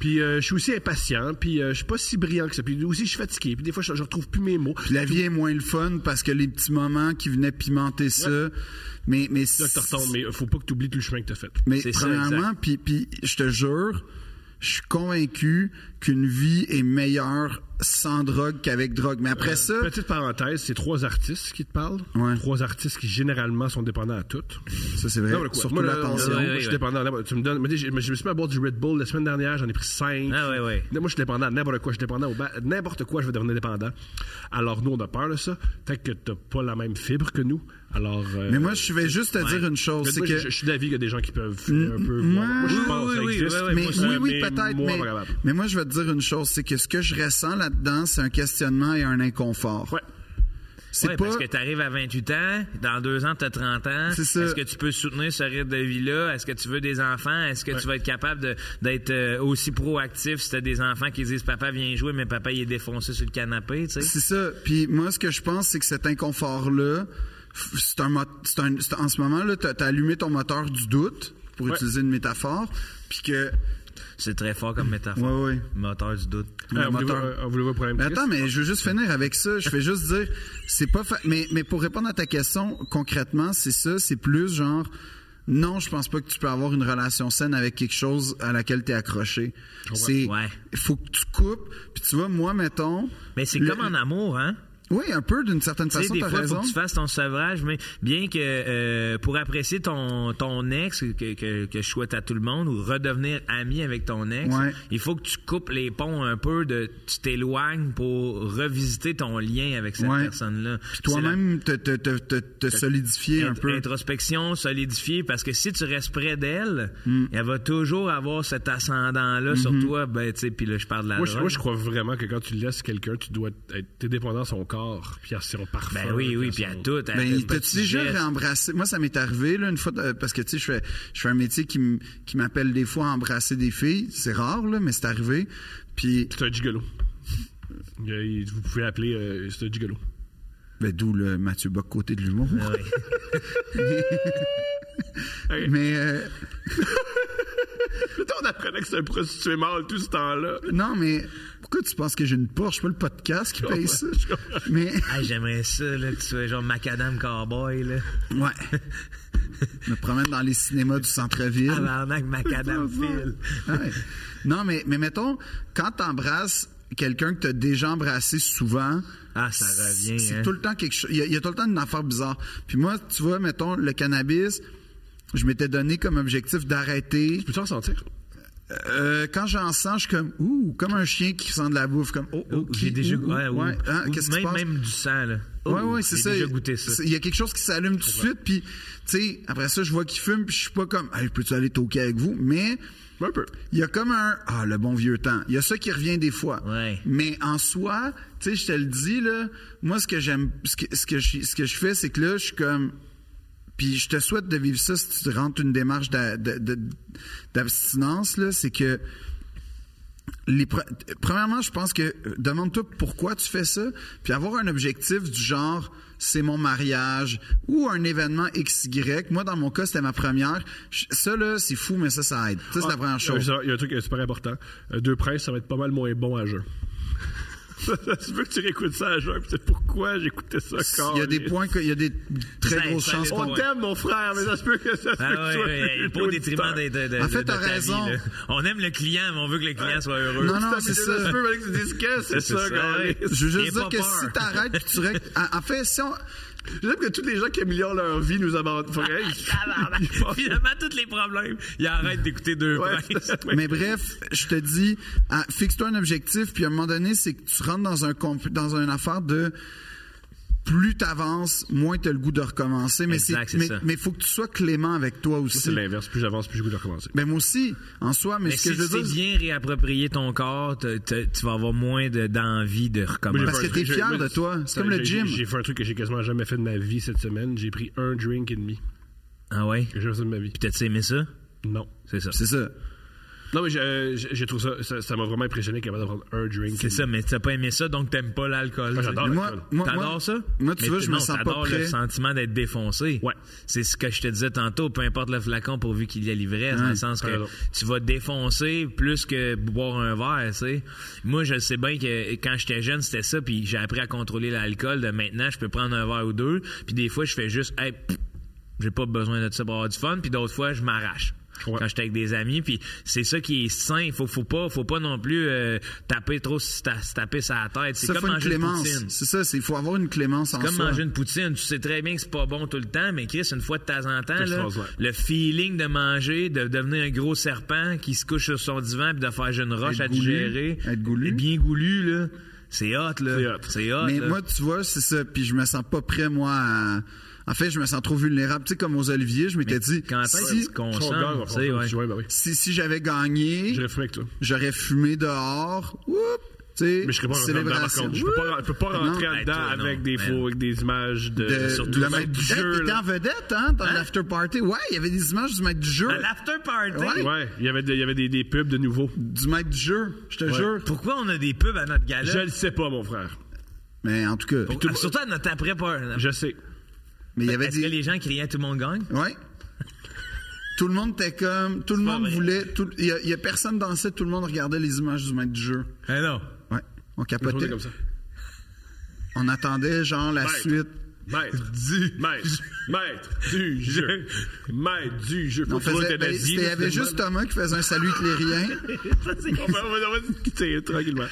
S5: Puis euh, je suis aussi impatient. Puis euh, je suis pas si brillant que ça. Puis aussi, je suis fatigué. Puis des fois, je, je retrouve plus mes mots.
S4: Puis la vie est moins le fun parce que les petits moments qui venaient pimenter ça. Mais, mais,
S5: Là, tu retombes, mais faut pas que tu oublies tout le chemin que t'as fait.
S4: Mais
S3: C'est ça,
S4: premièrement,
S3: exact.
S4: puis puis je te jure, je suis convaincu qu'une vie est meilleure sans drogue qu'avec drogue. Mais
S5: Euh,
S4: après ça,
S5: Petite parenthèse, c'est trois artistes qui te parlent.
S4: Ouais.
S5: Trois artistes qui généralement sont dépendants à toutes.
S4: ça c'est vrai,
S5: Non, mais quoi,
S4: surtout
S5: moi, là,
S4: la
S5: on-
S4: pension.
S5: moi,
S3: Ouais, ouais,
S5: je suis
S3: ouais.
S5: dépendant. à n'importe- Tu me donnes, mais dis, je, je me suis mis à boire du Red Bull la semaine dernière, j'en ai pris cinq.
S3: Ah, ouais, ouais.
S5: Là, Moi, je suis dépendant à n'importe quoi. Je suis dépendant au ba- n'importe quoi, je vais devenir dépendant. Alors, nous, on a peur de ça. Peut-être que t'as pas la même fibre que nous. Alors. euh,
S4: Mais moi, je vais juste te dire une chose,
S5: moi,
S4: c'est
S5: je-
S4: que
S5: Je, suis d'avis qu'il y a des gens qui peuvent fumer un peu. Euh, Moi, moi, je
S4: oui,
S5: pense
S3: oui,
S5: que ça
S3: oui,
S5: existe.
S3: oui, oui,
S4: mais
S3: moi,
S4: oui, oui,
S5: mais
S4: peut-être,
S5: moi,
S4: mais,
S5: pas capable.
S4: mais moi, je vais te dire une chose, c'est que ce que je ressens là-dedans, c'est un questionnement et un inconfort.
S5: Ouais.
S4: C'est
S3: Ouais,
S4: pas...
S3: parce que tu arrives à 28 ans, dans deux ans, tu as 30 ans.
S4: C'est ça.
S3: Est-ce que tu peux soutenir ce rythme de vie-là? Est-ce que tu veux des enfants? Est-ce que tu vas être capable de- d'être euh, aussi proactif si tu des enfants qui disent Papa, viens jouer, mais papa, il est défoncé sur le canapé, tu sais?
S4: C'est ça. Puis moi, ce que je pense, c'est que cet inconfort-là, f- c'est un, mot- c'est un- c'est- en ce moment-là, t'as as allumé ton moteur du doute, pour utiliser une métaphore, puis que
S3: C'est très fort comme métaphore.
S4: Ouais, ouais.
S3: Moteur du doute.
S5: Euh,
S4: le
S5: voulez-vous-
S4: moteur-
S5: euh, voulez-vous un problème
S4: Mais
S5: Chris?
S4: attends, mais je veux juste finir avec ça. Je vais juste dire, c'est pas. fa- Mais, mais pour répondre à ta question concrètement, c'est ça. C'est plus genre. Non, je pense pas que tu peux avoir une relation saine avec quelque chose à laquelle t'es accroché. C'est
S3: Ouais.
S4: faut que tu coupes. Puis tu vois, moi mettons.
S3: Mais c'est
S4: le-
S3: comme en amour, hein?
S4: Oui, un peu d'une certaine
S3: Tu sais,
S4: façon.
S3: des
S4: T'as
S3: fois,
S4: raison.
S3: faut que tu fasses ton sevrage, mais bien que euh, pour apprécier ton, ton ex, que, que, que je souhaite à tout le monde, ou redevenir ami avec ton ex,
S4: Ouais.
S3: il faut que tu coupes les ponts un peu, de, tu t'éloignes pour revisiter ton lien avec cette
S4: Ouais.
S3: personne-là.
S4: Puis toi-même, te, te, te, te, te
S3: C'est
S4: solidifier
S3: la
S4: un peu.
S3: Introspection, solidifier, parce que si tu restes près d'elle,
S4: Mm.
S3: elle va toujours avoir cet ascendant-là sur
S4: Mm-hmm.
S3: toi. Ben, tu sais, puis là, je parle de la
S5: Moi je,
S3: drogue.
S5: moi, je crois vraiment que quand tu laisses quelqu'un, tu dois être t'es dépendant à son corps, puis à son parfum.
S3: Ben oui, oui,
S5: à
S3: puis à
S5: son-
S3: tout. à-
S4: Ben,
S3: au
S4: t'as-tu
S3: petit
S4: déjà
S3: geste.
S4: réembrassé? Moi, ça m'est arrivé, là, une fois, euh, parce que, tu sais, je fais, je fais un métier qui, m- qui m'appelle des fois à embrasser des filles. C'est rare, là, mais c'est arrivé. Puis,
S5: C'est un gigolo. Euh, il- Vous pouvez appeler, euh, c'est un gigolo.
S4: ben, d'où le Mathieu Bock côté de l'humour. mais, euh,
S5: Putain, on apprenait que c'est un prostitué mâle tout ce temps-là.
S4: non, mais, pourquoi tu penses que j'ai une Porsche? Pas le podcast qui paye ça. Mais,
S3: Ah, j'aimerais ça, là, que tu sois genre Macadam Cowboy, là.
S4: ouais. Je me promène dans les cinémas du centre-ville.
S3: Tabarnak, Macadam Phil.
S4: Ah Ouais. Non, mais, mais mettons, quand t'embrasses quelqu'un que t'as déjà embrassé souvent,
S3: Ah, ça revient,
S4: C'est
S3: hein.
S4: tout le temps quelque chose. Il y, a- il y a tout le temps une affaire bizarre. Puis moi, tu vois, mettons, le cannabis, je m'étais donné comme objectif d'arrêter.
S5: Peux-tu en sentir?
S4: Euh, quand j'en sens, je suis comme, ouh, comme un chien qui sent de la bouffe. Comme, oh, oh, qui-
S3: J'ai déjà
S4: ouh, ouh,
S3: goûté.
S4: ouais, hein, qu'est-ce qui se
S3: même,
S4: passe?
S3: même du sang, là. Oh,
S4: ouais, ouais, c'est ça.
S3: J'ai déjà goûté ça.
S4: C'est- Il y a quelque chose qui s'allume tout de suite, puis, tu sais, après ça, je vois qu'il fume, puis je suis pas comme, hey, peux-tu aller toquer avec vous? Mais,
S5: Un peu.
S4: il y a comme un ah le bon vieux temps. Il y a ça qui revient des fois.
S3: Ouais.
S4: Mais en soi, tu sais, je te le dis là, moi ce que j'aime, ce que ce que je, ce que je fais, c'est que là, je suis comme puis je te souhaite de vivre ça si tu rentres une démarche d'a- de- de- d'abstinence là, c'est que les pre- premièrement, je pense que euh, demande-toi pourquoi tu fais ça, puis avoir un objectif du genre c'est mon mariage ou un événement XY. Moi, dans mon cas, c'était ma première. Je- Ça, là, c'est fou, mais ça, ça aide. Ça, c'est la première chose.
S5: Il y a un truc euh, super important. Euh, Deux princes, ça va être pas mal moins bon à jeun. Tu veux que tu réécoutes ça à jeun, puis tu sais pourquoi j'écoutais ça quand.
S4: Il y a des points, que- il y a des très
S3: Ça,
S4: grosses
S3: ça
S4: chances
S3: dépend.
S4: qu'on
S5: On t'aime, mon frère, mais ça se peut que ça se
S3: Ah
S5: peut que
S3: ouais,
S5: tu sois
S3: ouais,
S5: plus
S3: pas au détriment
S5: auditeur.
S3: des- de, de,
S4: En fait,
S3: de- de
S4: t'as
S3: ta vie,
S4: raison.
S3: là. On aime le client, mais on veut que le client soit heureux.
S4: Non, non,
S5: Ça,
S4: c'est
S5: ça.
S4: ça.
S5: se peut, mais que tu dises que c'est
S3: C'est
S5: ça,
S3: ça,
S5: quand
S3: ouais.
S5: même.
S4: Je veux
S3: Aie
S4: juste dire
S3: pas
S4: que
S3: peur.
S4: si t'arrêtes, puis tu règles. En en fait, si on.
S5: J'aime que tous les gens qui améliorent leur vie nous abandonnent. Faut rien, ils-
S3: Tabarnak.
S5: ils font-
S3: Finalement, tous les problèmes, il arrête d'écouter deux
S5: Ouais,
S3: princes.
S5: c'est- ouais.
S4: Mais bref, je te dis, ah, fixe-toi un objectif, puis à un moment donné, c'est que tu rentres dans un comp- dans une affaire de plus t'avances, moins t'as le goût de recommencer. Mais
S3: Exact, c'est
S4: mais,
S3: ça.
S4: mais faut que tu sois clément avec toi
S5: C'est
S4: aussi.
S5: l'inverse. Plus j'avance, plus j'ai goût de recommencer.
S4: Ben moi aussi, en soi, mais,
S3: Mais
S4: ce
S3: si
S4: que je
S3: tu
S4: veux
S3: sais bien
S4: dire.
S3: réapproprier ton corps, t'as- t'as- tu vas avoir moins de- d'envie de recommencer.
S4: Parce que t'es
S5: J'ai-
S4: fier
S5: moi,
S4: de toi. C'est comme le
S5: j'ai-
S4: gym.
S5: J'ai fait un truc que j'ai quasiment jamais fait de ma vie cette semaine. J'ai pris un drink et demi
S3: Ah ouais?
S5: que j'ai jamais fait de ma vie.
S3: Puis t'as-tu aimé ça?
S5: Non.
S3: C'est ça.
S4: C'est ça.
S5: Non, mais j'ai- euh, j'ai j'ai trouvé ça, ça, ça m'a vraiment impressionné qu'elle va prendre un drink.
S3: C'est ça, mais t'as pas aimé ça, donc t'aimes pas l'alcool.
S5: Moi, j'adore
S3: Mais
S5: l'alcool.
S4: Moi, moi, moi-
S3: T'adores ça?
S4: Moi, tu
S3: Mais
S4: vois,
S3: t-
S4: je me
S3: non,
S4: sens pas
S3: t'adores
S4: prêt.
S3: le sentiment d'être défoncé.
S5: Ouais.
S3: C'est ce que je te disais tantôt, peu importe le flacon pourvu qu'il y ait l'ivresse, dans le sens que
S5: Mmh, t'as raison.
S3: tu vas défoncer plus que boire un verre, tu sais. Moi, je sais bien que quand j'étais jeune, c'était ça, puis j'ai appris à contrôler l'alcool. De maintenant, je peux prendre un verre ou deux, puis des fois, je fais juste, hey, pff, j'ai pas besoin de ça pour avoir du fun, puis d'autres fois, je m'arrache.
S5: Ouais.
S3: Quand j'étais avec des amis, puis c'est ça qui est sain. Faut, faut pas, faut pas non plus euh, taper trop, se ta- se taper sa tête. C'est
S4: Ça, faut
S3: comme
S4: une
S3: manger une
S4: clémence.
S3: poutine.
S4: C'est ça, il faut avoir une clémence en
S3: Comme
S4: soi.
S3: manger une poutine, tu sais très bien que c'est pas bon tout le temps, mais Chris, une fois de temps en temps, là,
S5: extraordinaire.
S3: le feeling de manger, de devenir un gros serpent qui se couche sur son divan puis de faire une roche
S4: Être
S3: à
S4: goulu,
S3: digérer,
S4: être goulu.
S3: et bien goulu là, c'est hot
S5: C'est
S3: là,
S5: hot.
S3: c'est hot.
S4: Mais
S3: Ah, là.
S4: moi, tu vois, c'est ça. Puis je me sens pas prêt, moi. à- En fait, je me sens trop vulnérable. Tu sais, comme aux Oliviers, je m'étais dit,
S3: quand est-ce que
S4: si,
S3: tu
S5: Son gars va
S3: consommes, tu sais,
S5: prendre un
S3: ouais.
S5: petit joint, ben oui.
S4: si, si j'avais gagné,
S5: J'irais fumer avec toi.
S4: j'aurais fumé dehors. Oups, tu sais,
S5: Mais je serais pas rentré dedans, par
S4: célébration.
S5: contre. Je peux pas, je peux pas
S4: Non.
S5: rentrer
S3: Hey,
S5: dedans
S3: toi, non.
S5: avec, des
S3: Man.
S5: faux, avec des images de.
S4: De-
S5: surtout
S4: le
S5: du
S4: maître du jeu. T'étais
S5: là.
S4: en vedette, hein, dans l'after party. Ouais, il y avait des images du maître du jeu.
S3: À l'after party.
S4: Ouais.
S5: Ouais, il y avait, des- il y avait des, des pubs de nouveau.
S4: Du maître du jeu, je te jure.
S3: Pourquoi on a des pubs à notre gala?
S5: Je le sais pas, mon frère.
S4: Mais en tout cas,
S3: Ah, surtout à notre après peur.
S5: Je sais.
S4: mais il y avait
S3: Est-ce que
S4: des.
S3: les gens criaient tout le monde gagne?
S4: Ouais. Tout le monde était comme, tout le
S3: pas
S4: monde
S3: vrai.
S4: voulait, tout- il y, a- il y a personne dansait, tout le monde regardait les images du maître du jeu.
S3: Eh non.
S4: Ouais, on
S5: Posé
S4: capotait.
S5: comme ça.
S4: On attendait genre la
S5: Maître.
S4: suite.
S5: Maître.
S3: Du-
S5: Maître. Maître du jeu. Maître du jeu.
S4: On
S5: Faut que tu vois,
S4: faisait,
S5: t'es
S4: ben,
S5: nazi,
S4: c'était- il y
S5: là,
S4: avait
S5: finalement.
S4: juste Thomas qui faisait un salut hitlérien.
S5: On va- on va- on va se quitter tranquillement.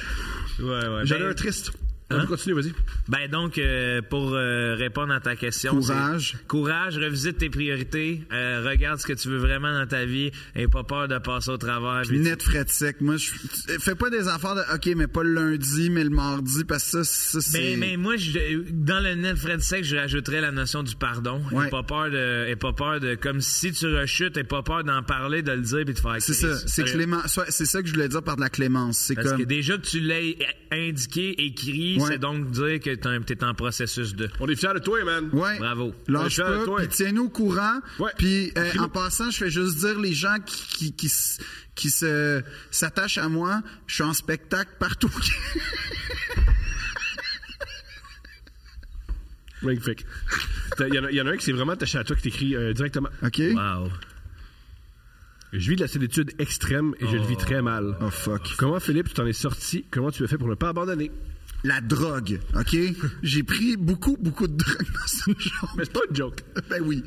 S3: Ouais, ouais.
S5: J'en ai
S3: Ben,
S5: un triste. On continue, vas-y.
S3: Ben donc, euh, pour euh, répondre à ta question,
S4: Courage.
S3: c'est- courage, revisite tes priorités, euh, regarde ce que tu veux vraiment dans ta vie et pas peur de passer au travers.
S4: Puis net frais de sec. Moi, je fais pas des affaires de OK, mais pas le lundi, mais le mardi, parce que ça, ça
S3: mais,
S4: c'est.
S3: mais Ben, moi, je- dans le net Fred sec, je rajouterais la notion du pardon.
S4: Ouais.
S3: Et pas peur de, et pas peur de, comme si tu rechutes, et pas peur d'en parler, de le dire puis de faire.
S4: C'est ça. C'est clément. soit- C'est ça que je voulais dire par de la clémence. C'est
S3: Parce
S4: comme.
S3: que déjà que tu l'aies indiqué, écrit,
S4: Ouais.
S3: c'est donc dire que t'es en- t'es en processus de.
S5: On est fiers de toi, man.
S4: Ouais.
S3: Bravo.
S4: Lâche
S5: Euh, Je suis avec
S4: pas,
S5: toi.
S4: puis tiens-nous au courant.
S5: Ouais.
S4: Puis euh,
S5: Écris-nous.
S4: en passant, je fais juste dire les gens qui qui qui, s- qui se s'attachent à moi, je suis en spectacle partout.
S5: Magnifique. T'as- Il y, en a- il y en a un qui s'est vraiment attaché à toi qui t'écrit euh, directement.
S4: OK
S3: Wow.
S5: Je vis de la solitude extrême et je le vis très mal.
S4: Oh, fuck.
S5: Comment Philippe, tu t'en es sorti Comment tu as fait pour ne pas abandonner
S4: La drogue, OK J'ai pris beaucoup beaucoup de drogue dans une journée.
S5: Mais c'est pas une joke.
S4: Ben oui.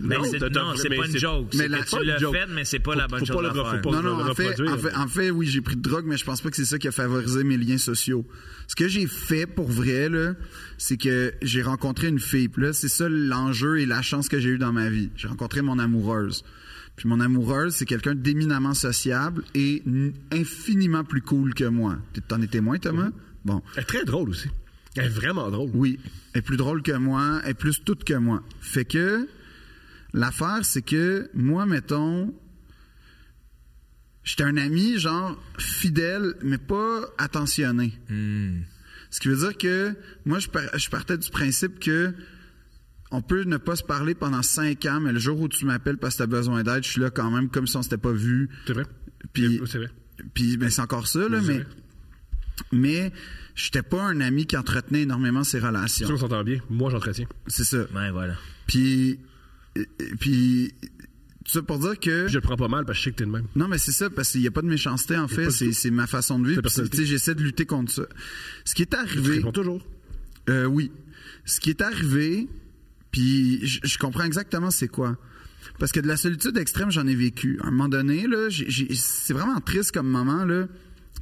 S3: Mais
S5: Non,
S3: Ben c'est-
S5: t'as-
S3: non,
S5: t'as-
S3: c'est
S5: mais
S3: pas une
S5: c'est-
S3: joke.
S4: mais
S3: C'est
S4: la-
S3: que
S5: pas
S3: tu
S5: une
S3: l'as
S5: joke.
S3: fait, mais c'est pas la bonne
S5: faut pas
S3: chose
S5: le
S3: à
S5: refaire,
S3: faire.
S5: faut pas-
S4: Non, non,
S5: le
S4: en fait,
S5: reproduire.
S4: en fait- en fait, oui, j'ai pris de drogue, mais je pense pas que c'est ça qui a favorisé mes liens sociaux. Ce que j'ai fait pour vrai, là, c'est que j'ai rencontré une fille. Puis là, c'est ça l'enjeu et la chance que j'ai eue dans ma vie. J'ai rencontré mon amoureuse. Puis mon amoureuse, c'est quelqu'un d'éminemment sociable et n- infiniment plus cool que moi. T'es- T'en es témoin, Thomas?
S5: Mm-hmm.
S4: Bon.
S5: Elle est très drôle aussi. Elle est vraiment drôle.
S4: Oui, elle est plus drôle que moi, elle est plus toute que moi. Fait que l'affaire, c'est que moi, mettons, j'étais un ami, genre, fidèle, mais pas attentionné. Ce qui veut dire que moi, je, par- je partais du principe que on peut ne pas se parler pendant cinq ans, mais le jour où tu m'appelles parce que tu as besoin d'aide, je suis là quand même comme si on s'était pas vu.
S5: C'est vrai.
S4: Puis,
S5: C'est vrai.
S4: puis ben, c'est encore ça, là,
S5: Oui, c'est
S4: mais,
S5: vrai.
S4: mais j'étais pas un ami qui entretenait énormément ses
S5: C'est
S4: relations.
S5: sûr qu'on s'entend bien. Moi, j'entretiens.
S4: C'est ça.
S3: Ouais, Ben, voilà.
S4: Puis, euh, puis, tout ça pour dire que.
S5: Puis je le prends pas mal parce que je sais que t'es de même.
S4: Non, mais c'est ça, parce qu'il n'y a pas de méchanceté, en fait. C'est c'est ma façon de vivre.
S5: Ta
S4: Puis c'est-
S5: personnalité.
S4: tu sais, J'essaie de lutter contre ça. Ce qui est
S5: Je
S4: arrivé.
S5: réponds toujours.
S4: Euh, oui. Ce qui est arrivé, puis je je comprends exactement c'est quoi. Parce que de la solitude extrême, j'en ai vécu. À un moment donné, là, j'ai- j'ai- c'est vraiment triste comme moment, là.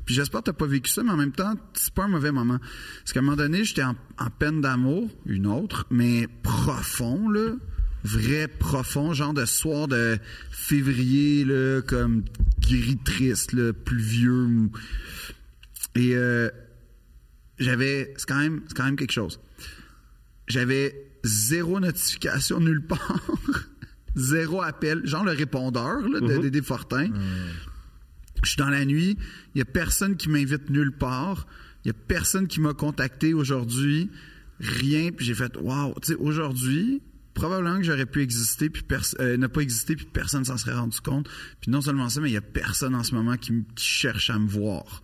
S4: Puis j'espère que t'as pas vécu ça, mais en même temps, c'est pas un mauvais moment. Parce qu'à un moment donné, j'étais en, en peine d'amour, une autre, mais profond, là. Vrai profond, genre de soir de février, là, comme gris triste, là, pluvieux, mou. Et euh, j'avais. C'est quand, même- c'est quand même quelque chose. J'avais zéro notification nulle part. zéro appel. Genre le répondeur là, de Dédé Fortin. Je suis dans la nuit. Il n'y a personne qui m'invite nulle part. Il n'y a personne qui m'a contacté aujourd'hui. Rien. Puis j'ai fait Waouh, tu sais, aujourd'hui, probablement que j'aurais pu exister puis pers- euh, ne pas exister puis personne s'en serait rendu compte. Puis non seulement ça, mais il y a personne en ce moment qui, m- qui cherche à me voir.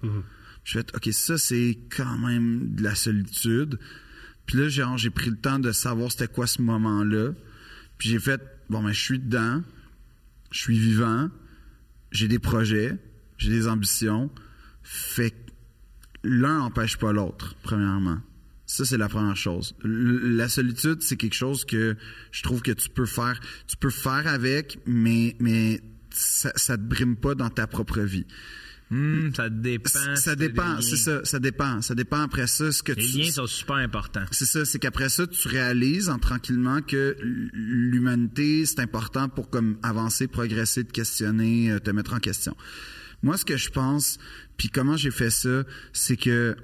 S4: Je fais OK, ça c'est quand même de la solitude. Puis là genre, j'ai pris le temps de savoir c'était quoi ce moment-là. Puis j'ai fait bon ben je suis dedans. Je suis vivant. J'ai des projets, j'ai des ambitions. Fait que l'un n'empêche pas l'autre, premièrement. Ça, c'est la première chose. L- la solitude, c'est quelque chose que je trouve que tu peux faire, tu peux faire avec, mais, mais ça, ça te brime pas dans ta propre vie.
S3: Hum, ça dépend.
S4: C-
S3: si t'as
S4: Ça
S3: des
S4: dépend,
S3: liens.
S4: c'est ça, ça dépend. Ça dépend après ça, ce que
S3: Les
S4: tu,
S3: liens sont super importants.
S4: c'est ça, c'est qu'après ça, tu réalises en tranquillement que l- l'humanité, c'est important pour comme avancer, progresser, te questionner, euh, te mettre en question. Moi, ce que je pense, puis comment j'ai fait ça, c'est que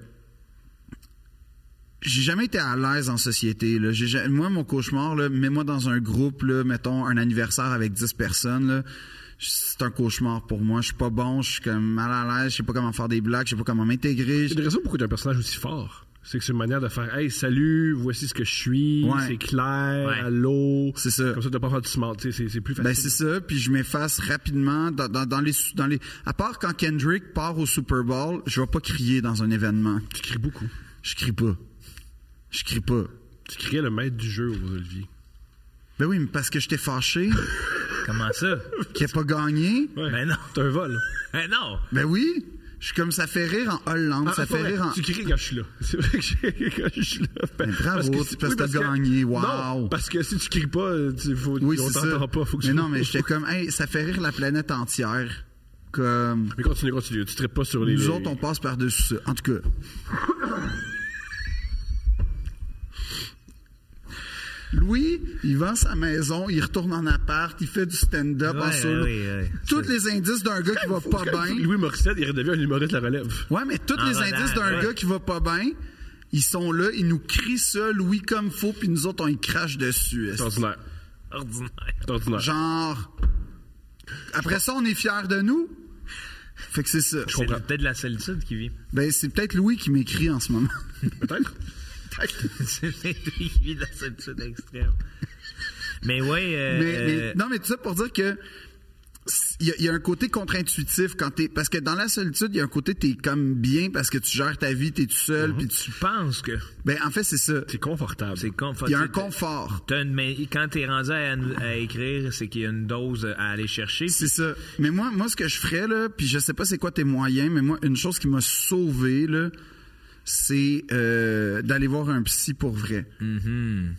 S4: j'ai jamais été à l'aise en société. Là. J'ai ja- moi, mon cauchemar, là, mets-moi dans un groupe, là, mettons un anniversaire avec 10 personnes, là, c'est un cauchemar pour moi. Je suis pas bon, je suis comme mal à l'aise, je sais pas comment faire des blagues, je sais pas comment m'intégrer.
S5: C'est une raison pourquoi t'es un personnage aussi fort. C'est que c'est une manière de faire Hey, salut, voici ce que je suis,
S4: Ouais.
S5: c'est clair,
S3: Ouais.
S5: allô.
S4: C'est ça.
S5: Comme ça, t'as pas à faire du smart, tu sais, c'est c'est plus facile.
S4: Ben c'est ça, puis je m'efface rapidement dans, dans, dans les sou- dans les à part quand Kendrick part au Super Bowl, je vais pas crier dans un événement.
S5: tu cries beaucoup.
S4: Je crie pas. Je crie pas.
S5: Tu criais le maître du jeu aux Olivier.
S4: Ben oui, mais parce que j'étais fâché
S3: Comment ça?
S4: qu'il ait pas gagné.
S3: Ben non.
S5: T'as un vol.
S3: Ben non!
S4: Ben oui, je suis comme ça fait rire en Hollande,
S5: Ah,
S4: ça
S5: c'est
S4: fait
S5: vrai,
S4: rire en
S5: Tu cries quand je suis là. C'est vrai que je crie quand je suis là. Ben,
S4: Mais bravo,
S5: si-
S4: parce que t'as
S5: que-
S4: gagné, wow.
S5: Non, parce que si tu cries pas, euh, tu, faut,
S4: Oui,
S5: on
S4: c'est
S5: t'entend
S4: ça.
S5: pas. Faut que
S4: mais
S5: tu-
S4: non, mais j'étais comme hey, ça fait rire la planète entière comme
S5: Mais continue, continue. Tu traites pas sur les.
S4: nous autres on passe par-dessus ça. En tout cas, Louis, il vend sa maison, il retourne en appart, il fait du stand-up en
S3: Ouais,
S4: solo.
S3: ouais, ouais.
S4: Tous les indices d'un gars qui va pas bien.
S5: Louis Morissette, il redevient un humoriste de la relève.
S4: Ouais, mais tous
S3: En
S4: les
S3: rodage,
S4: indices d'un
S3: ouais.
S4: gars qui va pas bien, ils sont là, ils nous crient ça, Louis comme faux, puis nous autres on y crache dessus. est-ce
S5: C'est ordinaire.
S3: Ordinaire.
S5: C'est ordinaire.
S4: Genre. Après ça, on est fiers de nous. Fait que c'est ça.
S3: C'est peut-être de la solitude qui vit.
S4: Ben, c'est peut-être Louis qui m'écrit en ce moment.
S5: Peut-être.
S3: C'est peut-être lui qui vit de la solitude extrême. Mais ouais. euh,
S4: Mais, mais-
S3: euh,
S4: non, mais tout ça pour dire que. s- Il y, a- il y a un côté contre-intuitif quand t'es. Parce que dans la solitude, il y a un côté t'es comme bien parce que tu gères ta vie, t'es tout seul, puis tu.
S3: tu penses que
S4: Ben, en fait, c'est ça.
S5: C'est confortable.
S3: c'est confortable.
S4: Il y a un confort.
S3: T'as une- mais quand t'es rendu à, à écrire, c'est qu'il y a une dose à aller chercher.
S4: C'est ça. Mais moi, moi, ce que je ferais, là, puis je sais pas c'est quoi tes moyens, mais moi, une chose qui m'a sauvé, là, c'est euh, d'aller voir un psy pour vrai.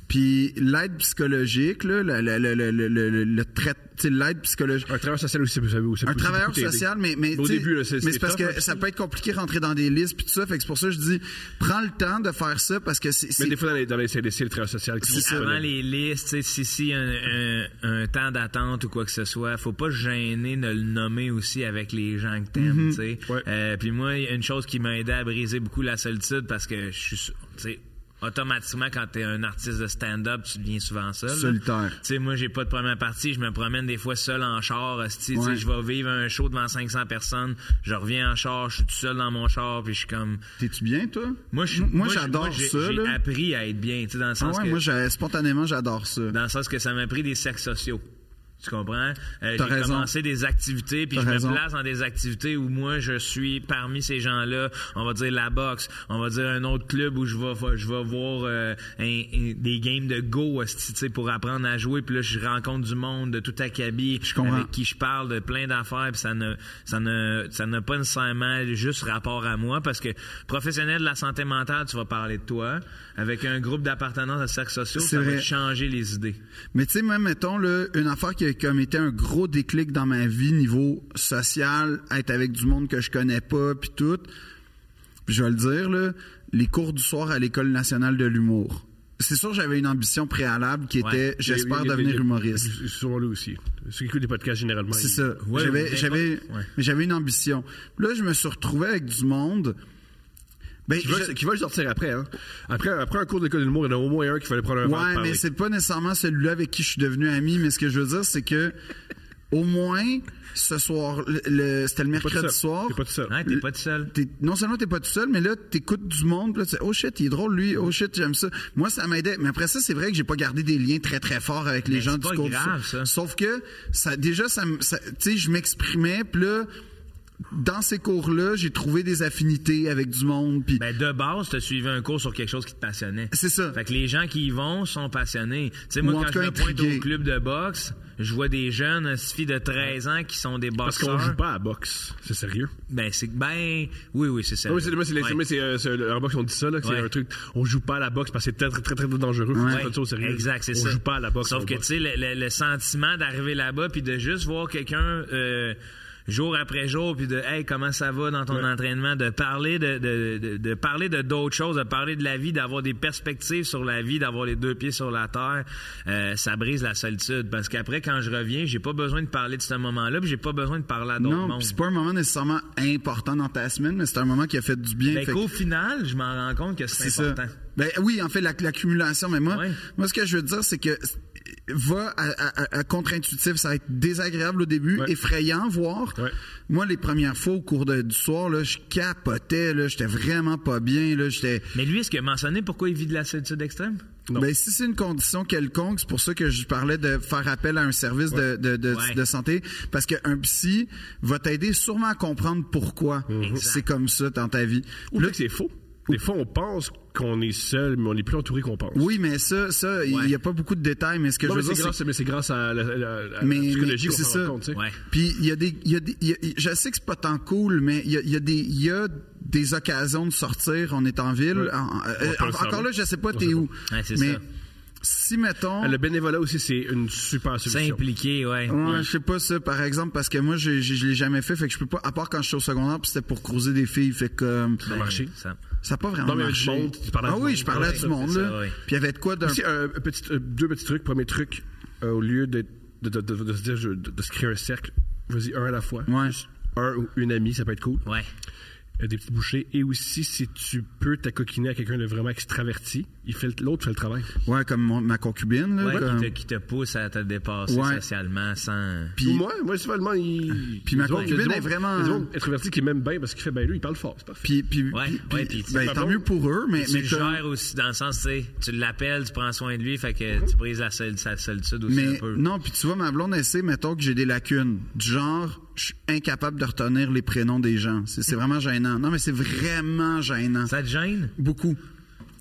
S4: Puis l'aide psychologique, là, le, le, le, le, le, le, le trait- tu sais, l'aide psychologique.
S5: Un travailleur social aussi, vous savez, vous savez
S4: Un
S5: aussi
S4: travailleur
S5: beaucoup t'aider.
S4: social, mais, mais,
S5: au
S4: tu sais,
S5: début, là, c'est
S4: mais c'est parce
S5: tough,
S4: que
S5: là.
S4: ça peut être compliqué de rentrer dans des listes puis tout ça. Fait que c'est pour ça que je dis, prends le temps de faire ça parce que c'est.
S5: Mais
S4: c'est-
S5: des fois, dans les, dans les CDC, le travailleur social, qui
S4: C'est ça.
S3: Avant
S5: disponible.
S3: les listes, tu sais, si si un, un, un temps d'attente ou quoi que ce soit, faut pas se gêner de le nommer aussi avec les gens que
S4: Mhm.
S3: t'aimes, tu sais.
S5: Ouais.
S3: Euh, Puis moi, une chose qui m'a aidé à briser beaucoup la solitude parce que je suis, sou- tu sais, automatiquement quand t'es un artiste de stand-up, tu deviens souvent seul. là.
S4: Solitaire.
S3: Tu sais, moi j'ai pas de première partie, je me promène des fois seul en char, hostie, tu sais,
S4: Ouais.
S3: je vais vivre un show devant 500 personnes, je reviens en char, je suis tout seul dans mon char, puis je suis comme
S4: T'es-tu bien, toi?
S3: moi je
S4: Moi,
S3: je-
S4: j'adore
S3: j'ai-
S4: ça,
S3: J'ai
S4: là.
S3: appris à être bien, tu sais dans le
S4: Ah
S3: sens
S4: ouais,
S3: que
S4: moi, j'ai- spontanément, j'adore ça.
S3: dans le sens que ça m'a pris des sacs sociaux. Tu comprends? Euh,
S4: T'as
S3: j'ai
S4: raison.
S3: commencé des activités, puis
S4: T'as
S3: je
S4: raison.
S3: me place dans des activités où moi, je suis parmi ces gens-là. On va dire la boxe, on va dire un autre club où je vais, fa- je vais voir euh, un- un- des games de go hostie, tu sais, pour apprendre à jouer. Puis là, je rencontre du monde de tout acabit
S4: Je comprends.
S3: avec qui je parle de plein d'affaires. Puis ça ne, ça ne, ça n'a pas nécessairement juste rapport à moi parce que professionnel de la santé mentale, tu vas parler de toi. Avec un groupe d'appartenance à sacs sociaux,
S4: C'est
S3: ça va
S4: vrai.
S3: te changer les idées.
S4: Mais tu sais, même, mettons, là, une affaire qui a comme été un gros déclic dans ma vie, niveau social, être avec du monde que je connais pas, puis tout. Puis je vais le dire, là, les cours du soir à l'École nationale de l'humour. C'est sûr, j'avais une ambition préalable qui était,
S3: Ouais.
S4: j'espère
S5: Il y a- il y a-
S4: devenir
S5: il y a-
S4: humoriste.
S5: C'est souvent lui aussi. Ceux qui écoutent des podcasts, généralement.
S4: C'est
S5: ils-
S4: ça.
S3: Ouais,
S4: j'avais,
S3: n'importe-
S4: j'avais,
S3: ouais.
S4: mais j'avais une ambition. Là, je me suis retrouvé avec du monde. Ben,
S5: Qui veulent,
S4: je-
S5: qui veulent sortir après, hein. Après, après un cours d'école d'humour, il y en a au moins un qui fallait prendre un verre.
S4: Ouais, mais c'est pas nécessairement celui-là avec qui je suis devenu ami, mais ce que je veux dire, c'est que Au moins, ce soir, le- le- c'était le
S5: T'es pas tout
S4: mercredi
S5: seul.
S4: soir.
S5: T'es pas tout seul.
S3: Ouais, t'es pas tout seul.
S4: T'es- non seulement t'es pas tout seul, mais là, t'écoutes du monde, puis là, tu sais, oh shit, il est drôle, lui, oh shit, j'aime ça. Moi, ça m'aidait. Mais après ça, c'est vrai que j'ai pas gardé des liens très, très forts avec les
S3: Mais
S4: gens
S3: c'est
S4: du
S3: pas
S4: cours du
S3: grave,
S4: soir.
S3: ça.
S4: Sauf que, ça, déjà, ça, me- ça- tu sais, je m'exprimais, puis là, dans ces cours-là, j'ai trouvé des affinités avec du monde, puis
S3: Ben, de base, tu suivi un cours sur quelque chose qui te passionnait.
S4: C'est ça.
S3: Fait que les gens qui y vont sont passionnés. Tu sais, moi,
S4: Ou en
S3: quand
S4: tout
S3: je
S4: cas
S3: me pointe
S4: intrigués.
S3: au club de boxe, je vois des jeunes, un filles de 13 ans qui sont des
S5: Parce qu'on
S3: boxeurs.
S5: joue pas à la boxe. C'est sérieux.
S3: Ben, c'est ben, oui, oui, c'est ça.
S5: Ah oui, c'est moi, c'est les-
S3: Ouais.
S5: moi, c'est, euh, c'est le- en boxe, on dit ça, là, que c'est
S3: Ouais.
S5: un truc. On joue pas à la boxe parce que c'est très, très, très, très dangereux. Faut
S3: Ouais.
S5: prendre ça au sérieux.
S3: Exact, c'est
S5: on
S3: ça.
S5: joue pas à la boxe.
S3: Sauf
S5: on
S3: que, tu
S5: boxe.
S3: sais, le, le- le sentiment d'arriver là-bas puis de juste voir quelqu'un euh, jour après jour puis de Hey, comment ça va dans ton entraînement, de parler de, de, de, de parler de d'autres choses, de parler de la vie, d'avoir des perspectives sur la vie, d'avoir les deux pieds sur la terre, euh, ça brise la solitude. Parce qu'après, quand je reviens, j'ai pas besoin de parler de ce moment-là puis j'ai pas besoin de parler à d'autres
S4: non,
S3: mondes.
S4: puis c'est pas un moment nécessairement important dans ta semaine, mais c'est un moment qui a fait du bien.
S3: Ben,
S4: Fait que-
S3: qu'au final, je m'en rends compte que c'est
S4: C'est ça.
S3: important.
S4: Ben oui, en fait, la- l'accumulation. Mais moi,
S3: Ouais.
S4: moi, ce que je veux dire, c'est que va à, à- à contre-intuitif, ça va être désagréable au début,
S5: Ouais.
S4: effrayant, voire.
S5: Ouais.
S4: Moi, les premières fois au cours de- du soir, là, je capotais, là, j'étais vraiment pas bien, là, j'étais.
S3: Mais lui, est-ce qu'il a mentionné pourquoi il vit de la solitude extrême?
S4: Ben, si c'est une condition quelconque, c'est pour ça que je parlais de faire appel à un service de, de, de,
S3: Ouais.
S4: de santé, parce qu'un psy va t'aider sûrement à comprendre pourquoi c'est comme ça dans ta vie.
S5: Ou peut-être que c'est faux. Des fois, on pense qu'on est seul, mais on est plus entouré qu'on pense.
S4: Oui, mais ça, ça, il n'y a pas beaucoup de détails, mais ce que
S5: Non,
S4: je
S5: mais
S4: veux
S5: c'est
S4: dire, c'est
S5: grâce, mais c'est grâce à la, la- la- à
S4: Mais-
S5: la psychologie
S4: mais
S5: qu'on
S4: c'est
S5: s'en
S4: ça.
S5: rend compte, tu sais.
S3: Ouais.
S4: Puis il y a des, il y a des, il y a- je sais que c'est pas tant cool, mais il y a, il y a des, il y a des occasions de sortir. On est en ville. En- en- euh,
S5: peut le
S4: en-
S5: savoir.
S4: encore là, je sais pas
S5: sait
S4: t'es où.
S3: Ouais, c'est
S4: mais
S3: ça.
S4: si mettons,
S5: Ah, Le bénévolat aussi, c'est une super solution.
S3: S'impliquer, ouais.
S4: Ouais, je sais pas ça par exemple parce que moi je, je, je l'ai jamais fait, fait que je peux pas. À part quand je suis au secondaire, puis c'était pour croiser des filles, fait que euh,
S5: Ça a marché.
S3: Ça-
S4: ça a pas vraiment
S5: Non, mais il y avait du
S4: marché.
S5: monde, tu parlais à
S4: ah
S5: du
S4: oui,
S5: monde.
S4: je parlais à
S5: Ouais,
S4: du
S5: ça,
S4: monde
S3: c'est
S4: là.
S3: ça, ouais.
S4: Puis il y avait de quoi d'un.
S5: Aussi, un petit- euh, deux petits trucs. Premier truc, euh, au lieu de, de, de- de- de se dire, je- de, de se créer un cercle, vas-y un à la fois.
S4: Ouais.
S5: Juste Un ou une amie, ça peut être cool.
S3: Ouais.
S5: Euh, Des petites bouchées. Et aussi, si tu peux t'accoquiner à quelqu'un de vraiment extraverti, il fait le- l'autre fait le travail.
S4: Ouais, comme mon- ma concubine là.
S3: Ouais,
S4: comme-
S3: qui, te, qui te pousse à te dépasser
S4: Ouais.
S3: socialement sans.
S4: Puis-
S5: Ou moi, moi, souvent, il.
S4: Puis ma
S5: il y a du monde- il y a du
S4: concubine
S5: monde-
S4: est vraiment-
S5: il y a du monde extraverti qui m'aime bien parce qu'il fait, ben lui, il parle fort. C'est parfait.
S4: Puis, puis,
S3: Ouais,
S4: puis-
S3: ouais,
S4: puis-
S3: puis-
S4: ben,
S5: Pardon?
S4: tant mieux pour eux, mais,
S3: Tu
S4: mais
S3: le
S4: comme-
S3: gères aussi, dans le sens, tu sais, tu l'appelles, tu prends soin de lui, fait que tu brises la, sol- sa solitude aussi
S4: Mais
S3: un peu.
S4: non, puis tu vois, ma blonde essaie, mettons que j'ai des lacunes. Du genre, je suis incapable de retenir les prénoms des gens. C'est
S5: Mm.
S4: c'est vraiment gênant. Non, mais c'est vraiment gênant.
S3: Ça te gêne?
S4: Beaucoup.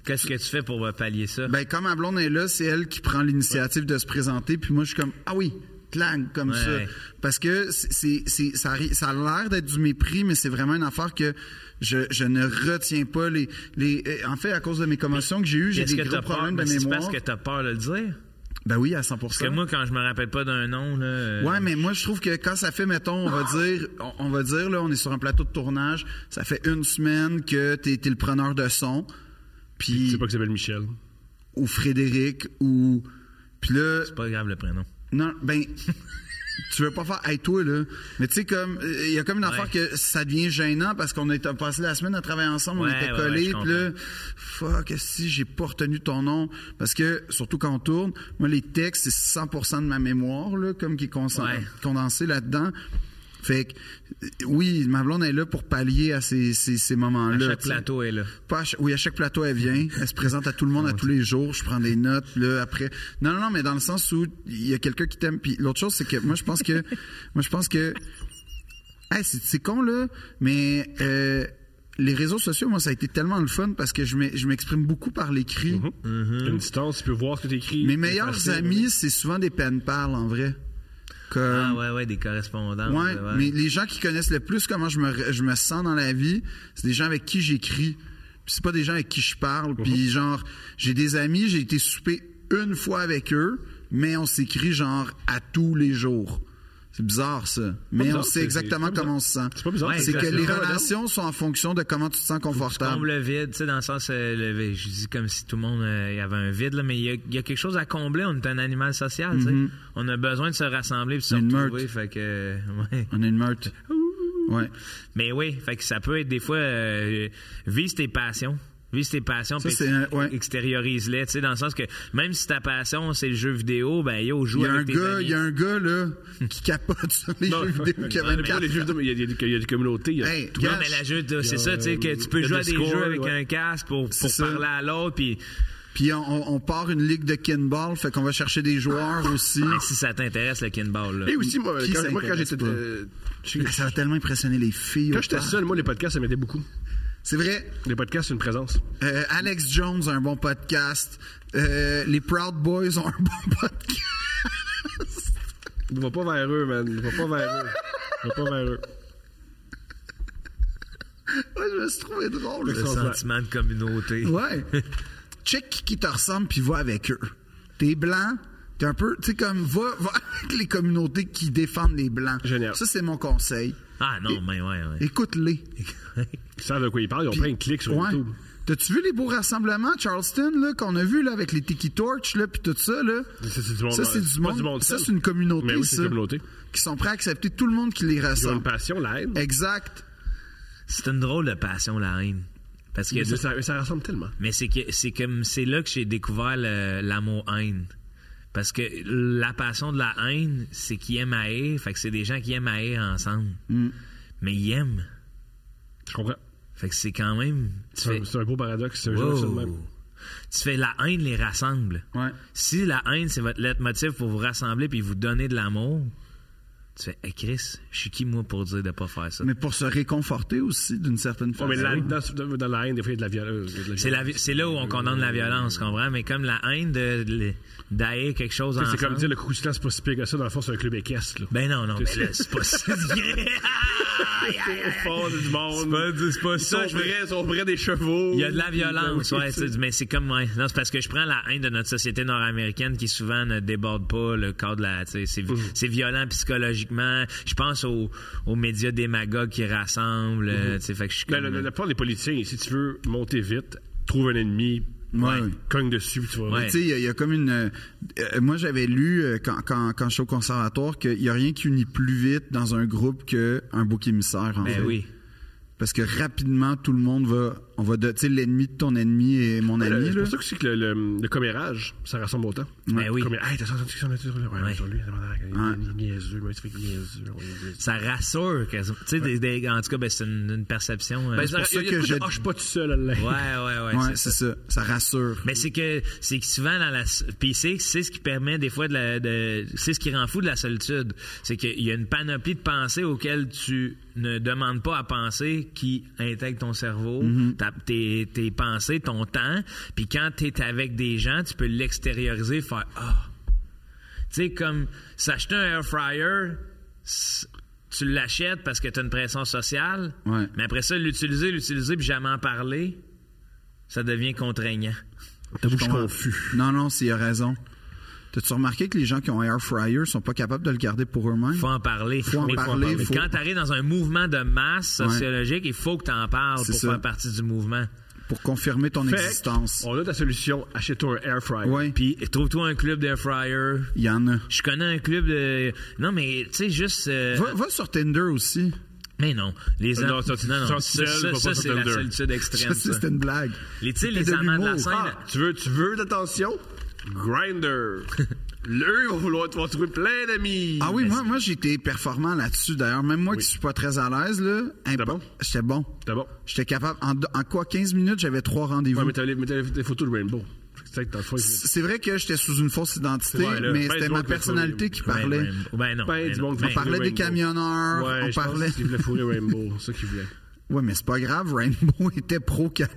S3: Qu'est-ce que tu fais pour euh, pallier ça?
S4: Ben, quand ma blonde est là, c'est elle qui prend l'initiative de se présenter, puis moi, je suis comme, ah oui, clang, comme
S3: Ouais, ouais.
S4: ça. Parce que c'est, c'est- c'est- ça, arri- ça a l'air d'être du mépris, mais c'est vraiment une affaire que je, je ne retiens pas. Les, les, euh, en fait, à cause de mes commotions que j'ai eues, j'ai
S3: Est-ce
S4: des
S3: que
S4: gros
S3: t'as peur?
S4: problèmes
S3: Mais
S4: de
S3: c'est
S4: mémoire.
S3: parce que t'as peur de le dire?
S4: Ben oui, à 100
S3: Parce que moi, quand je me rappelle pas d'un nom, là. euh, Ah.
S4: Ouais, mais moi je trouve que quand ça fait, mettons, on va dire, on, on va dire là, on est sur un plateau de tournage, ça fait une semaine que t'es es le preneur de son,
S5: Je sais
S4: puis
S5: pas que s'appelle Michel.
S4: ou Frédéric ou puis là,
S3: C'est pas grave le prénom.
S4: non, ben tu veux pas faire hey, toi là, mais tu sais comme euh, il y a comme une affaire que ça devient gênant parce qu'on est passé la semaine à travailler ensemble,
S3: Ouais,
S4: on était
S3: ouais, ouais,
S4: collés,
S3: je
S4: puis là, fuck, si j'ai pas retenu ton nom parce que surtout quand on tourne, moi les textes c'est 100% de ma mémoire là, comme qui est consen-
S3: Ouais.
S4: condensé là-dedans. Fait que, euh, oui, ma blonde est là pour pallier à ces, ces, ces
S3: À
S4: moments-là.
S3: chaque
S4: tu sais.
S3: plateau est là.
S4: Pas à ch- oui, à chaque plateau, elle vient. Elle se présente à tout le monde à tous les jours. Je prends des notes, là, après. Non, non, non, mais dans le sens où il y a quelqu'un qui t'aime. Puis l'autre chose, c'est que moi, je pense que. moi, je pense que. Hey, c'est, c'est con, là, mais. euh, les réseaux sociaux, moi, ça a été tellement le fun parce que je, m'e- je m'exprime beaucoup par l'écrit.
S5: Mhm. Une distance, tu peux voir ce que t'écris.
S4: Mm-hmm. Mes
S5: C'est
S4: meilleurs
S5: facile.
S4: amis, c'est souvent des pen-pals, en vrai. Comme,
S3: Ah ouais, ouais, des correspondances.
S4: Ouais,
S3: ouais.
S4: mais les gens qui connaissent le plus comment je me, je me sens dans la vie, c'est des gens avec qui j'écris. Puis c'est pas des gens avec qui je parle. Puis genre, j'ai des amis, j'ai été souper une fois avec eux, mais on s'écrit genre à tous les jours. C'est bizarre ça. Mais
S5: bizarre,
S4: on sait
S5: c'est-
S4: exactement
S5: c'est pas
S4: comment on
S5: bizarre.
S4: se sent.
S5: C'est pas bizarre.
S3: Ouais,
S4: C'est
S3: c'est
S4: que
S3: ça.
S4: les
S5: C'est pas
S4: relations sont en fonction de comment tu te sens
S3: comble
S4: confortable.
S3: le vide, tu sais, dans le sens, euh, le- je dis comme si tout le monde euh, il y avait un vide, là, mais il y, a- il y a quelque chose à combler. On est un animal social, tu sais. On a besoin de se rassembler puis de se
S4: Mm-hmm. Une meute.
S3: retrouver. Fait que, euh, ouais.
S4: On est une meute. Ouais.
S3: Mais oui, fait que ça peut être des fois, euh, vise tes passions. Vis tes passions,
S4: Ça,
S3: puis
S4: c'est un- ouais.
S3: extériorise-les, tu sais, dans le sens que même si ta passion, c'est le jeu vidéo, ben yo,
S4: Il
S3: joue
S4: y a un
S3: avec tes
S4: gars,
S3: amis.
S4: il y a un gars, là, qui capote sur les jeux vidéo qui a
S5: Non, mais pas
S4: 24
S5: les jeux vidéo, mais Il y a des- il y a des communautés. il y a
S4: Hey,
S5: tout.
S3: Non,
S4: gars,
S3: mais ben, la jeu, c'est
S5: euh,
S3: ça, tu sais, que tu peux
S5: il y a
S3: jouer à
S5: des
S3: des jeux
S5: scores,
S3: avec
S5: ouais.
S3: un casque pour,
S4: C'est
S3: pour
S4: ça.
S3: parler à l'autre, puis
S4: Puis on, on part une ligue de kinball, fait qu'on va chercher des joueurs aussi.
S3: ben, si ça t'intéresse, le kinball, là.
S5: Et aussi, moi,
S4: Qui
S5: quand, moi, quand
S4: s'intéresse
S5: j'étais.
S4: pas?
S5: euh, je-
S4: Ah, Ça va tellement impressionner les filles.
S5: Quand
S4: au
S5: j'étais
S4: parc.
S5: seul, moi, les podcasts, ça m'aidait beaucoup.
S4: C'est vrai.
S5: Les podcasts, c'est une présence.
S4: Euh, Alex Jones a un bon podcast. Euh, les Proud Boys ont un bon podcast.
S5: Ne va pas vers eux, man. Ne va pas vers eux. Ne va pas vers eux.
S4: Ouais, je me suis trouvé drôle.
S3: le
S4: là.
S3: sentiment de communauté.
S4: Ouais. Check qui qui te ressemble puis va avec eux. T'es blanc, t'es un peu, tu sais comme va, va avec les communautés qui défendent les blancs.
S5: Génial.
S4: Ça c'est mon conseil.
S3: Ah non, mais ouais, ouais.
S4: Écoute-les.
S5: Ils savent de quoi ils parlent. Ils ont plein de clics sur
S4: Ouais.
S5: YouTube.
S4: T'as-tu vu les beaux rassemblements à Charleston là qu'on a vu là avec les Tiki Torch là puis tout ça là
S5: Ça, c'est du monde-
S4: Ça c'est
S5: c'est
S4: du
S5: pas
S4: monde.
S5: du monde
S4: ça
S5: seul.
S4: c'est une communauté
S5: Mais oui, c'est
S4: ça.
S5: une communauté.
S4: Qui sont prêts à accepter tout le monde qui les
S5: Ils ont une
S4: rassemble.
S5: passion, la haine.
S4: Exact.
S3: C'est une drôle de passion, la haine. Parce que
S5: Mais ça, ça- ça ressemble tellement.
S3: Mais c'est que c'est comme c'est là que j'ai découvert le- l'amour haine. Parce que la passion de la haine, c'est qu'ils aiment à haïr, fait que c'est des gens qui aiment à haïr ensemble.
S5: Mm.
S3: Mais ils aiment.
S5: Je comprends.
S3: Fait que c'est quand même. Tu
S5: C'est
S3: fais,
S5: un- c'est un beau paradoxe. C'est un jeu
S3: Wow.
S5: ça, de même.
S3: Tu fais la haine les rassemble.
S4: Ouais.
S3: Si la haine, c'est votre leitmotiv pour vous rassembler puis vous donner de l'amour, tu fais Hey, Chris, je suis qui moi pour dire de pas faire ça?
S4: Mais pour se réconforter aussi d'une certaine façon.
S5: Ouais, mais la- dans, dans la haine, des fois, il y a de la violence.
S3: Ah C'est la vi- c'est là où on condamne la violence, comprends? Mais comme la haine de- de- d'haïr quelque chose
S5: C'est
S3: ensemble.
S5: comme dire le croustillant, c'est pas si pire que ça. Dans le fond, c'est un club équestre. là.
S3: Ben non, non, mais là, c'est pas ça.
S5: Au fond du monde.
S3: c'est pas
S5: Ils sont vrais, ils sont vrais des chevaux.
S3: Il y a de la violence,
S5: Ben oui,
S3: ouais,
S5: c'est-
S3: c'est- mais c'est comme, ouais. Non, c'est parce que je prends la haine de notre société nord-américaine qui souvent ne déborde pas le cadre de la, tu sais, c'est, vi-
S5: Mm-hmm.
S3: c'est violent psychologiquement. Je pense aux, aux médias démagogues qui rassemblent, euh, tu sais, fait que je suis
S5: Ben,
S3: comme-
S5: la, la- la plupart des politiciens, si tu veux monter vite, trouve un ennemi, ben,
S4: Ouais.
S5: cogne dessus, puis tu vas.
S3: Ouais.
S4: Tu sais, il y a- il y, a comme une. euh, euh, moi, j'avais lu euh, quand, quand, quand je suis au conservatoire qu'il n'y a rien qui unit plus vite dans un groupe qu'un bouc émissaire, en fait.
S3: Ben oui.
S4: Parce que rapidement, tout le monde va. On va. de- Tu sais, l'ennemi de ton ennemi et mon
S5: Ouais,
S4: ami,
S5: Euh, C'est
S4: là.
S5: pour ça que, c'est que le, le, le commérage, ça rassemble autant.
S3: Ben oui.
S5: Comme, hey, t'as sorti sur là-dessus, là? Ouais,
S3: Ouais.
S5: sur lui, il est niaiseux, mais il se fait niaiseux. ouais, il est niaiseux.
S3: Ça rassure, quasiment. tu sais, des- des- en tout cas, ben, c'est une, une perception. euh,
S5: Ben, ça-
S4: pour ça
S5: il y a- il y a
S4: que
S5: le coup de,
S4: je-
S5: Ah, je suis pas tout seul, là.
S3: ouais, ouais, ouais.
S4: Ouais,
S3: c'est
S4: c'est ça. Ça rassure.
S3: Mais c'est que c'est que souvent dans la puis c'est c'est ce qui permet des fois de, la- de- c'est ce qui rend fou de la solitude, c'est qu'il y a une panoplie de pensées auxquelles tu ne demandes pas à penser qui intègre ton cerveau, ta- tes, tes pensées, ton temps, puis quand tu es avec des gens, tu peux l'extérioriser, faire ah. Tu sais comme s'acheter un air fryer, c'est- tu l'achètes parce que tu as une pression sociale,
S4: Ouais.
S3: mais après ça l'utiliser, l'utiliser puis jamais en parler, ça devient contraignant.
S5: T'avoue que je suis
S4: comprends.
S5: confus.
S4: Non, non, s'il a raison. T'as-tu remarqué que les gens qui ont un air fryer sont pas capables de le garder pour eux-mêmes?
S3: faut en parler.
S4: Faut en
S3: Mais
S4: parler,
S3: Mais
S4: faut-
S3: Quand tu arrives dans un mouvement de masse
S4: Ouais.
S3: sociologique, il faut que tu en parles
S4: C'est
S3: pour
S4: ça.
S3: faire partie du mouvement.
S4: Pour confirmer ton existence.
S5: On a ta solution, achète-toi un air fryer.
S4: Ouais.
S3: Puis trouve-toi un club d'air fryer.
S4: Il y en a.
S3: Je connais un club de. Non, mais tu sais, juste. euh,
S4: Va, va sur Tinder aussi.
S3: Mais non. Les
S5: Non,
S3: am-
S5: ça, tu-
S3: non,
S5: tu
S3: non,
S5: sortes
S3: ça,
S5: seul,
S3: ça,
S5: va pas
S3: ça,
S5: sur
S3: c'est la
S5: Tinder.
S3: solitude
S4: Je
S3: extrême.
S4: sais,
S3: ça.
S4: c'était une blague.
S3: Les, tu sais,
S4: C'était
S3: les
S4: de
S3: amants de la
S4: l'humour.
S3: scène.
S5: Ah, tu veux, tu veux d'attention? Grinder. Eux vont vouloir te trouver plein d'amis.
S4: Ah oui, moi, moi j'ai été performant là-dessus d'ailleurs. Même moi qui suis pas très à l'aise, là. impo-
S5: bon?
S4: J'étais bon.
S5: T'es bon.
S4: J'étais capable. En, en quoi, 15 minutes, j'avais trois rendez-vous.
S5: Ouais, mais t'as les, mais t'as les- les photos de Rainbow. C'est vrai que dans le fond, il-
S4: C'est vrai que j'étais sous une fausse identité,
S5: Ouais, là,
S4: mais
S5: ben
S4: c'était
S5: du
S4: ma
S5: monde qui a
S4: personnalité
S5: trouvé.
S4: qui
S3: Ben,
S4: parlait.
S3: ben, ben non.
S5: Ben,
S3: ben
S5: du
S3: non,
S5: monde qui
S3: ben
S5: va
S4: On
S5: parler.
S4: parlait des
S5: Rainbow.
S4: camionneurs,
S5: Ouais,
S4: on
S5: je pense
S4: parlait.
S5: qu'ils voulaient fourrer Rainbow, c'est ça qu'ils voulaient.
S4: Ouais, mais c'est pas grave, Rainbow était pro-camion.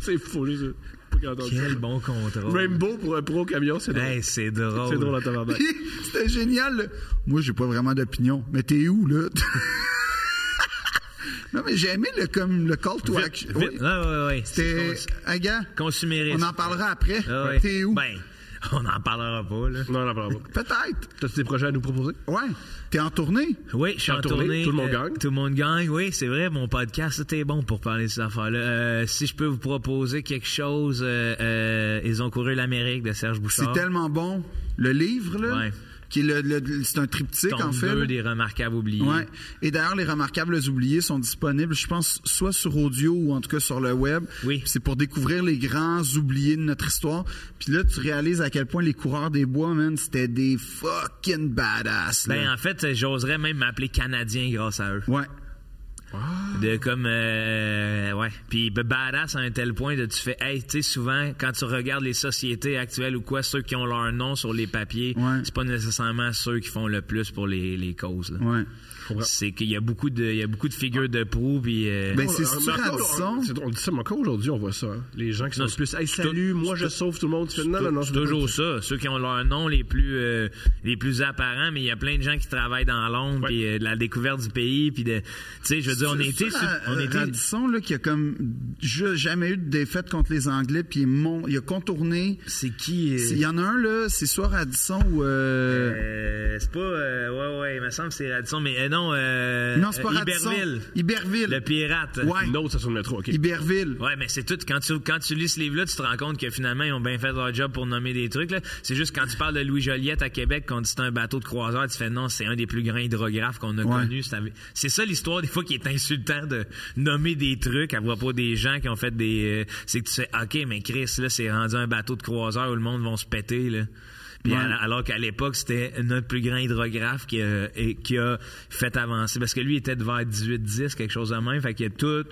S5: C'est fou, juste. Pas grand chose.
S3: Quel bon contrôle.
S5: Rainbow pour un pro camion, c'est drôle.
S3: Hey, c'est drôle.
S5: c'est drôle à tabarnak.
S4: c'était génial, là. Moi, j'ai pas vraiment d'opinion. Mais t'es où, là? non, mais j'ai aimé le, comme, le call to action.
S3: Vite.
S4: Oui.
S3: Ouais, ouais, ouais.
S4: C'était. Hey, gars,
S3: Consumérisme.
S4: on en parlera après.
S3: Ah, ouais.
S4: T'es où?
S3: Ben, on n'en parlera pas, là.
S5: Non, non, pardon.
S4: Peut-être.
S5: T'as-tu des projets à nous proposer?
S4: Ouais. T'es en tournée?
S3: Oui, je suis en tournée.
S5: tout le monde
S3: Euh,
S5: gagne.
S3: Tout le monde gagne, oui, c'est vrai. Mon podcast, c'était bon pour parler de ces affaires-là. Euh, si je peux vous proposer quelque chose, euh, euh, Ils ont couru l'Amérique de Serge
S4: C'est
S3: Bouchard.
S4: tellement bon. Le livre, là.
S3: Ouais.
S4: qui est le, le- le- c'est un triptyque
S3: Tombe
S4: en fait.
S3: deux
S4: là.
S3: des remarquables oubliés.
S4: Ouais. Et d'ailleurs, les remarquables oubliés sont disponibles, je pense, soit sur audio ou en tout cas sur le web.
S3: Oui.
S4: Puis C'est pour découvrir les grands oubliés de notre histoire. Puis là, tu réalises à quel point les coureurs des bois, man, c'était des fucking badass.
S3: Ben,
S4: là.
S3: en fait, j'oserais même m'appeler Canadien grâce à eux.
S4: Ouais.
S3: De comme. euh, ouais. Puis ben, badass à un tel point de tu fais. Hey, tu sais, souvent, quand tu regardes les sociétés actuelles ou quoi, ceux qui ont leur nom sur les papiers,
S4: Ouais.
S3: c'est pas nécessairement ceux qui font le plus pour les, les causes. là.
S4: Ouais.
S3: C'est qu'il y a beaucoup de, il y a beaucoup de figures de proue, puis. euh,
S4: Ben, c'est
S5: On- on-
S4: sûr
S5: on-
S4: à
S5: on-
S4: son.
S5: c'est- On dit ça, mais encore aujourd'hui, on voit ça. hein. Les gens qui sont
S3: Non,
S5: le plus.
S3: c'est-
S5: Hey,
S3: c'est
S5: salut,
S3: tout-
S5: moi, je sauve tout le monde. Tu fais, non, non, non,
S3: C'est
S5: je-
S3: toujours ça. Ceux qui ont leur nom les plus euh, les plus apparents, mais il y a plein de gens qui travaillent dans l'ombre,
S5: Ouais.
S3: puis euh, de la découverte du pays, puis de, tu sais, je veux dire, on était,
S4: Ça,
S3: sur-
S4: à-
S3: on était,
S4: Radisson, là, qui a comme ju- jamais eu de défaite contre les Anglais, puis il, est mon- il a contourné.
S3: c'est qui euh,
S4: Il y en a un, là, c'est soit Radisson ou. euh,
S3: euh, C'est pas, euh, ouais, ouais, il me semble que c'est Radisson, mais euh, non, euh,
S4: non, c'est pas
S3: euh,
S4: Radisson.
S3: Iberville,
S4: Iberville.
S3: le pirate.
S4: Ouais.
S5: Une autre, ça sur le métro, OK.
S4: Iberville.
S3: Ouais, mais c'est tout. Quand tu, quand tu lis ce livre-là, tu te rends compte que finalement, ils ont bien fait leur job pour nommer des trucs. là. C'est juste quand tu parles de Louis Joliette à Québec, quand dit c'est un bateau de croiseur, tu fais non, c'est un des plus grands hydrographes qu'on a
S4: Ouais.
S3: connu. C'est avec- C'est ça l'histoire des fois qui est insultant de nommer des trucs à propos des gens qui ont fait des. euh, c'est que tu sais, OK, mais Chris, là, c'est rendu un bateau de croiseur où le monde va se péter. Là. Puis
S4: Ouais.
S3: à la- alors qu'à l'époque, c'était notre plus grand hydrographe qui a, et- qui a fait avancer. Parce que lui, il était devant 18-10, quelque chose de même. Fait qu'il a tout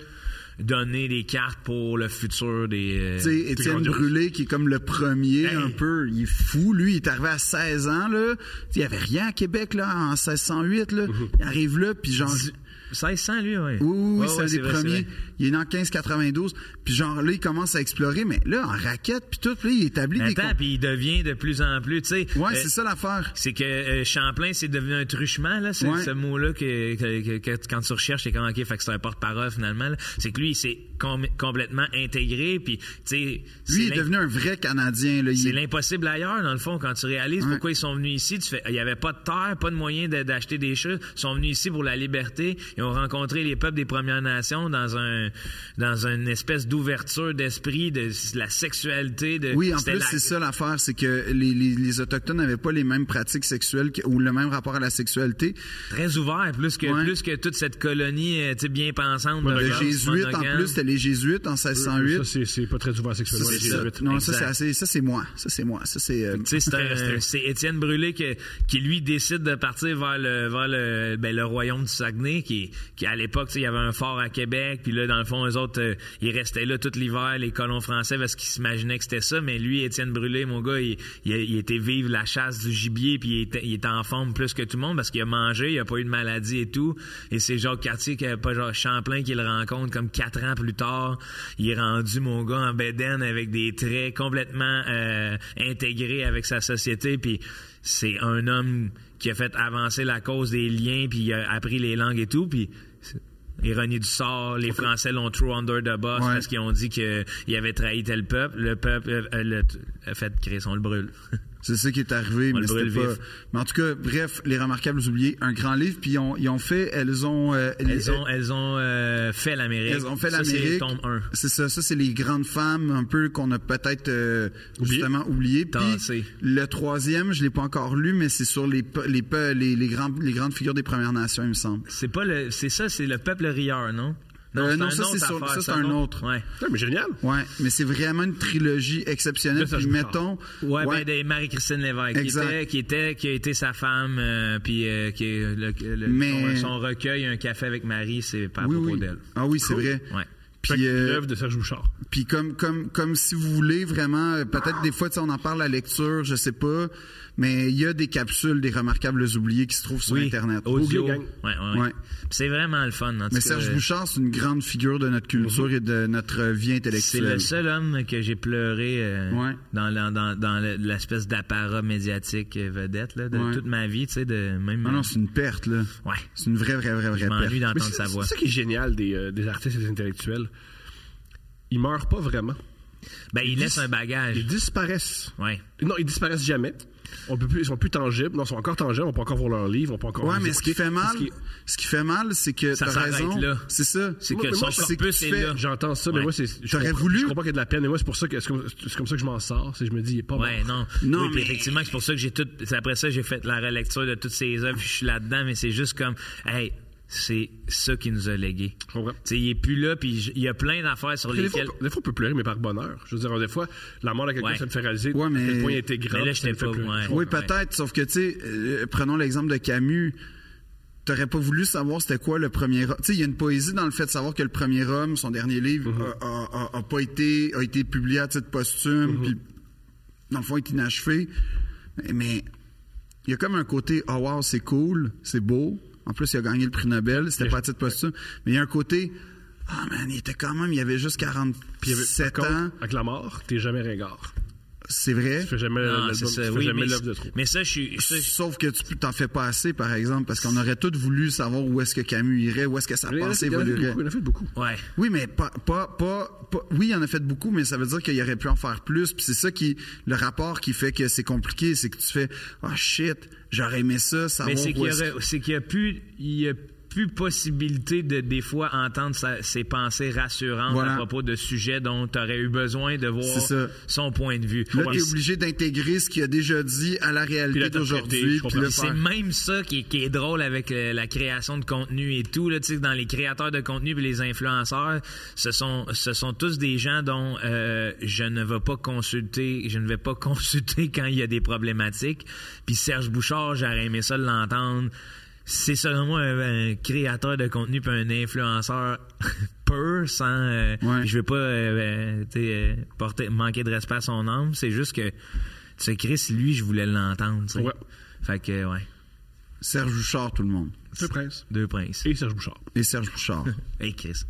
S3: donné des cartes pour le futur des. euh,
S4: Tu sais, Étienne
S3: grandiose.
S4: Brûlé, qui est comme le premier,
S3: Hey.
S4: un peu, il est fou, lui, il est arrivé à 16 ans, là. Il n'y avait rien à Québec, là, en 1608, là. Il arrive là, puis genre...
S3: 1600, lui, ouais.
S4: Oui, oui, oui,
S3: Mm-hmm. Ouais,
S4: c'est
S3: ouais,
S4: un des
S3: vrai, c'est
S4: premiers.
S3: vrai.
S4: Il est né en 1592, puis genre, là, il commence à explorer, mais là, en raquette, puis tout, puis là, il établit
S3: Mais
S4: des...
S3: Attends,
S4: com-
S3: puis il devient de plus en plus, tu sais. euh,
S4: Ouais, c'est ça l'affaire.
S3: C'est que euh, Champlain, c'est devenu un truchement, là, c'est
S4: Ouais.
S3: ce mot-là que, que- que- que- quand tu recherches, c'est quand, OK, fait que c'est un porte-parole, finalement. là. C'est que lui, il s'est com- complètement intégré, puis, tu sais... c'est
S4: Lui, il est
S3: l'in-
S4: devenu un vrai Canadien, là. Il-
S3: C'est l'impossible ailleurs, dans le fond, quand tu réalises
S4: Ouais.
S3: pourquoi ils sont venus ici. Tu fais, il n'y avait pas de terre, pas de moyen de- d'acheter des choses. Ils sont venus ici pour la liberté. Ils ont rencontré les peuples des Premières Nations dans un dans une espèce d'ouverture d'esprit, de, de la sexualité. De,
S4: Oui, en
S3: c'était
S4: plus,
S3: la-
S4: c'est ça l'affaire, c'est que les, les, les Autochtones n'avaient pas les mêmes pratiques sexuelles que- ou le même rapport à la sexualité.
S3: Très ouvert, plus que
S4: Ouais.
S3: plus que toute cette colonie euh, tu sais, bien pensante.
S4: Le
S3: monogame,
S4: jésuite, en
S3: monogame.
S4: plus, c'était les jésuites en
S5: Ça,
S4: 1608.
S5: c'est- c'est pas très ouvert sexuellement, les
S4: c'est ça.
S5: jésuites.
S4: Non, ça,
S3: Exact.
S4: c'est assez- ça, c'est moi. Ça, c'est moi. Ça, c'est... euh,
S3: Tu sais, c'est un-
S5: Restreint.
S3: c'est Étienne Brûlé que- qui lui décide de partir vers le vers le, ben, le royaume du Saguenay qui qui à l'époque tu sais, il y avait un fort à Québec puis là dans le fond les autres euh, ils restaient là tout l'hiver les colons français parce qu'ils s'imaginaient que c'était ça mais lui Étienne Brûlé mon gars il, il, a- il était vivre la chasse du gibier puis il était, il était en forme plus que tout le monde parce qu'il a mangé il a pas eu de maladie et tout et c'est Jacques Cartier qui a pas genre Champlain qui le rencontre comme quatre ans plus tard il est rendu mon gars en bédaine avec des traits complètement euh, intégrés avec sa société puis c'est un homme qui a fait avancer la cause des liens puis il a appris les langues et tout puis c'est- Ironie du sort, les Français l'ont throw under the bus
S4: Ouais.
S3: parce qu'ils ont dit qu'ils avaient trahi tel peuple. Le peuple, euh, euh, le, euh, fait, Chris, on le brûle.
S4: C'est ça qui est arrivé,
S3: On
S4: mais
S3: le
S4: c'était
S3: brûle
S4: pas.
S3: vif.
S4: Mais en tout cas, bref, les remarquables oubliés, un grand livre, puis ils ont, ils ont fait, elles ont, euh,
S3: Elles ont, elles ont euh, fait l'Amérique.
S4: elles ont fait
S3: Ça, c'est
S4: l'Amérique.
S3: Tome 1.
S4: C'est ça, ça c'est les grandes femmes un peu qu'on a peut-être euh, justement oublié. Puis
S3: Tassé.
S4: le troisième, je l'ai pas encore lu, mais c'est sur les pe- les pe- les, les grands les grandes figures des Premières Nations, il me semble.
S3: C'est pas le, c'est ça, c'est le peuple rieur, non?
S4: Euh,
S3: c'est
S4: non,
S3: un
S4: ça, c'est
S3: autre
S4: sur-
S3: affaire,
S4: ça, c'est un autre.
S3: Ouais.
S5: Non, mais génial.
S4: Ouais, mais c'est vraiment une trilogie exceptionnelle.
S5: Là, ça,
S4: Puis
S5: je me
S4: mettons,
S3: Ouais, ben, des Marie-Christine Lévesque, qui
S4: Exact.
S3: était, qui était, qui a été sa femme, euh, puis euh, qui est le, le-
S4: Mais-
S3: son, son recueil, un café avec Marie, c'est pas à
S4: oui,
S3: propos
S4: oui.
S3: d'elle.
S4: Ah oui, c'est vrai.
S3: Ouais.
S5: Fait que
S4: Puis euh,
S5: L'œuvre de Serge Bouchard.
S4: Puis comme comme comme si vous voulez vraiment euh, peut-être des fois tu sais, on en parle à la lecture, je sais pas, mais il y a des capsules des remarquables oubliés qui se trouvent sur
S3: Oui,
S4: internet.
S3: Audio.
S5: Audio
S3: Ouais,
S5: gang.
S3: ouais, ouais.
S4: Ouais.
S3: Puis C'est vraiment le fun. en tout
S4: Mais
S3: cas,
S4: Serge
S3: euh,
S4: Bouchard, c'est une grande figure de notre culture et de notre euh, vie
S3: C'est
S4: intellectuelle.
S3: le seul homme que j'ai pleuré euh,
S4: Ouais.
S3: dans, la- dans, dans le- l'espèce d'apparat médiatique euh, vedette là, de
S4: Ouais.
S3: toute ma vie, tu sais, de même.
S4: Ah
S3: euh,
S4: Non, non, c'est une perte là.
S3: Ouais.
S4: C'est une vraie vraie vraie
S3: Je
S4: vraie perte.
S3: m'ennuie
S5: Mais
S3: d'entendre
S5: C'est
S3: sa voix.
S5: c'est ça qui est génial des, euh, des artistes et des intellectuels. Ils meurent pas vraiment.
S3: Ben, il laisse un bagage.
S5: Ils disparaissent.
S3: Ouais.
S5: Non, ils disparaissent jamais. On peut plus, ils sont plus tangibles. Non, ils sont encore tangibles. On peut encore voir leurs livres. On peut encore.
S4: Ouais,
S5: les
S4: mais ce qui
S5: écouter.
S4: fait mal,
S5: Ce qui-
S4: ce qui fait mal, c'est que
S3: Ça
S4: t'as
S3: s'arrête
S4: raison.
S3: là.
S4: C'est ça.
S3: C'est
S4: Moi,
S3: que
S4: mais
S3: son
S4: moi, c'est que
S3: corpus
S4: tu
S3: est
S4: fais-
S3: là.
S5: J'entends ça,
S3: Ouais.
S5: mais moi, c'est. je
S4: T'aurais
S5: comprends-
S4: voulu-
S5: Je comprends qu'il y a de la peine. Et moi, c'est pour ça que c'est comme, c'est comme ça que je m'en sors. C'est que je me dis, il est pas
S3: Ouais,
S5: mort.
S3: non.
S4: Non,
S3: Oui, puis
S4: mais-
S3: effectivement, c'est pour ça que j'ai tout. c'est Après ça, j'ai fait la relecture de toutes ces œuvres, puis je suis là-dedans, mais c'est juste comme, hey, c'est ça qui nous a légué.
S5: Je comprends.
S3: Tu sais, il est plus là, puis j- il y a plein d'affaires sur
S5: Parce que Des fois,
S3: lesquelles.
S5: on peut- des fois, on peut pleurer, mais par bonheur. Je veux dire, des fois, la mort de quelqu'un,
S3: Ouais.
S5: ça me fait réaliser
S4: Ouais, mais-
S5: à quel point il était grand.
S3: Mais là,
S5: ça me
S3: j'étais
S5: fait
S3: pas-
S5: pleurer.
S3: ouais.
S5: Je comprends.
S4: Oui,
S3: Ouais.
S4: peut-être, sauf que, tu sais, euh, prenons l'exemple de Camus. T'aurais pas voulu savoir c'était quoi le premier homme. Tu sais, il y a une poésie dans le fait de savoir que le premier homme, son dernier livre,
S5: Mm-hmm.
S4: a, a- a- a pas été, a été publié à titre posthume, puis dans le fond, est inachevé. Mais il y a comme un côté, oh wow, c'est cool, c'est beau. En plus, il a gagné le prix Nobel, c'était pas à titre posthume. Mais il y a un côté, ah man, il était quand même, il avait juste
S5: Puis il y avait-
S4: 47
S5: par contre,
S4: ans.
S5: Avec la mort, t'es jamais ringard.
S4: C'est vrai.
S5: Tu fais jamais
S3: Non,
S5: l'album,
S3: euh, c'est
S5: tu
S3: ça.
S5: fais
S3: Oui,
S5: jamais
S3: mais,
S5: l'œuvre de trop.
S3: mais ça, je suis. ça, je-
S4: Sauf que tu t'en fais pas assez, par exemple, parce qu'on aurait tous voulu savoir où est-ce que Camus irait, où est-ce que sa
S5: Il en a fait
S4: pensée
S5: beaucoup,
S4: évoluerait.
S5: il en a fait beaucoup.
S3: Ouais.
S4: Oui, mais pas, pas, pas, pas- Oui, il en a fait beaucoup, mais ça veut dire qu'il aurait pu en faire plus. Puis c'est ça qui, le rapport qui fait que c'est compliqué, c'est que tu fais, ah shit, j'aurais aimé ça, savoir
S3: Mais c'est
S4: où
S3: qu'il y,
S4: est-ce que-
S3: aurait- c'est qu'il y a plus, il y a plus possibilité de des fois entendre sa- ses pensées rassurantes
S4: Voilà.
S3: à propos de sujets dont tu aurais eu besoin de voir
S4: C'est ça.
S3: son point de vue.
S4: Là, t'es
S3: Puis
S4: obligé d'intégrer ce qu'il a déjà dit à la réalité
S5: l'interpréter,
S4: d'aujourd'hui,
S5: je
S4: puis le
S5: comprends.
S3: C'est
S4: faire.
S3: même ça qui est, qui est drôle avec euh, la création de contenu et tout. Là, tu sais, dans les créateurs de contenu et les influenceurs, ce sont, ce sont tous des gens dont euh, je ne vais pas consulter, je ne vais pas consulter quand il y a des problématiques. Puis Serge Bouchard, j'aurais aimé ça de l'entendre. C'est selon moi un, un créateur de contenu puis un influenceur pur, sans. euh,
S4: Ouais.
S3: Je veux pas euh, euh, tu sais, euh, porter, manquer de respect à son âme. C'est juste que. Tu sais, Chris, lui, je voulais l'entendre. tu sais.
S5: Ouais.
S3: Fait que, ouais.
S4: Serge Bouchard, tout le monde.
S5: Le prince.
S3: Deux princes.
S5: Et Serge Bouchard.
S4: Et Serge Bouchard.
S3: Hey, Chris.